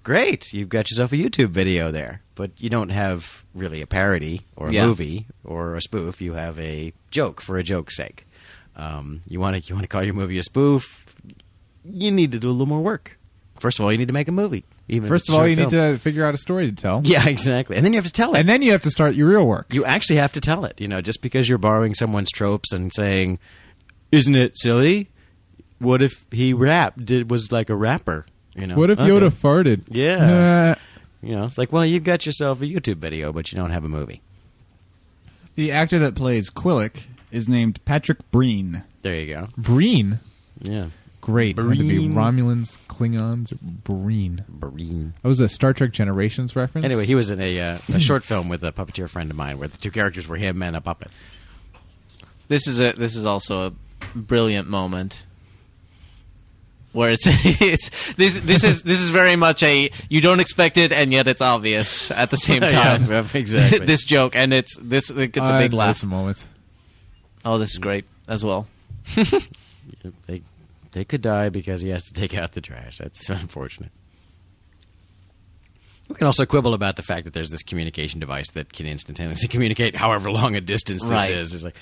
Great, you've got yourself a YouTube video there, but you don't have really a parody or a Yeah. movie or a spoof. You have a joke for a joke's sake. Um, you want to you want to call your movie a spoof? You need to do a little more work. First of all, you need to make a movie. Even if First it's of a all, short you need film. to figure out a story to tell. (laughs) yeah, exactly, and then you have to tell it. And then you have to start your real work. you actually have to tell it. You know, just because you're borrowing someone's tropes and saying, "Isn't it silly? What if he rapped? Did was like a rapper? You know, What if Okay. Yoda farted? Uh, Yeah. Nah. You know, it's like, well, you've got yourself a YouTube video, but you don't have a movie. The actor that plays Quillick is named Patrick Breen. There you go. Breen. Yeah, Great. Breen. to be Breen. Romulans, Klingons, or Breen. Breen. That was a Star Trek Generations reference. Anyway, he was in a, uh, a short film with a puppeteer friend of mine, where the two characters were him and a puppet. This is a this is also a brilliant moment where it's (laughs) it's this this is this is very much a you don't expect it and yet it's obvious at the same (laughs) Yeah, time. yeah, exactly. (laughs) Uh, this joke and it's this it gets a I big love laugh. Uh, This moment. Oh, this is great as well. They they could die because he has to take out the trash. That's unfortunate. We can also quibble about the fact that there's this communication device that can instantaneously (laughs) communicate however long a distance this Right. is. It's like,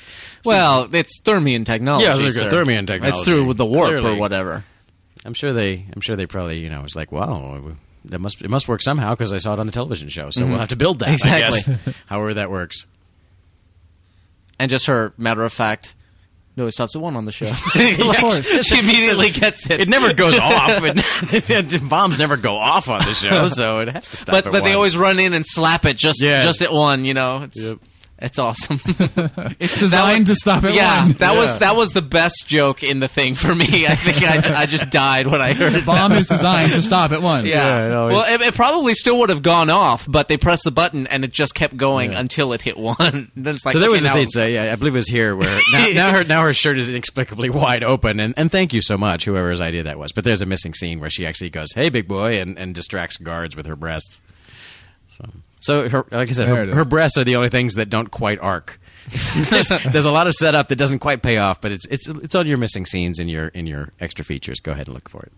Well, it's Thermion technology. Yeah, it's like sir. a Thermion technology, It's through the warp or clearly. whatever. I'm sure they I'm sure they probably you know was like, wow, that must it must work somehow because I saw it on the television show. So we'll have to build that I Exactly. guess. (laughs) however that works. And just her matter of fact. No, it stops at one on (laughs) the show. (laughs) Like, She immediately gets it. It never (laughs) goes off. It, bombs never go off on the show, so it has to stop. but at but they one. always run in and slap it just Yes. just at one. You know, it's Yep. it's (laughs) awesome. It's designed to stop at yeah, one. that was that was the best joke in the thing for me. (laughs) I think I, I just died when I (laughs) heard it. Bomb is designed to stop at one. Yeah. Yeah, it always- well, it, it probably still would have gone off, but they pressed the button and it just kept going until it hit one. (laughs) then it's like so there okay, was this now- uh, yeah, I believe it was here where now, now her now her shirt is inexplicably wide open, and, and thank you so much, whoever's idea that was. But there's a missing scene where she actually goes, "Hey, big boy," and, and distracts guards with her breasts. So so her, like I said, There it her, is. her breasts are the only things that don't quite (laughs) arc. there's, there's a lot of setup that doesn't quite pay off, but it's it's it's on your missing scenes in your in your extra features. Go ahead and look for it.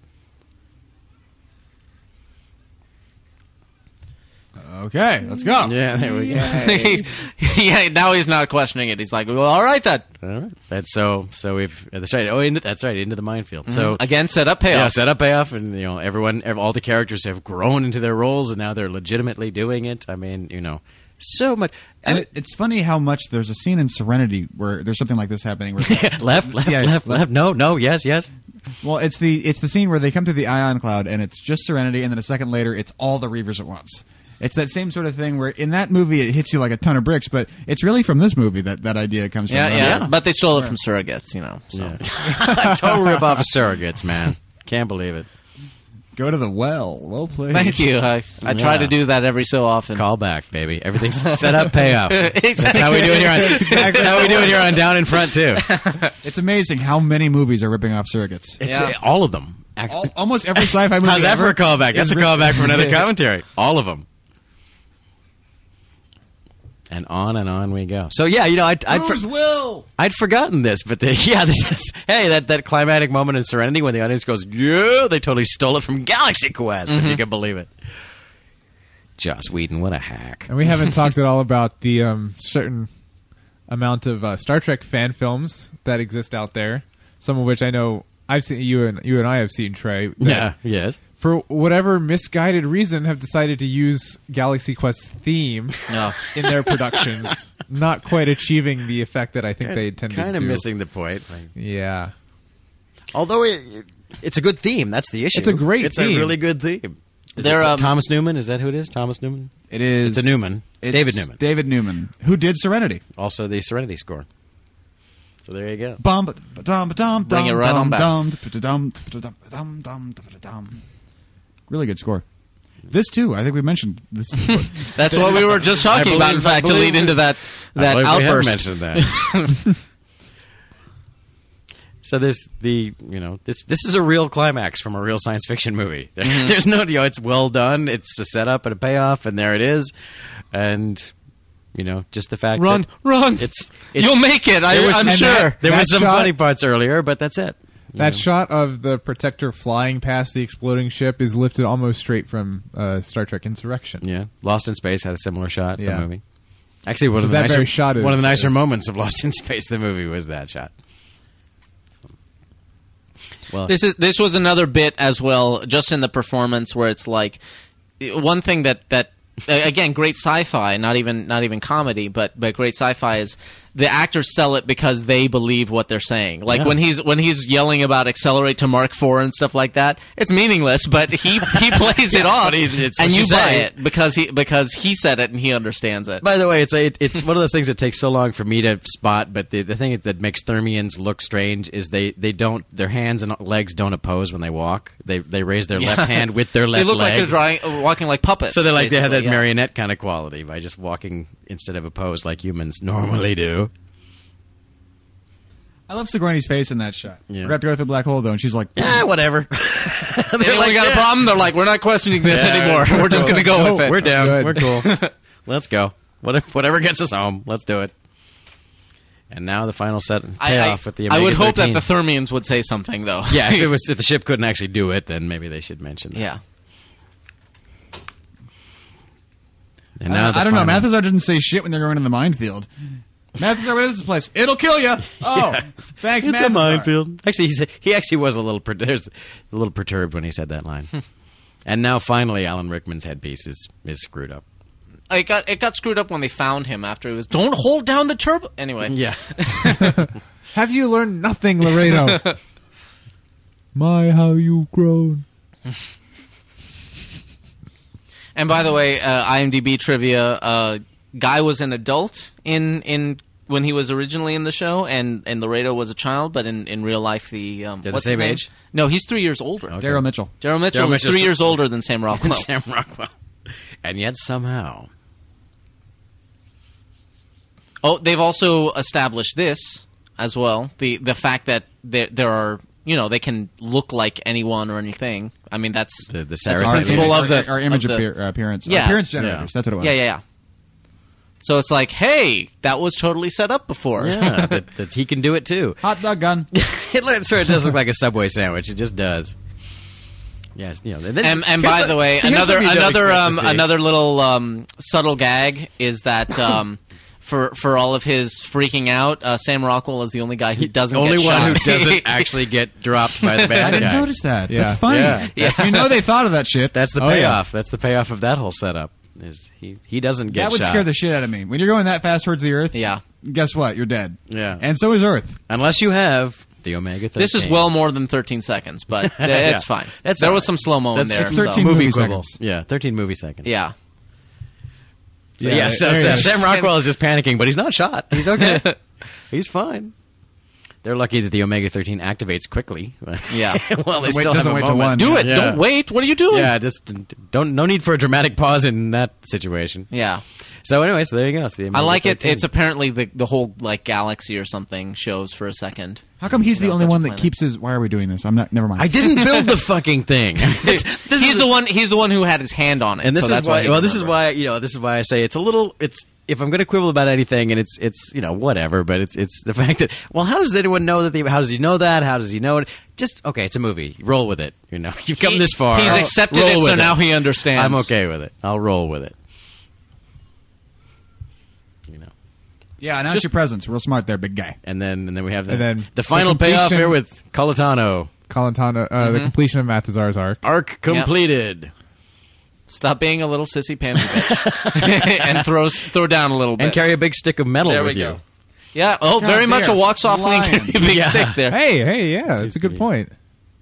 Okay, let's go. Yeah, there we go. (laughs) yeah, now he's not questioning it. He's like, well, all right then. All right. That's so so we've that's right. Oh, into, that's right, into the minefield. So Again, set up Oh. Yeah, payoff. setup payoff, and you know everyone, ev- all the characters have grown into their roles, and now they're legitimately doing it. I mean, you know, so much. And it, it's funny how much there's a scene in Serenity where there's something like this happening. Where (laughs) left, left, Yeah. left, left. No, no, yes, yes. well, it's the it's the scene where they come to the ion cloud and it's just Serenity, and then a second later it's all the Reavers at once. It's that same sort of thing where in that movie it hits you like a ton of bricks, but it's really from this movie that that idea comes Yeah, from. yeah, But they stole it from surrogates, you know. So. (laughs) Total (laughs) rip off of surrogates, man. Can't believe it. Go to the well. Well played. Thank you. I, I try Yeah. to do that every so often. Call back, (laughs) baby. Everything's set up, payoff. (laughs) Exactly. That's how we do it here. On, That's how we do it here on Down in (laughs) Front too. It's amazing how many movies are ripping off surrogates. It's Yeah. all of them. Actually. (laughs) Al- almost (laughs) every sci-fi movie. How's that for ever a callback? That's is a ripped- callback (laughs) from another commentary. All of them. And on and on we go. So yeah, you know, I'd, I'd, for- Whose will? I'd forgotten this, but the, (laughs) yeah, this is hey that that climatic moment in Serenity when the audience goes, "Yeah," they totally stole it from Galaxy Quest, if Mm-hmm. you can believe it. Joss Whedon, what a hack! And we haven't talked at all about the um, certain amount of uh, Star Trek fan films that exist out there. Some of which I know I've seen. You and you and I have seen Trey. that Yeah, yes. For whatever misguided reason, have decided to use Galaxy Quest's theme No. in their productions, not quite achieving the effect that I think they intended. Kind to. of missing the point. Like, Yeah. although it, it's a good theme, that's the issue. It's a great It's theme. a really good theme. Is They're, it T- um, Thomas Newman. Is that who it is? Thomas Newman. It is. It's a Newman. It's David Newman. David Newman, who did Serenity. also the Serenity score. So there you go. Bum, ba- ba- dum, ba- dum, Bring it dum, right dum, on back. dum, da- ba- dum, da- ba- dum, dum, dum, da- ba- dum. Really good score. This too, I think we mentioned this. That's what we were just talking I about. In believe- I fact, to believe lead into that that outburst. mentioned that. (laughs) so this the you know this this is a real climax from a real science fiction movie. (laughs) There- Mm-hmm. There's no you know it's well done. It's a setup and a payoff, and there it is. And you know just the fact Run, that run! it's, it's You'll make it. I, there was I'm some- sure. there that was some shot- funny parts earlier, but that's it. That shot of the Protector flying past the exploding ship is lifted almost straight from uh, Star Trek Insurrection. Yeah, Lost in Space had a similar shot. in The Yeah. movie. Actually, one Because of the that nicer very shot is- one of the nicer is- moments of Lost in Space, the movie, was that shot. Well, This is this was another bit as well, just in the performance where it's like one thing that that a- again great sci-fi, not even not even comedy, but but great sci-fi is the actors sell it because they believe what they're saying. Like when he's when he's yelling about accelerate to Mark Four and stuff like that, it's meaningless, but he he (laughs) plays it off, but he- it's and what you you buy say. it because he because he said it and he understands it. (laughs) By the way, it's a, it, it's one of those things that takes so long for me to spot. But the, the thing that makes Thermians look strange is they, they don't their hands and legs don't oppose when they walk. They they raise their left hand with their (laughs) left they look like leg. they're drawing, walking like puppets. so they're like they have that basically, yeah. marionette kind of quality by just walking instead of opposed like humans normally do. I love Sigourney's face in that shot. Yeah. We're about to go through the black hole though, and she's like, Yeah, Eh, whatever. (laughs) they're Anyone got a problem? They're like, we're not questioning this Yeah, anymore. (laughs) We're just going to go with it. We're down. Good. (laughs) We're cool. Let's go. Whatever, whatever gets us home. Let's do it. And now the final set payoff with the. I would hope that Omega-13. the Thermians would say something, though. (laughs) Yeah, if it was if the ship couldn't actually do it, then maybe they should mention. That. yeah. And I, now don't- the I don't know. final- Mathesar didn't say shit when they're going in the minefield. Mathesar, what is this place? It'll kill you. Oh, thanks, It's Mathesar. a minefield. Actually, he said, he actually was a little per- there's a little perturbed when he said that line. and now finally, Alan Rickman's headpiece is is screwed up. It got it got screwed up when they found him after it was. Don't hold down the turbo. Anyway, (laughs) Have you learned nothing, Laredo? (laughs) My, how you've grown. And by the way, uh, IMDb trivia: uh, Guy was an adult in in when he was originally in the show, and and Laredo was a child, but in in real life, the um, They're the what's his same name? age? No, he's three years older. Daryl Mitchell. Daryl Mitchell Daryl is Mitchell's three the- years older than (laughs) Sam Rockwell. Sam Rockwell. And yet somehow, Oh, they've also established this as well the the fact that there there are you know they can look like anyone or anything. I mean that's The- the that's Sarah principle image. of the our image of the- appear, uh, appearance. Yeah. appearance generators. Yeah. That's what it was. yeah yeah yeah. So it's like, hey, that was totally set up before. yeah, that, that he can do it too. Hot dog gun. it looks, sorry, it does look like a subway sandwich. It just does. Yes, you know. And, (laughs) then- And, and here's by some- the way, see, here's another something you don't another E expect um, to see. another little um, subtle gag is (laughs) that um, for for all of his freaking out, uh, Sam Rockwell is the only guy who doesn't only get one shot. who (laughs) doesn't actually get dropped by the I bad didn't guy. notice that. Yeah. That's funny. Yeah. You know they thought of that shit. That's the Oh, yeah. payoff. That's the payoff of that whole setup. Is he he doesn't get that would shot. scare the shit out of me. When you're going that fast towards the Earth, Yeah. Guess what? You're dead. Yeah. And so is Earth. Unless you have the omega. 13. This is well more than 13 seconds, but (laughs) uh, it's Yeah. fine. That's there all was right. some slow mo in That's there. 16 so- 13 movie movie quibbles. seconds. Yeah, thirteen movie seconds. Yeah. So, yeah, so, there so it is. Sam Rockwell is just panicking, but he's not shot. He's okay. (laughs) he's fine. They're lucky that the omega thirteen activates quickly. (laughs) Yeah. well, they Wait, still doesn't have a wait till moment. one. Do it. Yeah. Don't wait. What are you doing? Yeah, just don't. No need for a dramatic pause in that situation. Yeah. So anyway, so there you go. It's the I Omega like it. 13. It's apparently the the whole like galaxy or something shows for a second. How come he's You the know, only bunch one of that planets. keeps his? Why are we doing this? I'm not. Never mind. I didn't build the fucking (laughs) thing. It's- (laughs) this he's is the one. He's the one who had his hand on it. and this so is that's why. he well, this is remembered. why you know. This is why I say it's a little. It's if I'm going to quibble about anything, and it's it's you know whatever. But it's it's the (laughs) fact that well, how does anyone know that? The, how does he know that? How does he know it? Just okay. It's a movie. Roll with it. You know, (laughs) you've come He- this far. he's accepted Roll it, so with now he understands. I'm okay with it. I'll roll with it. You know, yeah, announce Just- your presence. Real smart there, big guy. and then and then we have the, And then the the final payoff completion- here with Colatano. Colantano, uh, the completion of Mathazar's arc. Arc completed. Stop being a little sissy (laughs) pansy bitch (laughs) and throw throw down a little bit. And carry a big stick of metal there with we you. go. Yeah. Oh, very much a there. walk softly and Lion. carry a (laughs) big Yeah. stick there. Hey, hey, yeah, Seems that's a to good be- point.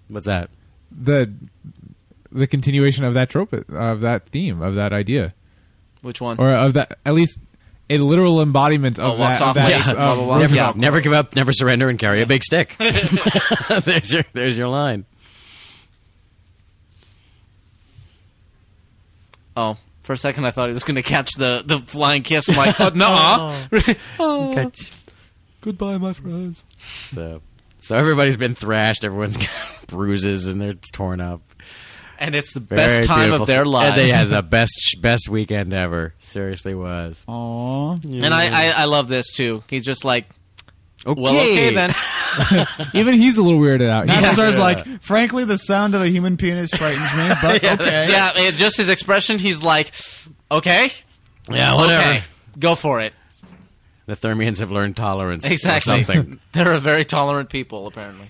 What's that? The the continuation of that trope of that theme of that idea Which one? or of that at least a literal embodiment Oh, of walks that. off that- lanes, of- blah, blah, blah. Never, Yeah. never give up, never surrender, and carry a (laughs) big stick. (laughs) there's your there's your line. oh, for a second I thought he was going to catch the the flying kiss. I'm like, oh, (laughs) no. Goodbye, my friends. So so everybody's been thrashed. Everyone's (laughs) got bruises and they're torn up. and it's the Very best time beautiful of their st- And they lives. had the best best weekend ever. Seriously, was Aww. And I, I I love this too. He's just like, okay. well, okay (laughs) then. (laughs) Even he's a little weirded out. Mathazar's like, frankly, the sound of a human penis frightens (laughs) me, but okay. Yeah, it, just his expression. He's like, okay, Yeah, whatever. okay, go for it. The Thermians have learned tolerance. or Exactly. (laughs) something. They're a very tolerant people, apparently.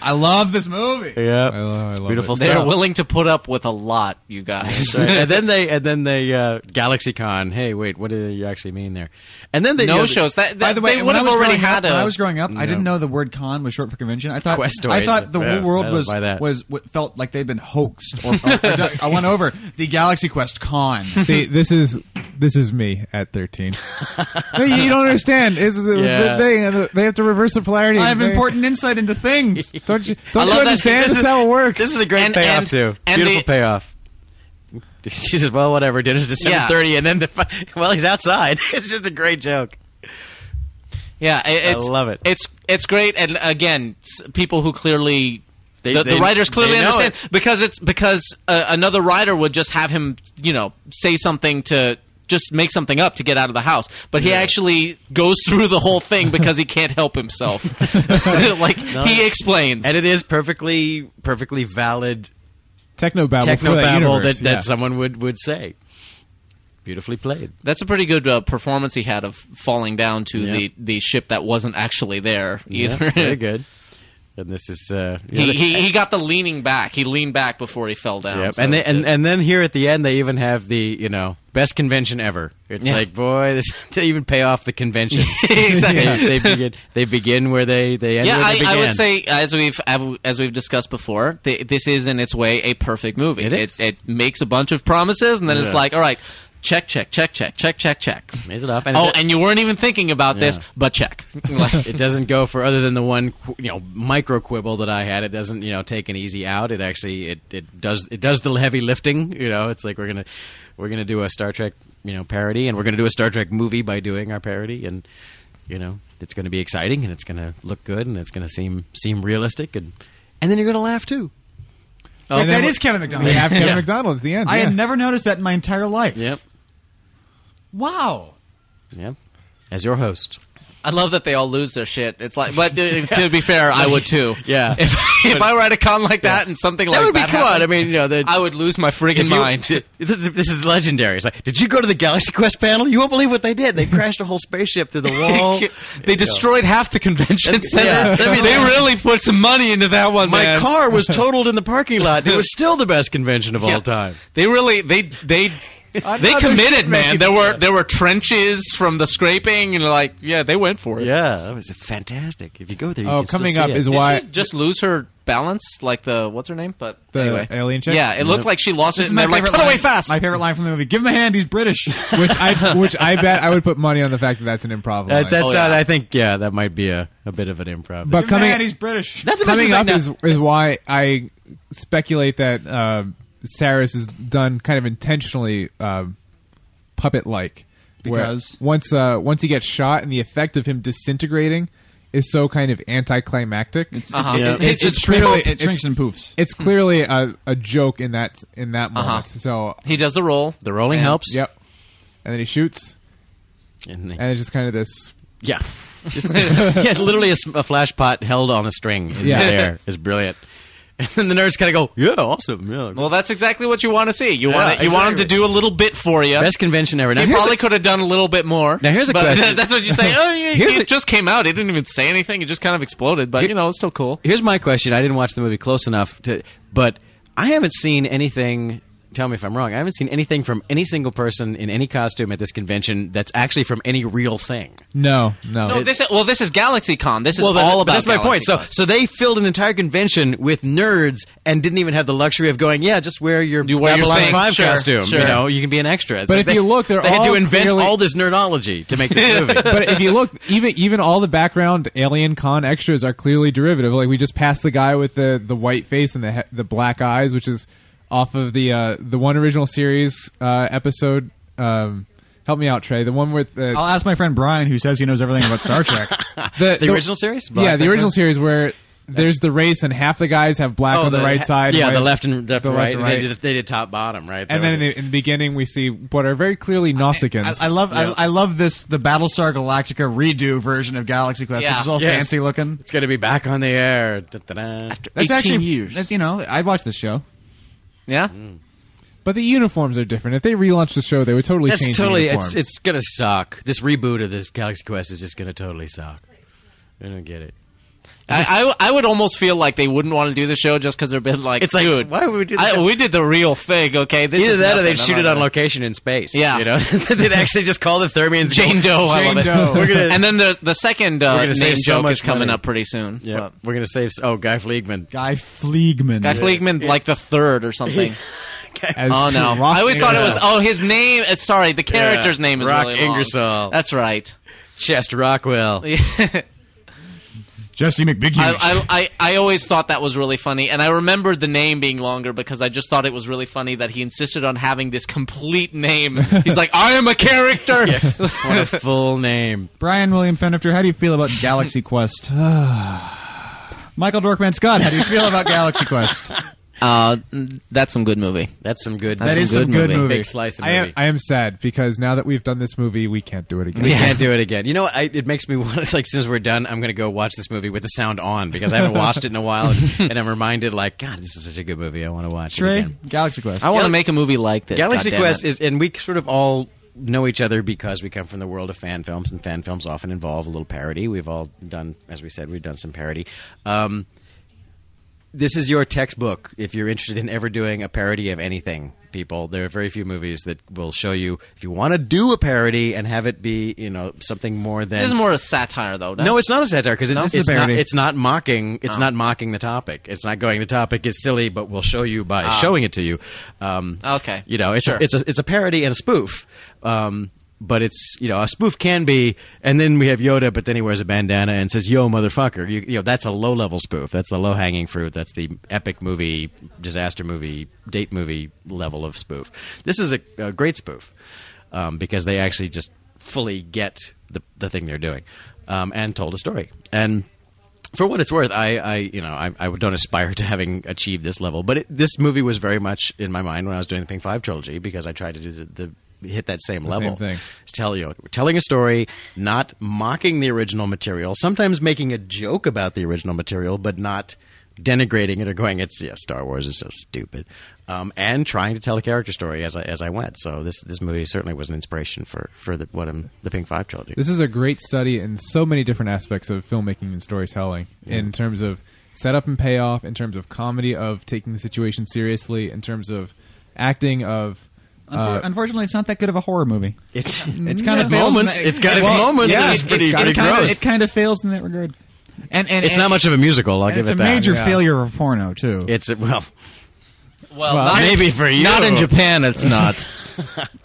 I love this movie. yeah. I love- I love beautiful it. They are stuff. willing to put up with a lot, you guys. Right. and then they and then they uh, GalaxyCon. Hey, wait, what do you actually mean there? And then they you know, (laughs) no the- shows. That, By the way, they when would I have was already growing had up, a. when I was growing up, I didn't No. know the word "con" was short for convention. I thought Questoids. I thought the Yeah, whole world I don't was buy that. was w- felt like they'd been hoaxed. Or, or- (laughs) or- I went over the Galaxy Quest con. See, this is this is me at thirteen. No, you, you don't understand. It's the, Yeah. the thing. uh, They have to reverse the polarity. I have They- important insight into (laughs) things. Don't (laughs) you, don't you love that- understand? this This is how it works. This is a great And- payoff and- too. and Beautiful the- payoff. (laughs) She says, "Well, whatever. Dinner's at seven Yeah. thirty, and then the fi- (laughs) well, he's outside. (laughs) It's just a great joke. Yeah, it, it's, love it. It's it's great, and again, s- people who clearly. They- the, they- the writers clearly they know understand it. because it's because uh, another writer would just have him, you know, say something to just make something up to get out of the house. But he actually goes (laughs) through the whole thing because he can't help himself. (laughs) like he explains, And it is perfectly, perfectly valid techno babble. techno for that, babble that, universe, that yeah. someone would would say. Beautifully played. That's a pretty good uh, performance he had of falling down to Yeah. the, the ship that wasn't actually there (laughs) Yeah, either. very good. And this is uh, (laughs) yeah, he, the- he he got the leaning back. He leaned back before he fell down. Yep. so and, they, it's and good. and then here at the end they even have the you know best convention ever. It's Yeah. like boy, this, (laughs) they even pay off the convention. (laughs) Exactly. (laughs) they, they begin they begin where they they end. yeah, where they I, I began. would say as we've av- as we've discussed before, th- this is in its way a perfect movie. It is. It, makes a bunch of promises, and then Yeah. it's like, all right, check, check, check, check, check, check, check. Raise it up. And oh, it, and you weren't even thinking about this, Yeah. but (laughs) check. Like- it doesn't go for other than the one qu- you know micro quibble that I had. It doesn't you know take an easy out. It actually it, it does it does the heavy lifting. You know, it's like we're gonna we're gonna do a Star Trek you know parody, and we're gonna do a Star Trek movie by doing our parody, and you know it's gonna be exciting, and it's gonna look good, and it's gonna seem seem realistic, and and then you're gonna laugh too. Oh, Like, that then- is Kevin McDonald. They have Kevin (laughs) Yeah. McDonald at the (laughs) end. I yeah. had never noticed that in my entire life. Yep. Wow. Yep. As your host, I love that they all lose their shit. It's like, but (laughs) to, to be fair, I would too. Yeah. If, (laughs) if I were at a con like that and something that like would be that come on. happened, I mean, you know, the, I would lose my friggin' if you- mind. (laughs) This this is legendary. It's like, did you go to the Galaxy Quest panel? You won't believe what they did. They crashed a whole spaceship through the (laughs) wall. they destroyed half the convention That's- center. yeah. That'd (laughs) be- they really put some money into that one. My man. car was totaled in the parking lot. It was still the best convention of Yeah. all time. They really they they they Another committed, man. shit-making- There were there were trenches from the scraping and like yeah, they went for it. Yeah, that was fantastic. If you go there, you Oh, can still coming see up it. is Did why she just lose her balance? Like the what's her name? But The anyway, alien chick? Yeah, it looked like she lost This it, is and my they're like, favorite "Put away line- fast!" My favorite line from the movie. Give him a hand. He's British. which (laughs) I which I bet I would put money on the fact that that's an improv. That, line. that's Oh, yeah. not- I think yeah, that might be a, a bit of an improv. Give him But a coming- hand. He's British. that's about coming the up thing is is why I speculate that uh, Saris is done kind of intentionally uh, puppet like. Because? once uh, once he gets shot and the effect of him disintegrating is so kind of anticlimactic. It's Uh-huh. Yeah. It- it's it's just really- really- It shrinks and poofs. it's clearly a, a joke in that in that Uh-huh. moment. So he does the roll. the rolling And- helps. yep, and then he shoots, And they- and it's just kind of this. yeah. Just- (laughs) yeah, literally a, s- a flash pot held on a string in Yeah. the air is brilliant. (laughs) And the nerds kind of go, yeah, awesome. Yeah. Well, that's exactly what you want to see. You Yeah, want it, you want him to exactly. do a little bit for you. Best convention ever. Now, He here's probably a- could have done a little bit more. Now, here's a but (laughs) question. that's what you say. Oh, yeah, Here's it a- just came out. It didn't even say anything. It just kind of exploded. But you know, it's still cool. here's my question. I didn't watch the movie close enough to, but I haven't seen anything. Tell me if I'm wrong. I haven't seen anything from any single person in any costume at this convention that's actually from any real thing. No, no, No, this well, this is Galaxy Con. This is but- all but about. that's my point. So, GalaxyCon. so they filled an entire convention with nerds and didn't even have the luxury of going. Yeah, just wear your You wear your Babylon thing. Five Sure, costume. sure. You know, you can be an extra. It's But like if they- you look, they're they had to all invent clearly- all this nerdology to make (laughs) this movie. but if you look, even even all the background alien con extras are clearly derivative. Like we just passed the guy with the the white face and the he- the black eyes, which is off of the uh, the one original series uh, episode. Um, help me out, Trey. The one with the Uh, I'll ask my friend Brian, who says he knows everything about Star Trek. the, original series? yeah, Black the original Panther? series where there's the race and half the guys have black Oh, on the, right side, Yeah, white- the left and left the and right. and and They, did, they did top bottom right. And That then in was it. the, in the beginning, we see what are very clearly I, Nausicaans. I love I, I love this the Battlestar Galactica redo version of Galaxy Quest, Yeah. which is all Yes. fancy looking. it's going to be back on the air. Da-da-da. That's 18 actually years. That's, you know, I'd watch this show. yeah, Mm. but the uniforms are different. If they relaunched the show, they would totally That's change totally. the It's uniforms. it's going to suck. This reboot of this Galaxy Quest is just going to totally suck. I don't get it. I, I I would almost feel like they wouldn't want to do the show just because they're been like, It's like, dude, why would we do the I- show? we did the real thing, okay? This Either is that, or they'd nothing. shoot I'm it not on gonna- location in space. Yeah. you know, (laughs) they'd actually just call the Thermians and Jane go, (laughs) "Oh, Doe. I Jane love it. Doe. We're gonna- (laughs) and then the the second We're uh, gonna name save joke so much is coming money. up pretty soon. Yeah, But- we're gonna save. Oh, Guy Fleegman. Guy Fleegman. Guy Fleegman, like the third or (laughs) something. Guy- As Oh no! Rock I always thought it was. Ingersoll. Oh, his name. uh, Sorry, the character's name is Rock really long. Ingersoll. That's right. (laughs) Chester Rockwell. I, Jesse McBig. I, I I always thought that was really funny, and I remembered the name being longer because I just thought it was really funny that he insisted on having this complete name. He's like, I am a character. (laughs) Yes, what a full name. Brian William Fenifter, how do you feel about Galaxy Quest? Michael Dorkman Scott, how do you feel about Galaxy Quest? Uh, that's some good movie. That's some good. That that's is some good movie. Big slice of I movie. am, I am sad because now that we've done this movie, we can't do it again. We Yeah. can't do it again. You know, what? I, it makes me (laughs) want. It's like, as soon as we're done, I'm going to go watch this movie with the sound on because (laughs) I haven't watched it in a while, and, and I'm reminded, like, God, this is such a good movie. I want to watch it Trey, again. Galaxy Quest. I want to Gal- make a movie like this. Galaxy goddammit. Quest is, and we sort of all know each other because we come from the world of fan films, and fan films often involve a little parody. We've all done, as we said, we've done some parody. Um, this is your textbook if you're interested in ever doing a parody of anything. People, there are very few movies that will show you if you want to do a parody and have it be, you know, something more than This is more a satire, though. no, it's not a satire because it's, No, it's, it's a not. parody. It's not mocking. It's not mocking the topic. It's not going. The topic is silly, but we'll show you by showing it to you. Um, Okay. you know, it's Sure. a, it's a it's a parody and a spoof. Um, but it's you know a spoof can be, and then we have Yoda, but then he wears a bandana and says "Yo, motherfucker." You, you know that's a low level spoof. That's the low hanging fruit. That's the epic movie, disaster movie, date movie level of spoof. This is a, a great spoof um, because they actually just fully get the the thing they're doing um, and told a story and for what it's worth, I, I you know, I, I don't aspire to having achieved this level, but it, this movie was very much in my mind when I was doing the Pink Five trilogy because I tried to do the, the hit that same The level. same thing. It's Tell you, telling a story, not mocking the original material. Sometimes making a joke about the original material, but not denigrating it or going, "It's yeah, Star Wars is so stupid." Um, and trying to tell a character story as I, as I went. So this this movie certainly was an inspiration for for the what I'm, the Pink Five trilogy. This is a great study in so many different aspects of filmmaking and storytelling in terms of setup and payoff, in terms of comedy, of taking the situation seriously, in terms of acting, of. Unfor- Uh, unfortunately, it's not that good of a horror movie. it's It's kind of fails moments. in that- It's got its well, moments. yeah, and it's it- pretty, it's got- pretty it kinda- gross. It kind of fails in that regard. And and it's and- not much of a musical. I'll and give it's it a that. major yeah. failure of porno too. It's a, well, Well, Well, not- maybe for you. Not in Japan, it's not.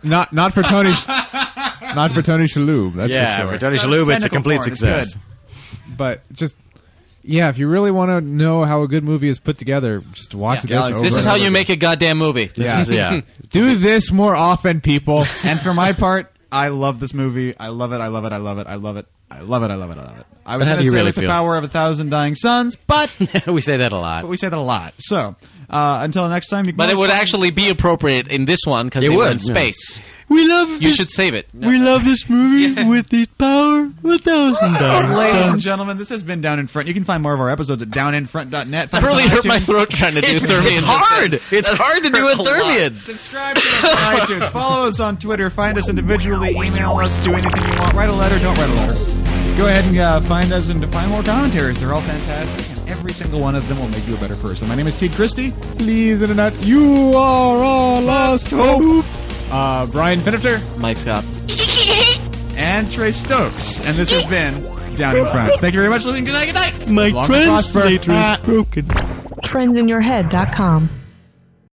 not not for Tony, (laughs) Sh- not for Tony Shalhoub. That's yeah, for sure. for Tony It's not Shalhoub, it's a technical complete porn, it's success. good. but just yeah, if you really want to know how a good movie is put together, just watch Yeah. this. Galaxy. Over This is and how over you again. make a goddamn movie. Yeah. (laughs) This is- yeah. do this more often, people. and for my part, I love this movie. I love it. I love it. I love it. I love it. I love it. I love it. I love it. I was how going do to you say really with the feel? power of a thousand dying suns, (laughs) but we say that a lot. but we say that a lot. So uh, until next time, you can But it always would find- actually be appropriate in this one because It they were in would, yeah. space. We love. You should save it. love this movie (laughs) with the power of a thousand Ladies (laughs) and gentlemen, this has been Down in Front. You can find more of our episodes at downinfront.net. I Find us on really hurt my iTunes. throat trying to do It's, Thermion. it's just hard. then. It's That hard to hurt do a lot. thermion. Subscribe to us on iTunes. Follow us on Twitter. Find us individually. Email us. Do anything you want. Write a letter. Don't write a letter. Go ahead and uh, find us and find more commentaries. They're all fantastic, and every single one of them will make you a better person. My name is Ted Christie. Please, internet, you are our Last last hope. Uh, Brian Finifter. Mike Scott. and Trey Stokes. And this has been Down in Front. Thank you very much for listening. Good night. Good night. Long and prosper. Friendsinyourhead.com.